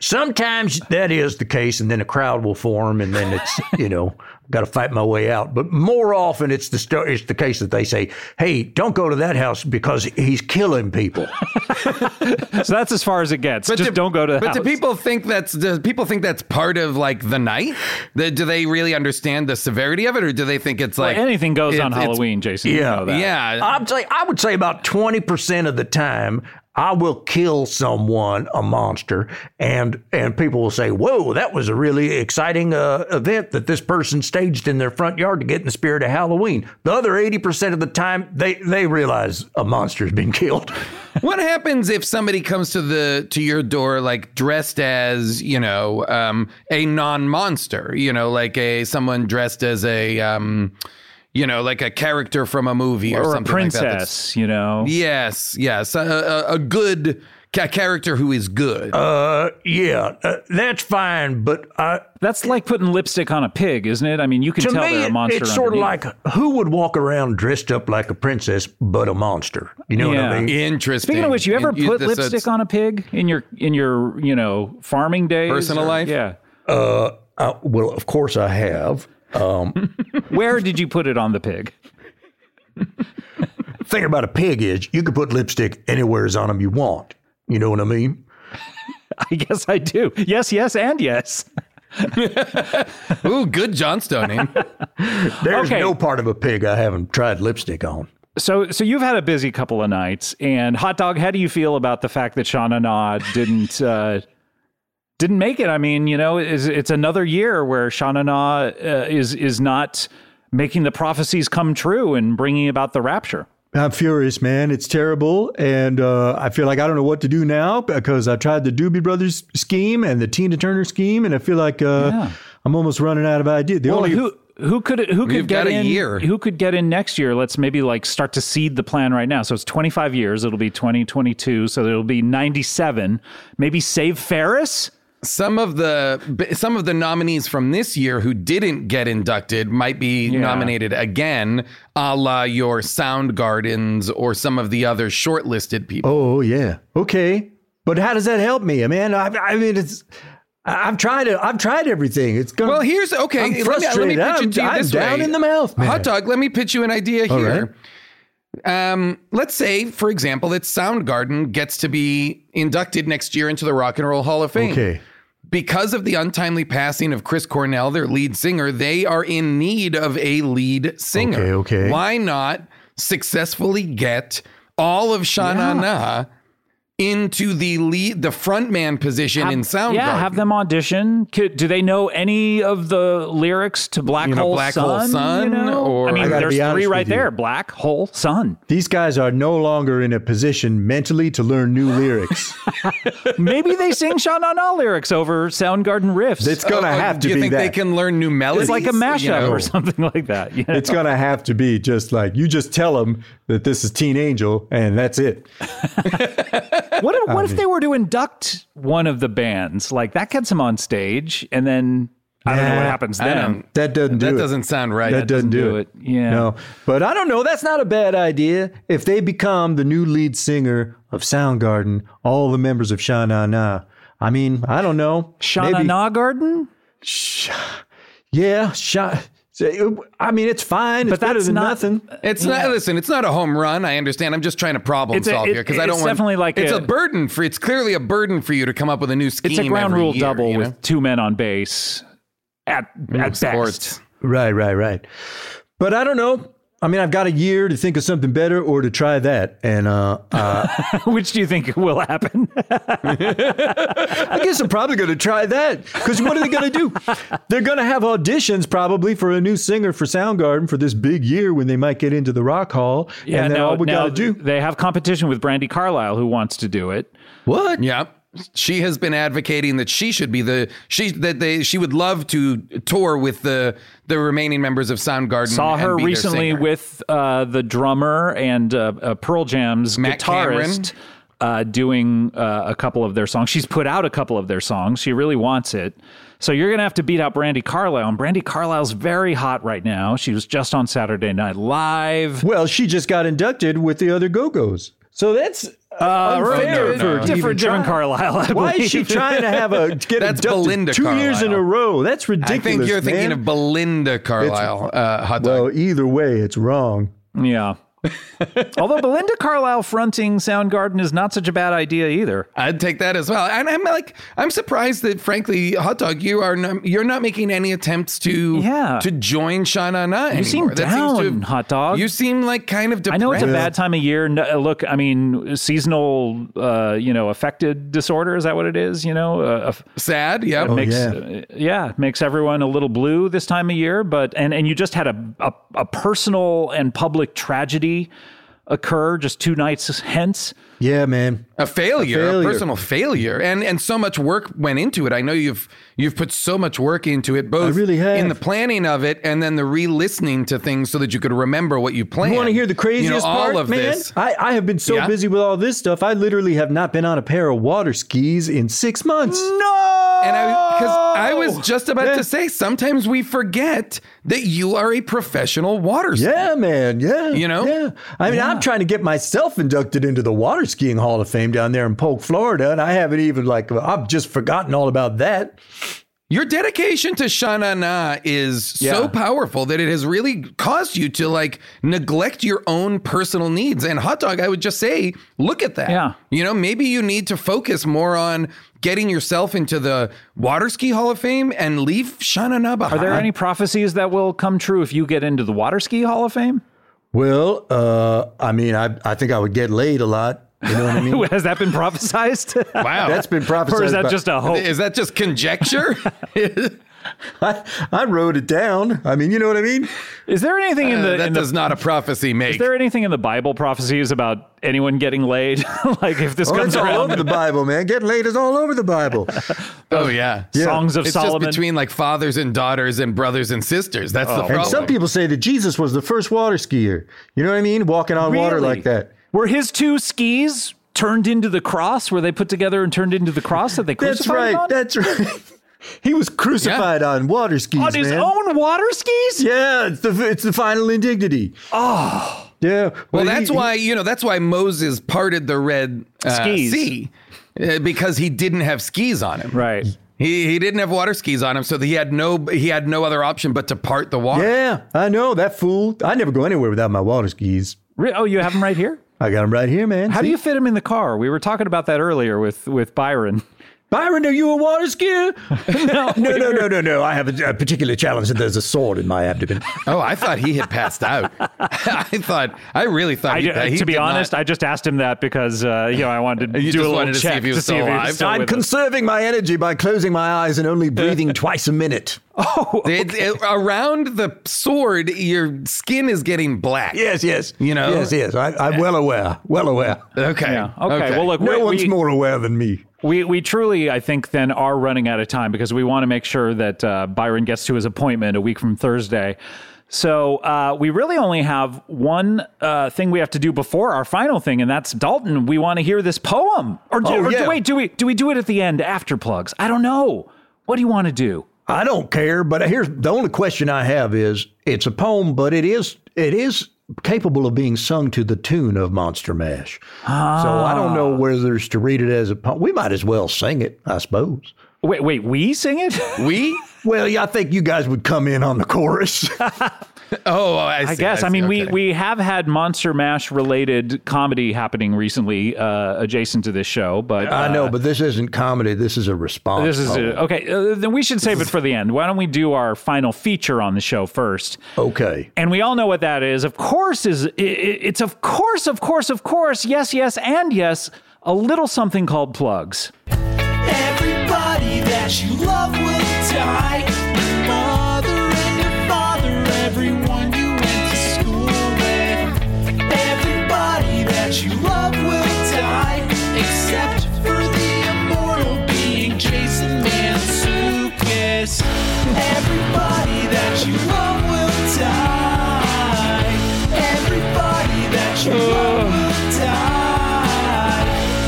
S9: Sometimes that is the case, and then a crowd will form, and then it's you know got to fight my way out. But more often, it's the sto- it's the case that they say, "Hey, don't go to that house because he's killing people."
S6: So that's as far as it gets. Just
S3: do-
S6: don't go to the
S3: But
S6: house.
S3: do people think that's do people think that's part of like the night? The- Do they really understand the severity of it, or do they think it's like
S6: Anything goes
S3: it's-
S6: on
S3: it's-
S6: Halloween, Jason. you
S9: Yeah,
S6: know that.
S3: Yeah,
S9: I'm say I would say about twenty percent of the time I will kill someone, a monster, and and people will say, "Whoa, that was a really exciting uh, event that this person staged in their front yard to get in the spirit of Halloween." The other eighty percent of the time, they they realize a monster's been killed.
S3: what happens if somebody comes to the to your door like dressed as you know um, a non-monster you know like a someone dressed as a um, you know like a character from a movie or,
S6: Or a
S3: something like that that's-
S6: princess, you know.
S3: yes yes a, a, a good ca- character who is good
S9: Uh, yeah, uh, that's fine, but I,
S6: That's like putting lipstick on a pig, isn't it? I mean, you can
S9: to
S6: tell
S9: me,
S6: they're a monster.
S9: it's sort of
S6: underneath.
S9: like who would walk around dressed up like a princess but a monster? You know what
S6: Yeah.
S9: I mean?
S3: interesting
S6: Speaking of which, you ever
S3: And you-
S6: put
S3: this- it's-
S6: lipstick on a pig in your in your you know farming days?
S3: Personal life?
S6: Yeah.
S9: Uh, well, of course I have. Uh,
S6: Where did you put it on the pig?
S9: thing about a pig is you can put lipstick anywhere on them you want. You know what I mean?
S6: I guess I do. Yes, yes, and yes.
S3: Ooh, good Johnstoning.
S9: There's
S6: Okay.
S9: no part of a pig I haven't tried lipstick on.
S6: So, so you've had a busy couple of nights, and hot dog. How do you feel about the fact that Shauna Nod didn't uh, didn't make it? I mean, you know, it's, it's another year where Shauna Nod uh, is is not making the prophecies come true and bringing about the rapture.
S5: I'm furious, man. It's terrible. And uh, I feel like I don't know what to do now because I tried the Doobie Brothers scheme and the Tina Turner scheme. And I feel like uh, I'm almost running out of ideas. The
S6: Well,
S5: only
S6: who who could who could
S3: We've
S6: get
S3: got a
S6: in
S3: year.
S6: Who could get in next year? Let's maybe like start to seed the plan right now. So it's 25 years. It'll be 2022. So it'll be 97. Maybe save Ferris.
S3: some of the b- some of the nominees from this year who didn't get inducted might be nominated again, a la your Soundgardens or some of the other shortlisted people.
S5: Oh yeah. Okay. But how does that help me, man? I, I mean, it's I- I've tried it. I've tried everything. It's gonna.
S3: Well, here's okay.
S5: Oh, I'm
S3: let me- Let me,
S5: frustrated. I'm-
S3: pitch it to you
S5: I'm
S3: this
S5: down
S3: way.
S5: in the mouth, man.
S3: Hot dog. Let me pitch you an idea here. Um, let's say, for example, that Soundgarden gets to be inducted next year into the Rock and Roll Hall of Fame.
S5: okay.
S3: because of the untimely passing of Chris Cornell, their lead singer, they are in need of a lead singer.
S5: Okay, okay.
S3: Why not successfully get all of Shanana Na into the lead, the frontman position in Soundgarden?
S6: Yeah, have them audition. Could, do they know any of the lyrics to Black
S3: You know,
S6: Hole
S3: Black
S6: Sun?
S3: Hole Sun,
S6: you know?
S3: or-
S6: I mean,
S3: I
S5: gotta
S6: there's
S5: be honest
S6: three
S5: with
S6: right
S5: you.
S6: there. Black Hole Sun.
S5: These guys are no longer in a position mentally to learn new lyrics.
S6: Maybe they sing Shauna Na lyrics over Soundgarden riffs.
S5: It's gonna
S3: Oh,
S5: have to
S3: do you
S5: be
S3: think
S5: that.
S3: they can learn new melodies?
S6: It's like a
S3: You
S6: mashup
S3: know?
S6: or something like that. you know?
S5: it's gonna have to be just like you just tell them that this is Teen Angel and that's it.
S6: What if, what if they were to induct one of the bands? Like that gets them on stage, and then I don't know what
S5: Nah,
S6: happens
S3: I
S6: then.
S3: don't-
S5: That doesn't do
S3: that
S5: it.
S3: doesn't sound right.
S5: that doesn't do it.
S6: Yeah.
S5: No, but I don't know. That's not a bad idea. If they become the new lead singer of Soundgarden, all the members of Sha Na Na. I mean, I don't know.
S6: Shauna
S5: Maybe-
S6: Na Garden,
S5: Yeah, Sha. I mean, it's fine. But it's better
S6: that's
S5: than
S6: not-
S5: nothing.
S3: It's not. Listen, it's not a home run. I understand. I'm just trying to problem
S6: It's a-
S3: solve
S6: it-
S3: here because I
S6: it's
S3: don't want.
S6: definitely like
S3: it's
S6: a-
S3: a, burden for. It's clearly a burden for you to come up with a new scheme.
S6: it's a ground
S3: every
S6: rule
S3: year,
S6: double
S3: you know? Mm,
S6: with two men on base at at best.
S3: sports.
S5: Right, right, right. But I don't know. I mean, I've got a year to think of something better or to try that. And uh,
S6: Which do you think will happen?
S5: I guess I'm probably going to try that because what are they going to do? They're going to have auditions probably for a new singer for Soundgarden for this big year when they might get into the Rock Hall. and then
S6: now-
S5: all we
S6: now
S5: got to do.
S6: They have competition with Brandy Carlisle, who wants to do it.
S3: Mm,
S5: What?
S3: Yeah. She has been advocating that she should be the she that they she would love to tour with the the remaining members of Soundgarden.
S6: Saw
S3: and
S6: her
S3: be their
S6: recently
S3: singer.
S6: with uh, the drummer and uh, uh, Pearl Jam's
S3: Matt
S6: guitarist uh, doing uh, a couple of their songs. She's put out a couple of their songs. She really wants it. So you're going to have to beat out Brandy Carlisle. And Brandy Carlisle's very hot right now. She was just on Saturday Night Live.
S5: Well, she just got inducted with the other Go Go's. So that's
S6: Uh,
S3: Unfair
S6: different,
S3: for
S6: different,
S5: even
S6: different
S5: try.
S6: Carlisle. I
S5: Why is she
S6: believe.
S5: trying to have a get
S3: That's
S5: abducted
S3: Belinda
S5: two years in
S3: Carlisle.
S5: a row? That's
S3: I
S5: ridiculous.
S3: think you're thinking
S5: man.
S3: of Belinda Carlisle uh, hot dog.
S5: Well, either way, it's wrong.
S6: Yeah. Although Belinda Carlisle fronting Soundgarden is not such a bad idea either.
S3: I'd take that as well. And I'm like, I'm surprised that, frankly, hot dog, you are not, you're not making any attempts to
S6: Yeah.
S3: to join Shana Na anymore.
S6: You seem
S3: That seems to
S6: down, hot dog.
S3: You seem like kind of
S6: I
S3: depressed.
S6: know it's a bad time of year. No, uh, look, I mean, seasonal, uh, you know, affected disorder is that what it is? You know, uh, aff-
S3: sad. Yeah,
S6: makes
S5: Oh, yeah.
S6: uh, yeah it makes everyone a little blue this time of year but and and you just had a a, a personal and public tragedy occur just two nights hence
S5: Yeah, man.
S3: a failure, a
S5: failure.
S3: personal failure, and and so much work went into it. I know you've you've put so much work into it, both
S5: really have.
S3: in the planning of it and then the re-listening to things so that you could remember what you planned.
S5: You want to hear the craziest
S3: you know, all
S5: part,
S3: of
S5: man?
S3: this.
S5: I, I have been so
S3: Yeah?
S5: busy with all this stuff. I literally have not been on a pair of water skis in six months.
S3: And I because I was just about
S5: Yeah.
S3: to say, sometimes we forget that you are a professional water skier.
S5: Yeah, man. Yeah.
S3: You know?
S5: Yeah. I mean, I'm trying to get myself inducted into the water skiing hall of fame down there in Polk, Florida, and I haven't even like I've just forgotten all about that.
S3: Your dedication to Shana Na is
S6: Yeah.
S3: so powerful that it has really caused you to like neglect your own personal needs. And hot dog, I would just say, look at that.
S6: Yeah.
S3: You know, maybe you need to focus more on getting yourself into the water ski hall of fame and leave Shana Na
S6: are
S3: behind.
S5: Uh-huh.
S6: there any prophecies that will come true if you get into the water ski hall of fame
S5: Well, uh, I mean, I I think I would get laid a lot. You know what I mean?
S6: has that been prophesized
S3: wow.
S5: That's been prophesied.
S6: or is that
S5: by-
S6: just a hope
S3: is that just conjecture?
S5: I, I wrote it down. I mean, you know what I mean?
S6: is there anything in the
S3: Uh, that
S6: in the
S3: does not a prophecy make.
S6: is there anything in the Bible prophecies about anyone getting laid? like if this
S5: Oh,
S6: comes
S5: it's all
S6: around,
S5: over the Bible, man. Getting laid is all over the Bible.
S3: oh yeah.
S6: Songs of
S3: it's
S6: Solomon.
S3: just between like fathers and daughters and brothers and sisters. That's the problem.
S5: And some people say that Jesus was the first water skier. You know what I mean? Walking on water
S6: Really?
S5: like that.
S6: Were his two skis turned into the cross? Were they put together and turned into the cross that they crucified
S5: That's
S6: him
S5: right.
S6: on?
S5: That's right. He was crucified on water skis,
S6: on his
S5: man.
S6: own water skis?
S5: Yeah, it's the it's the final indignity. Oh, yeah.
S3: Well,
S5: he-
S3: that's
S5: he-
S3: why you know that's why Moses parted the red uh,
S6: Skis.
S3: sea uh, because he didn't have skis on him.
S6: Right.
S3: He he didn't have water skis on him, so he had no he had no other option but to part the water.
S5: Yeah, I know that fool. I never go anywhere without my water skis.
S6: Re- Oh, you have them right here?
S5: I got them right here, man.
S6: How do
S5: See?
S6: you fit them in the car? We were talking about that earlier with, with Byron.
S5: Byron? Are you a water skier? no, no, no, no, no, no. I have a, a particular challenge that there's a sword in my abdomen.
S3: Oh, I thought he had passed out. I thought I really thought
S6: I,
S3: he,
S6: d-
S3: he
S6: to be
S3: did not-
S6: honest, I just asked him that because uh, you know I wanted to
S3: You
S6: do
S3: just
S6: a little
S3: wanted to see
S6: check
S3: if he was
S6: to see
S3: still
S6: if he
S3: alive?
S6: was still
S5: I'm
S6: with us.
S5: conserving my energy by closing my eyes and only breathing twice a minute.
S3: It- it- around the sword, your skin is getting black.
S5: Yes, yes.
S3: You know?
S5: Yes, yes. I, I'm well aware. Well aware.
S3: Okay.
S6: Yeah. Okay. Well, look,
S5: No
S6: we,
S5: one's
S6: we,
S5: more aware than me.
S6: We we truly, I think, then are running out of time because we want to make sure that uh, Byron gets to his appointment a week from Thursday. So uh, we really only have one uh, thing we have to do before our final thing, and that's Dalton. We want to hear this poem, or, do,
S5: Oh,
S6: or do-
S5: yeah.
S6: wait, do we do we do it at the end after plugs? I don't know. What do you want to do?
S5: I don't care, but here's the only question I have is it's a poem, but it is it is capable of being sung to the tune of Monster Mash. So I don't know whether it's to read it as a poem. We might as well sing it, I suppose.
S6: Wait, wait, we sing it?
S3: We?
S5: Well, yeah, I think you guys would come in on the chorus.
S3: Oh, I, see,
S6: I guess. I,
S3: see,
S6: mean, we
S3: okay.
S6: we have had Monster Mash related comedy happening recently, uh, adjacent to this show, but
S5: I
S6: uh,
S5: know, but this isn't comedy. This is a response.
S6: This is
S5: poem.
S3: Oh.
S6: it. okay. Uh, then we should save it for the end. Why don't we do our final feature on the show first?
S5: okay.
S6: And we all know what that is. Of course, is i- i- it's of course, of course, of course. Yes, yes, and yes. A little something called plugs.
S10: Everybody that you love will die. Your mother and your father, everyone you went to school with. Everybody that you love will die, except for the immortal being Jason Mansukis. Everybody that you love will die. Everybody that you love will die.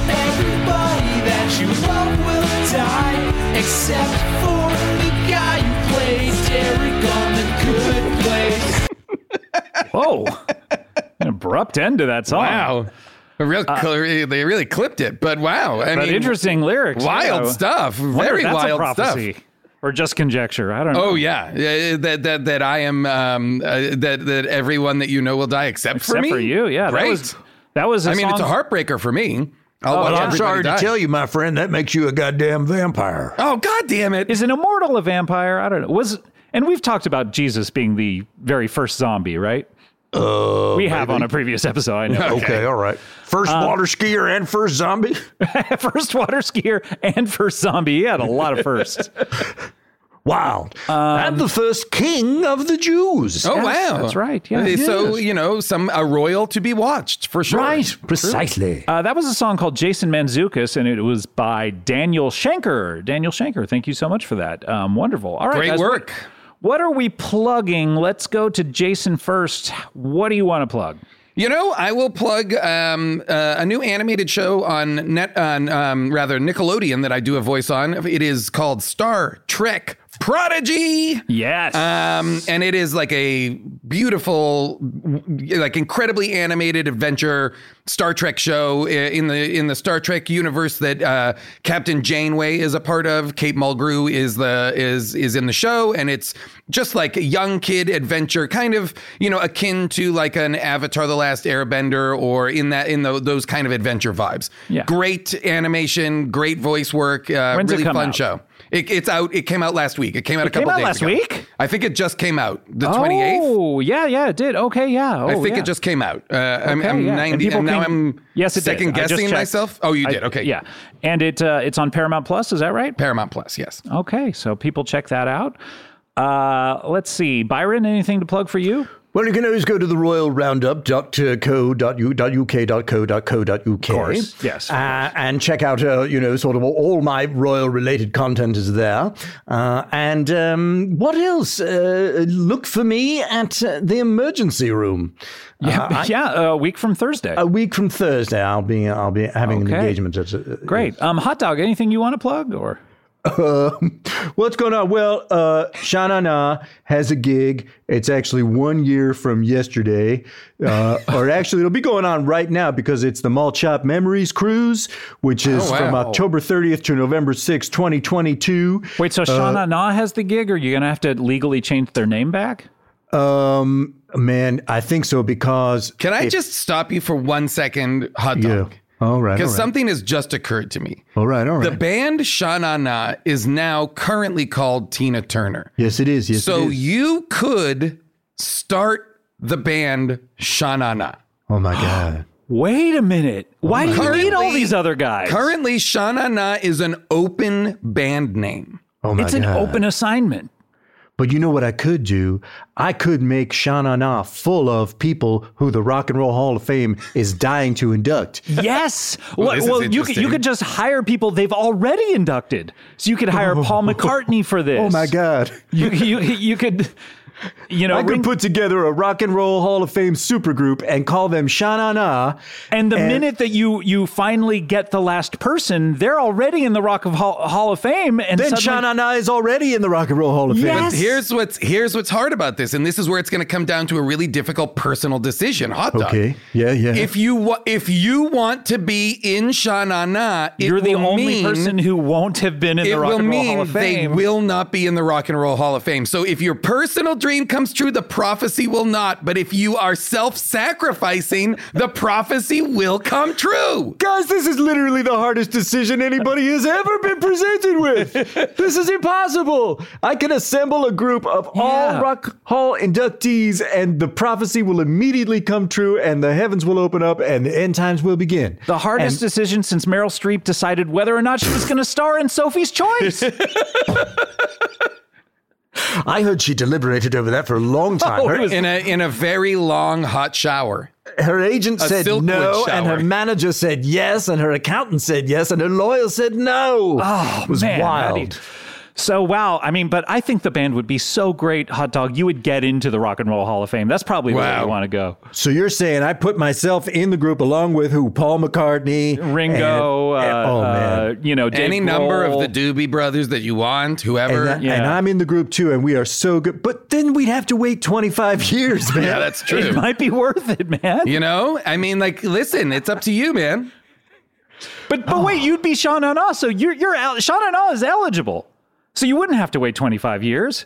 S10: Everybody that you love will die, except for the guy who plays Derek on the Good Place.
S6: Whoa. An abrupt end to that song.
S3: Wow. A real, cl- they really clipped it, but wow. I
S6: Uh, But
S3: mean,
S6: interesting lyrics.
S3: Wild
S6: yeah.
S3: stuff.
S6: Wonder
S3: Very
S6: if that's a
S3: wild stuff.
S6: prophecy. Or just conjecture. I don't know.
S3: Oh yeah, Yeah, that that that I am um, uh, that that everyone that you know will die except, for
S6: Except
S3: me.
S6: for you. Yeah.
S3: Great.
S6: That was that was a
S3: I mean, it's a
S6: song- Oh,
S3: heartbreaker for me. I'll watch
S6: yeah.
S3: everybody
S5: I'm sorry
S3: die.
S5: to tell you, my friend, that makes you a goddamn vampire.
S3: Oh god damn it!
S6: Is an immortal a vampire? I don't know. Was and we've talked about Jesus being the very first zombie, right? Uh, we have on a previous episode. I know.
S5: Okay, all right. First water skier and first zombie.
S6: first water skier and first zombie. He had a lot of firsts.
S5: Wow. I'm the first king of the Jews.
S3: oh wow,
S6: that's right, yeah.
S3: Uh, So you know, some a royal to be watched for sure.
S5: Right, precisely.
S6: Uh, that was a song called Jason Manzukis, and it was by Daniel Shanker. Daniel Shanker, thank you so much for that. Um, wonderful. All right,
S3: Great
S6: guys,
S3: work.
S6: What, what are we plugging? Let's go to Jason first. What do you want to plug?
S3: You know, I will plug um, uh, a new animated show on net on um, rather Nickelodeon that I do a voice on. It is called Star Trek Prodigy.
S6: Yes.
S3: Um, and it is like a beautiful, like incredibly animated adventure Star Trek show i- in the in the Star Trek universe that uh, Captain Janeway is a part of. Kate Mulgrew is the is is in the show, and it's just like a young kid adventure, kind of you know akin to like an Avatar: The Last Airbender, or in that in tho- those kind of adventure vibes.
S6: Yeah.
S3: Great animation, great voice work, uh,
S6: When's it
S3: really
S6: come
S3: fun
S6: out?
S3: show. It, it's out. It came out last week. It came out a
S6: came
S3: couple
S6: out
S3: days
S6: last
S3: ago.
S6: week?
S3: I think it just came out the twenty eighth.
S6: Oh, yeah, yeah, it did. Okay, yeah.
S3: I
S6: Oh,
S3: think
S6: yeah.
S3: it just came out. Uh, I'm,
S6: Okay,
S3: I'm
S6: yeah. And
S3: ninety,
S6: people
S3: and now
S6: can-
S3: I'm
S6: yes, it did.
S3: second
S6: I just
S3: guessing
S6: checked.
S3: myself. Oh, you
S6: I-
S3: did. Okay,
S6: Yeah, and it uh, it's on Paramount Plus. Is that right?
S3: Paramount Plus. Yes.
S6: Okay, so people check that out. Uh, let's see, Byron. Anything to plug for you?
S5: Well, you can always go to the Royal uh, Royalroundup.co.uk.co.co.uk. Of
S6: course, yes, of
S5: Uh, and check out, uh, you know, sort of all my royal related content is there. Uh, and um, what else? Uh, look for me at uh, the emergency room. Yeah.
S6: Uh, yeah, a week from Thursday.
S5: a week from Thursday, I'll be I'll be having an
S6: Okay.
S5: engagement. At, uh,
S6: Great. Um, hot dog. Anything you want to plug or?
S5: uh, What's going on? Well, uh, Shana Na has a gig. It's actually one year from yesterday, uh, or actually, it'll be going on right now because it's the Mall Chop Memories Cruise, which is
S3: Oh, wow.
S5: from October 30th to November 6th, 2022.
S6: Wait,
S3: Uh,
S6: so Shauna Na has the gig, or are you gonna have to legally change their name back?
S5: Um, man, I think so because
S3: Can I just stop you for one second, hot
S5: yeah.
S3: dog?
S5: All right, all
S3: Because
S5: right,
S3: something has just occurred to me.
S5: all right, all
S3: The
S5: right.
S3: band Shanana is now currently called Tina Turner.
S5: yes, it is. Yes,
S3: So
S5: it is.
S3: you could start the band Shanana.
S5: oh my god.
S6: Wait a minute. Why do you need all
S3: Currently-
S6: these other guys?
S3: Currently, Shanana is an open band name.
S5: Oh my
S6: it's
S5: god.
S6: an open assignment.
S5: But you know what I could do? I could make Sha Na full of people who the Rock and Roll Hall of Fame is dying to induct.
S6: Yes. well,
S3: this is
S6: well, you could you
S3: interesting.
S6: could just hire people they've already inducted. So you could hire Paul McCartney for this.
S5: Oh my God.
S6: You you you could you know
S5: I
S6: ring-
S5: could put together a Rock and Roll Hall of Fame supergroup and call them Sha Na.
S6: And the
S5: And-
S6: minute that you you finally get the last person, they're already in the Rock of Hall, Hall of Fame, and
S5: Then
S6: suddenly,
S5: Sha Na is already in the Rock and Roll Hall of Fame.
S6: Yes.
S3: Here's what's here's what's hard about this, and this is where it's going to come down to a really difficult personal decision. Hot dog.
S5: Okay. Yeah, yeah.
S3: If you wa- if you want to be in Shanana, it
S6: you're the
S3: will
S6: only
S3: mean-
S6: person who won't have been in
S3: It
S6: the Rock
S3: will
S6: and Roll Hall
S3: mean
S6: of
S3: they
S6: Fame.
S3: will not be in the Rock and Roll Hall of Fame. So if your personal dream comes true, the prophecy will not. But if you are self-sacrificing, the prophecy will come true.
S5: Guys, this is literally the hardest decision anybody has ever been presented with. this is impossible. I can assemble a group of
S6: Yeah.
S5: all Rock Hall inductees, and the prophecy will immediately come true, and the heavens will open up, and the end times will begin.
S6: the hardest decision since Meryl Streep decided whether or not she was going to star in Sophie's Choice.
S5: I heard she deliberated over that for a
S3: Oh,
S5: long time. her,
S3: In a in a very long hot shower.
S5: her agent
S3: a
S5: said
S3: Silkwood
S5: no, and
S3: shower.
S5: her manager said
S3: Oh,
S6: Oh,
S5: yes, and her accountant said yes, and her lawyer said no. it was
S6: Man,
S5: wild.
S6: that is- So wow, I mean, but I think the band would be so great, Hot Dog. You would get into the Rock and Roll Hall of Fame. That's probably where
S3: Wow.
S6: you want to go.
S11: So you're saying I put myself in the group along with who? Paul McCartney,
S6: Ringo,
S11: and- and-
S6: uh,
S11: oh man,
S6: uh, you know, Dave
S3: Any number of
S6: Grohl.
S3: the Doobie Brothers that you want,
S11: and,
S3: whoever.
S11: I-
S6: yeah.
S11: and I'm in the group too, and we are so good. But then we'd have to wait 25 years, man.
S3: yeah, that's true.
S6: It might be worth it, man.
S3: You know, I mean, like, listen, it's up to you, man.
S6: But but wait, you'd be Sean and Ah, so you're you're el- Sean and Ah is eligible, so you wouldn't have to wait 25 years.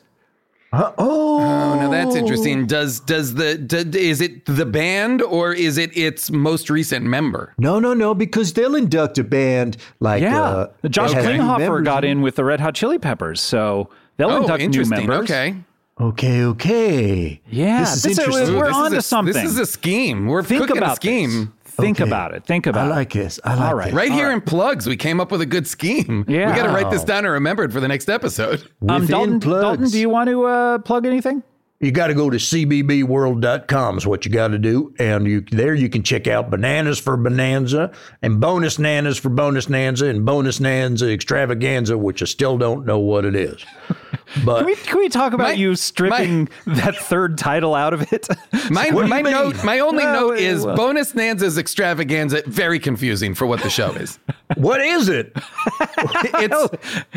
S3: Oh, now that's interesting. Does does the d- is it the band or is it its most recent member?
S11: No, no, no, because they'll induct a band like
S6: Yeah,
S11: uh,
S6: Josh
S11: that has new
S6: Klinghoffer
S11: members.
S6: got in with the Red Hot Chili Peppers, so they'll
S3: Oh,
S6: induct new
S3: interesting.
S6: members.
S3: Okay,
S11: Okay, okay.
S6: Yeah,
S11: this is
S6: this is-
S11: interesting.
S6: We're
S3: this
S6: onto
S3: is a,
S6: something.
S3: This is a scheme. We're
S6: Think
S3: cooking
S6: about
S3: a scheme
S6: This. Think
S11: Okay.
S6: about it. Think about
S11: I
S6: it.
S11: like this. I like
S6: All right.
S11: this.
S3: right here in plugs. We came up with a good scheme.
S6: Yeah.
S3: we got to write this down and remember it for the next episode.
S6: Um,
S11: Within
S6: Dalton,
S11: plugs.
S6: Dalton, do you want to uh, plug anything?
S5: You got to go to cbbworld.com is what you got to do, and you there you can check out bananas for bonanza and bonus nanas for bonus nanza and bonus nanza extravaganza, which I still don't know what it is. But
S6: Can we, can we talk about
S3: My-
S6: you stripping that third title out of it?
S3: My,
S11: do
S3: my
S11: you mean?
S3: note, my only
S6: Well,
S3: note is
S6: well.
S3: bonus Nanza's extravaganza. Very confusing for what the show is.
S5: what is it?
S3: It's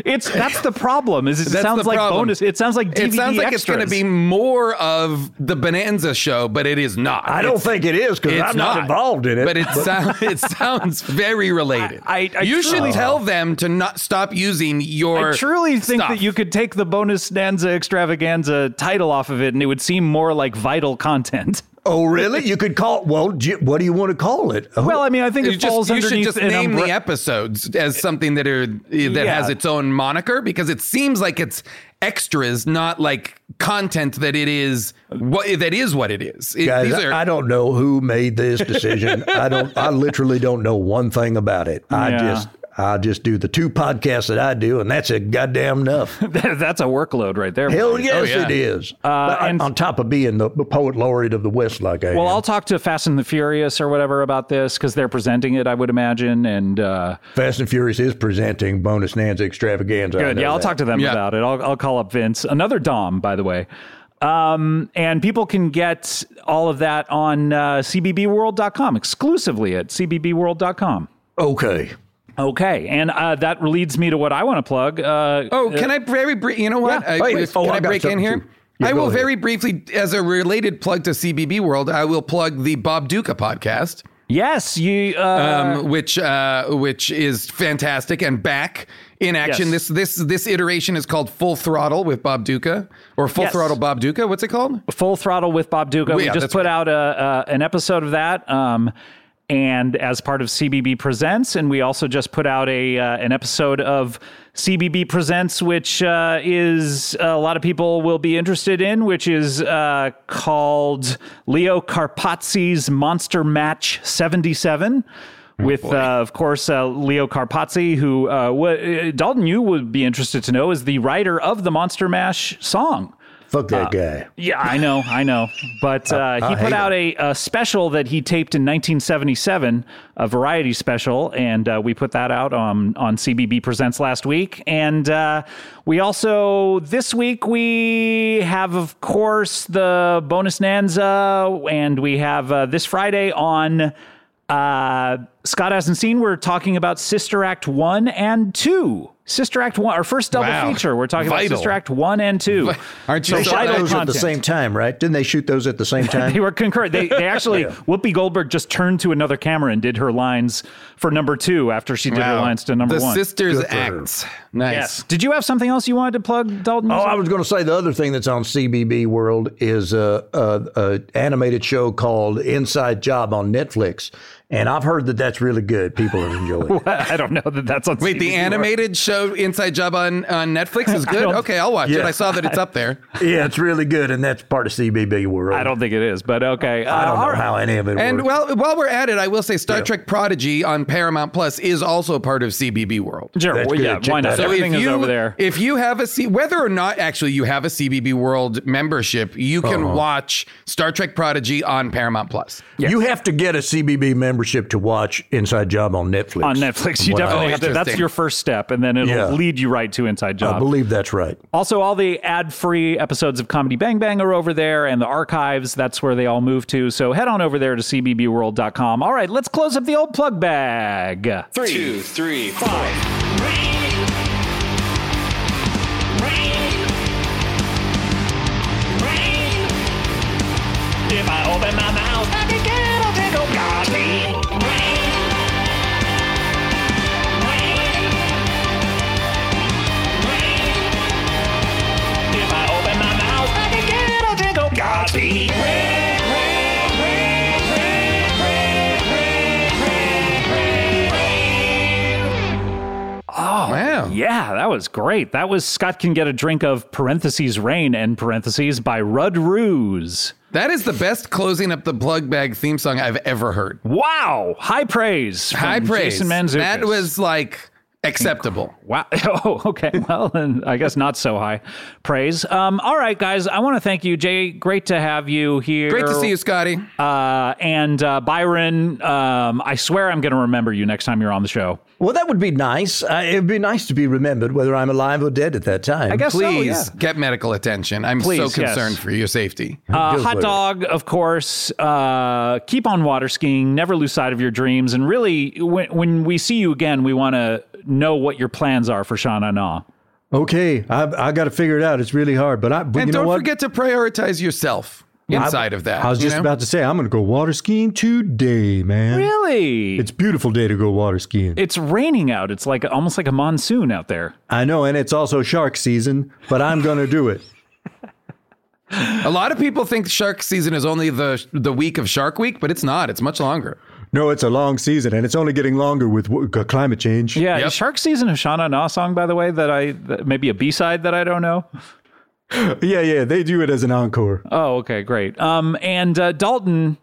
S6: it's that's the problem. Is it
S3: That's
S6: sounds
S3: the
S6: like
S3: problem.
S6: bonus? It sounds like DVD
S3: it sounds like it's
S6: extras.
S3: going to be more of the Bonanza show, but it is not.
S5: I don't
S3: It's-
S5: think it is because
S3: it's
S5: I'm not, involved in it.
S3: But it, sound, it sounds very related.
S6: I- I
S3: you
S6: truly-
S3: should tell them to not stop using your.
S6: I truly think
S3: stuff.
S6: that you could take the bonus stanza extravaganza title off of it, and it would seem more like vital content.
S5: oh, really? You could call well. do you- what do you want to call it? Oh,
S6: Well, I mean, I think
S3: You,
S6: it falls
S3: just, you should
S6: underneath
S3: just
S6: an
S3: name
S6: umbre-
S3: the episodes as something that are that
S6: Yeah.
S3: has its own moniker because it seems like it's extras, not like content that it is. What that is what it is. It-
S5: guys,
S3: these are-
S5: I don't know who made this decision. I don't. I literally don't know one thing about it. I
S6: Yeah.
S5: just. I just do the two podcasts that I do, and that's it. Goddamn enough.
S6: That's a workload right there.
S5: Hell
S6: buddy.
S5: yes,
S3: yeah.
S5: it is. But
S6: Uh, and-
S5: on top of being the, the poet laureate of the West, like I
S6: Well,
S5: am.
S6: I'll talk to Fast and the Furious or whatever about this because they're presenting it, I would imagine. And uh,
S5: Fast and Furious is presenting bonus Nancy extravaganza. I
S6: good,
S5: know
S6: yeah, I'll
S5: that.
S6: talk to them
S3: Yeah.
S6: about it. I'll, I'll call up Vince, another Dom, by the way. Um, and people can get all of that on uh, cbbworld.com exclusively at cbbworld.com.
S5: Okay,
S6: Okay, and uh, that leads me to what I want to plug. Uh,
S3: Oh, can I very brief? You know what?
S5: Yeah.
S3: I,
S5: Wait,
S3: can
S5: wait. Oh,
S3: I
S5: I got
S3: break in
S5: something
S3: here?
S5: too. Yeah,
S3: I
S5: go
S3: will
S5: ahead.
S3: very briefly, as a related plug to CBB World, I will plug the Bob Duca podcast,
S6: yes, you. Uh,
S3: um, which uh, which is fantastic and back in action.
S6: Yes.
S3: This this this iteration is called Full Throttle with Bob Duca or Full
S6: Yes.
S3: Throttle Bob Duca. What's it called?
S6: Full Throttle with Bob Duca. we
S3: yeah,
S6: just
S3: that's
S6: put
S3: right.
S6: out a, a, an episode of that. Um, and as part of CBB Presents, and we also just put out a uh, an episode of CBB Presents, which uh, is a lot of people will be interested in, which is uh, called Leo Carpazzi's Monster Match '77,
S3: Oh,
S6: with uh, of course uh, Leo Carpazzi, who uh, wa- uh, Dalton you would be interested to know is the writer of the Monster Mash song.
S5: fuck
S6: Uh,
S5: that guy.
S6: Yeah, I know, I know. But
S3: Oh,
S6: uh, he put out a, a special that he taped in 1977, a variety special, and uh, we put that out on on CBB Presents last week. And uh, we also this week we have, of course, the bonus Nanza, and we have uh, this Friday on. Uh, Scott hasn't seen. We're talking about Sister Act one and two. Sister Act one, our first double
S3: Wow.
S6: feature. We're talking about
S3: Vital.
S6: Sister Act one and two.
S3: Aren't you
S6: So
S3: so
S5: Shot
S6: vital
S5: those at the
S6: content.
S5: same time, right? Didn't they shoot those at the same
S6: They
S5: time?
S6: were concurrent. They, they actually, Whoopi Goldberg just turned to another camera and did her lines for number two after she did her lines to number
S3: the
S6: one.
S3: sisters
S5: Good for her.
S3: acts. Nice.
S6: Yes. Did you have something else you wanted to plug, Dalton?
S5: Oh, I was going to say the other thing that's on CBB World is a, a, a animated show called Inside Job on Netflix, and I've heard that that's really good. People have enjoyed. it.
S6: I don't know that that's on.
S3: Wait, the
S6: CBBR.
S3: animated show Inside Job on, on Netflix is good?
S6: don't-
S3: Okay, I'll watch it.
S5: Yeah.
S3: I saw that it's up there.
S5: Yeah, it's really good, and that's part of CBB World.
S6: I don't think it is, but okay.
S5: I
S6: Uh,
S5: don't
S6: all
S5: know
S6: right.
S5: how any of it.
S3: And
S5: works.
S3: well, while we're at it, I will say Star Trek Prodigy on Paramount Plus is also part of CBB World.
S6: Sure.
S5: That's
S6: well,
S5: good.
S6: yeah.
S5: Check
S6: Why not?
S5: that out.
S6: Everything is over there.
S3: If you have a C, whether or not actually you have a CBB World
S6: Uh-huh.
S3: membership, you can watch Star Trek Prodigy on Paramount Plus.
S5: You have to get a CBB membership to watch Inside Job on Netflix.
S6: on Netflix. You
S5: Wow.
S6: definitely have to. That's
S3: interesting.
S6: your first step, and then it'll
S5: Yeah.
S6: lead you right to Inside Job.
S5: I believe that's right.
S6: Also, all the ad free episodes of Comedy Bang Bang are over there, and the archives, that's where they all move to. So head on over there to cbbworld.com. All right, let's close up the old plug bag.
S10: Two, three, five. If I open my mouth, I can get a tickle. God, rain. Rain. Rain. If I open my mouth, I can get a tickle. God, rain, rain, rain, rain, rain, rain, rain, rain.
S3: wow.
S6: Oh, Yeah, that was great. That was Scott Can Get a Drink of parentheses Rain end parentheses by Rudd Ruse.
S3: That is the best closing up the plug bag theme song I've ever heard.
S6: Wow. High praise. from
S3: High praise.
S6: Jason Manzukis.
S3: That was like acceptable.
S6: Wow. Oh, okay. Well, then I guess not so high praise. Um, all right, guys. I want to thank you, Jay. Great to have you here.
S3: Great to see you, Scotty.
S6: Uh, and uh, Byron, um, I swear I'm going to remember you next time you're on the show.
S5: Well, that would be nice. Uh, it'd be nice to be remembered whether I'm alive or dead at that time. I
S6: guess so,
S3: Please
S6: yeah.
S3: get medical attention. I'm
S6: Please,
S3: so
S6: yes.
S3: concerned for your safety.
S6: Uh,
S5: Feels
S6: hot
S5: like it.
S6: dog, of course. Uh, keep on water skiing. Never lose sight of your dreams. And really, when, when we see you again, we want to know what your plans are for Shana Na.
S5: Okay, I, I got to figure it out. It's really hard, but I. But
S3: and
S5: you know
S3: don't
S5: what?
S3: forget to prioritize yourself inside of that.
S5: I was
S3: you
S5: just
S3: know?
S5: about to say I'm going to go water skiing today, man.
S6: Really?
S5: It's a beautiful day to go water skiing.
S6: it's raining out. It's like almost like a monsoon out there.
S5: I know, and it's also shark season, but I'm going to do it.
S3: A lot of people think shark season is only the the week of Shark Week, but it's not. It's much longer.
S5: No, it's a long season, and it's only getting longer with w- c- climate change.
S6: Yeah,
S3: Yep.
S6: is Shark Season a Shana Na song, by the way, that I that maybe a B side that I don't know.
S5: yeah, yeah. They do it as an encore.
S6: Oh, okay, great. Um, and uh, Dalton,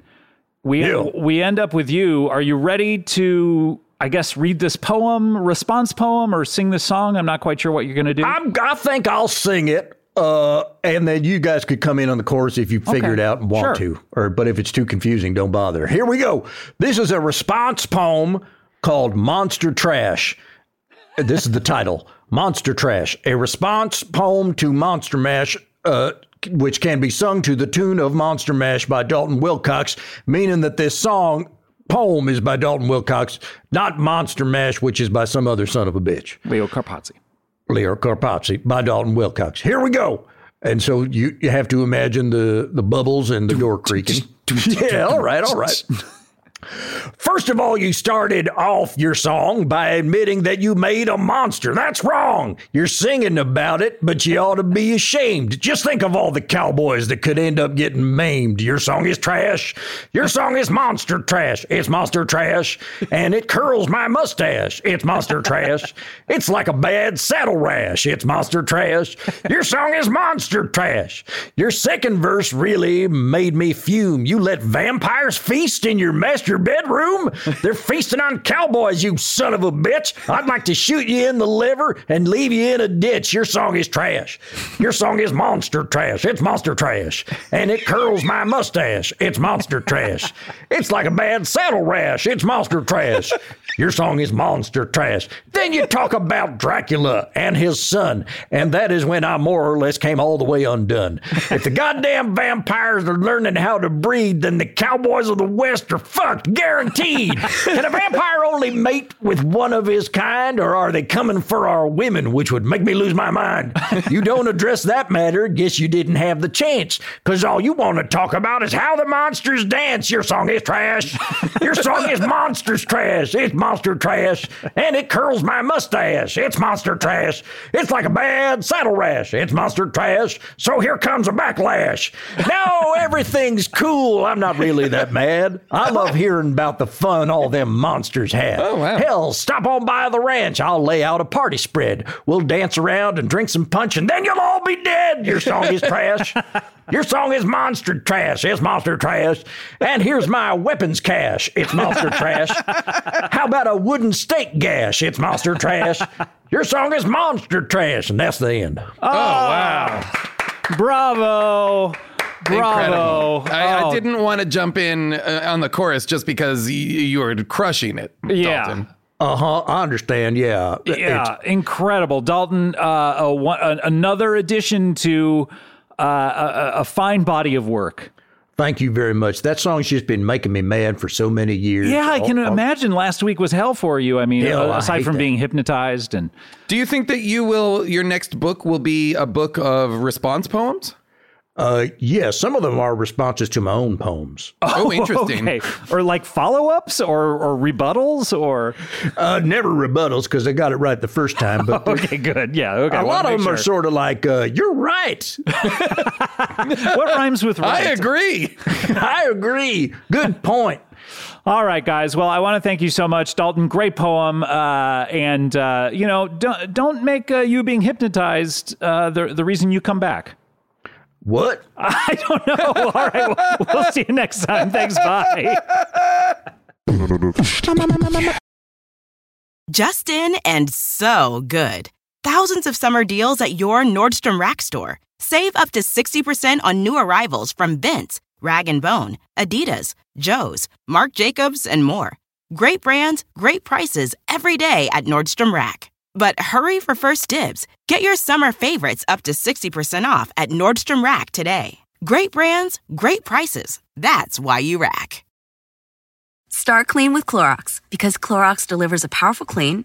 S6: we we end up with you. Are you ready to? I guess read this poem, response poem, or sing this song. I'm not quite sure what you're going to do.
S5: I'm, I think I'll sing it, uh, and then you guys could come in on the chorus if you figure
S6: Okay.
S5: it out and want
S6: Sure.
S5: to. Or, but if it's too confusing, don't bother. Here we go. This is a response poem called "Monster Trash." This is the title: "Monster Trash," a response poem to Monster Mash. Uh, which can be sung to the tune of Monster Mash by Dalton Wilcox, meaning that this song poem is by Dalton Wilcox, not Monster Mash, which is by some other son of a bitch.
S6: Leo Carpazzi.
S5: Leo Karpatsi by Dalton Wilcox. Here we go. And so you, you have to imagine the, the bubbles and the door creaking. Yeah, all right, all right. First of all, you started off your song by admitting that you made a monster. That's wrong. You're singing about it, but you ought to be ashamed. Just think of all the cowboys that could end up getting maimed. Your song is trash. Your song is monster trash. It's monster trash. And it curls my mustache. It's monster trash. It's like a bad saddle rash. It's monster trash. Your song is monster trash. Your second verse really made me fume. You let vampires feast in your master bedroom? They're feasting on cowboys, you son of a bitch. I'd like to shoot you in the liver and leave you in a ditch. Your song is trash. Your song is monster trash. It's monster trash. And it curls my mustache. It's monster trash. It's like a bad saddle rash. It's monster trash. Your song is monster trash. Then you talk about Dracula and his son. And that is when I more or less came all the way undone. If the goddamn vampires are learning how to breed, then the cowboys of the West are fucked, guaranteed. Can a vampire only mate with one of his kind, or are they coming for our women, which would make me lose my mind? You don't address that matter. Guess you didn't have the chance, because all you want to talk about is how the monsters dance. Your song is trash. Your song is monsters trash. It's monster trash, and it curls my mustache. It's monster trash. It's like a bad saddle rash. It's monster trash. So here comes a backlash. No, everything's cool. I'm not really that mad. I love hearing about the fun all them monsters have. Oh,
S3: wow.
S5: Hell, stop on by the ranch. I'll lay out a party spread. We'll dance around and drink some punch, and then you'll all be dead. Your song is trash. Your song is monster trash. It's monster trash. And here's my weapons cache. It's monster trash. How about a wooden steak gash? It's monster trash. Your song is
S6: Oh,
S5: Oh, monster trash. And that's the end.
S3: Oh, wow.
S6: Bravo. Bravo.
S3: Incredible. I,
S6: Oh.
S3: I didn't want to jump in uh, on the chorus just because y- you were crushing it,
S6: Yeah.
S3: Dalton.
S5: Uh huh. I understand. Yeah.
S6: Yeah, incredible, Dalton. Uh, a, one, an- another addition to uh, a- a, a fine body of work.
S5: Thank you very much. That song's just been making me mad for so many years.
S6: Yeah, I can
S5: Oh, oh,
S6: imagine last week was hell for you. I mean,
S5: Yeah, well, I
S6: aside
S5: hate
S6: from
S5: that.
S6: being hypnotized and
S3: Do you think that you will your next book will be a book of response poems?
S5: Uh, yeah, some of them are responses to my own poems.
S3: Oh, interesting.
S6: okay, or like follow ups or or rebuttals or
S5: Uh, never rebuttals because I got it right the first time. But
S6: okay, good, yeah, okay.
S5: a
S6: wanna
S5: lot of
S6: make
S5: them are
S6: sure.
S5: sort of like, uh, "You're right.
S6: What rhymes with
S3: I
S6: right?
S3: agree.
S5: I agree. Good point."
S6: All right, guys. Well, I want to thank you so much, Dalton. Great poem, uh, and uh, you know, don't don't make uh, you being hypnotized uh, the the reason you come back.
S5: What?
S6: I don't know. All right, we'll, we'll see you next time. Thanks. Bye.
S1: Just in and so good. Thousands of summer deals at your Nordstrom Rack store. Save up to 60% on new arrivals from Vince, Rag & Bone, Adidas, Joe's, Marc Jacobs, and more. Great brands, great prices every day at Nordstrom Rack. But hurry for first dibs. Get your summer favorites up to 60% off at Nordstrom Rack today. Great brands, great prices. That's why you rack.
S12: Start clean with Clorox because Clorox delivers a powerful clean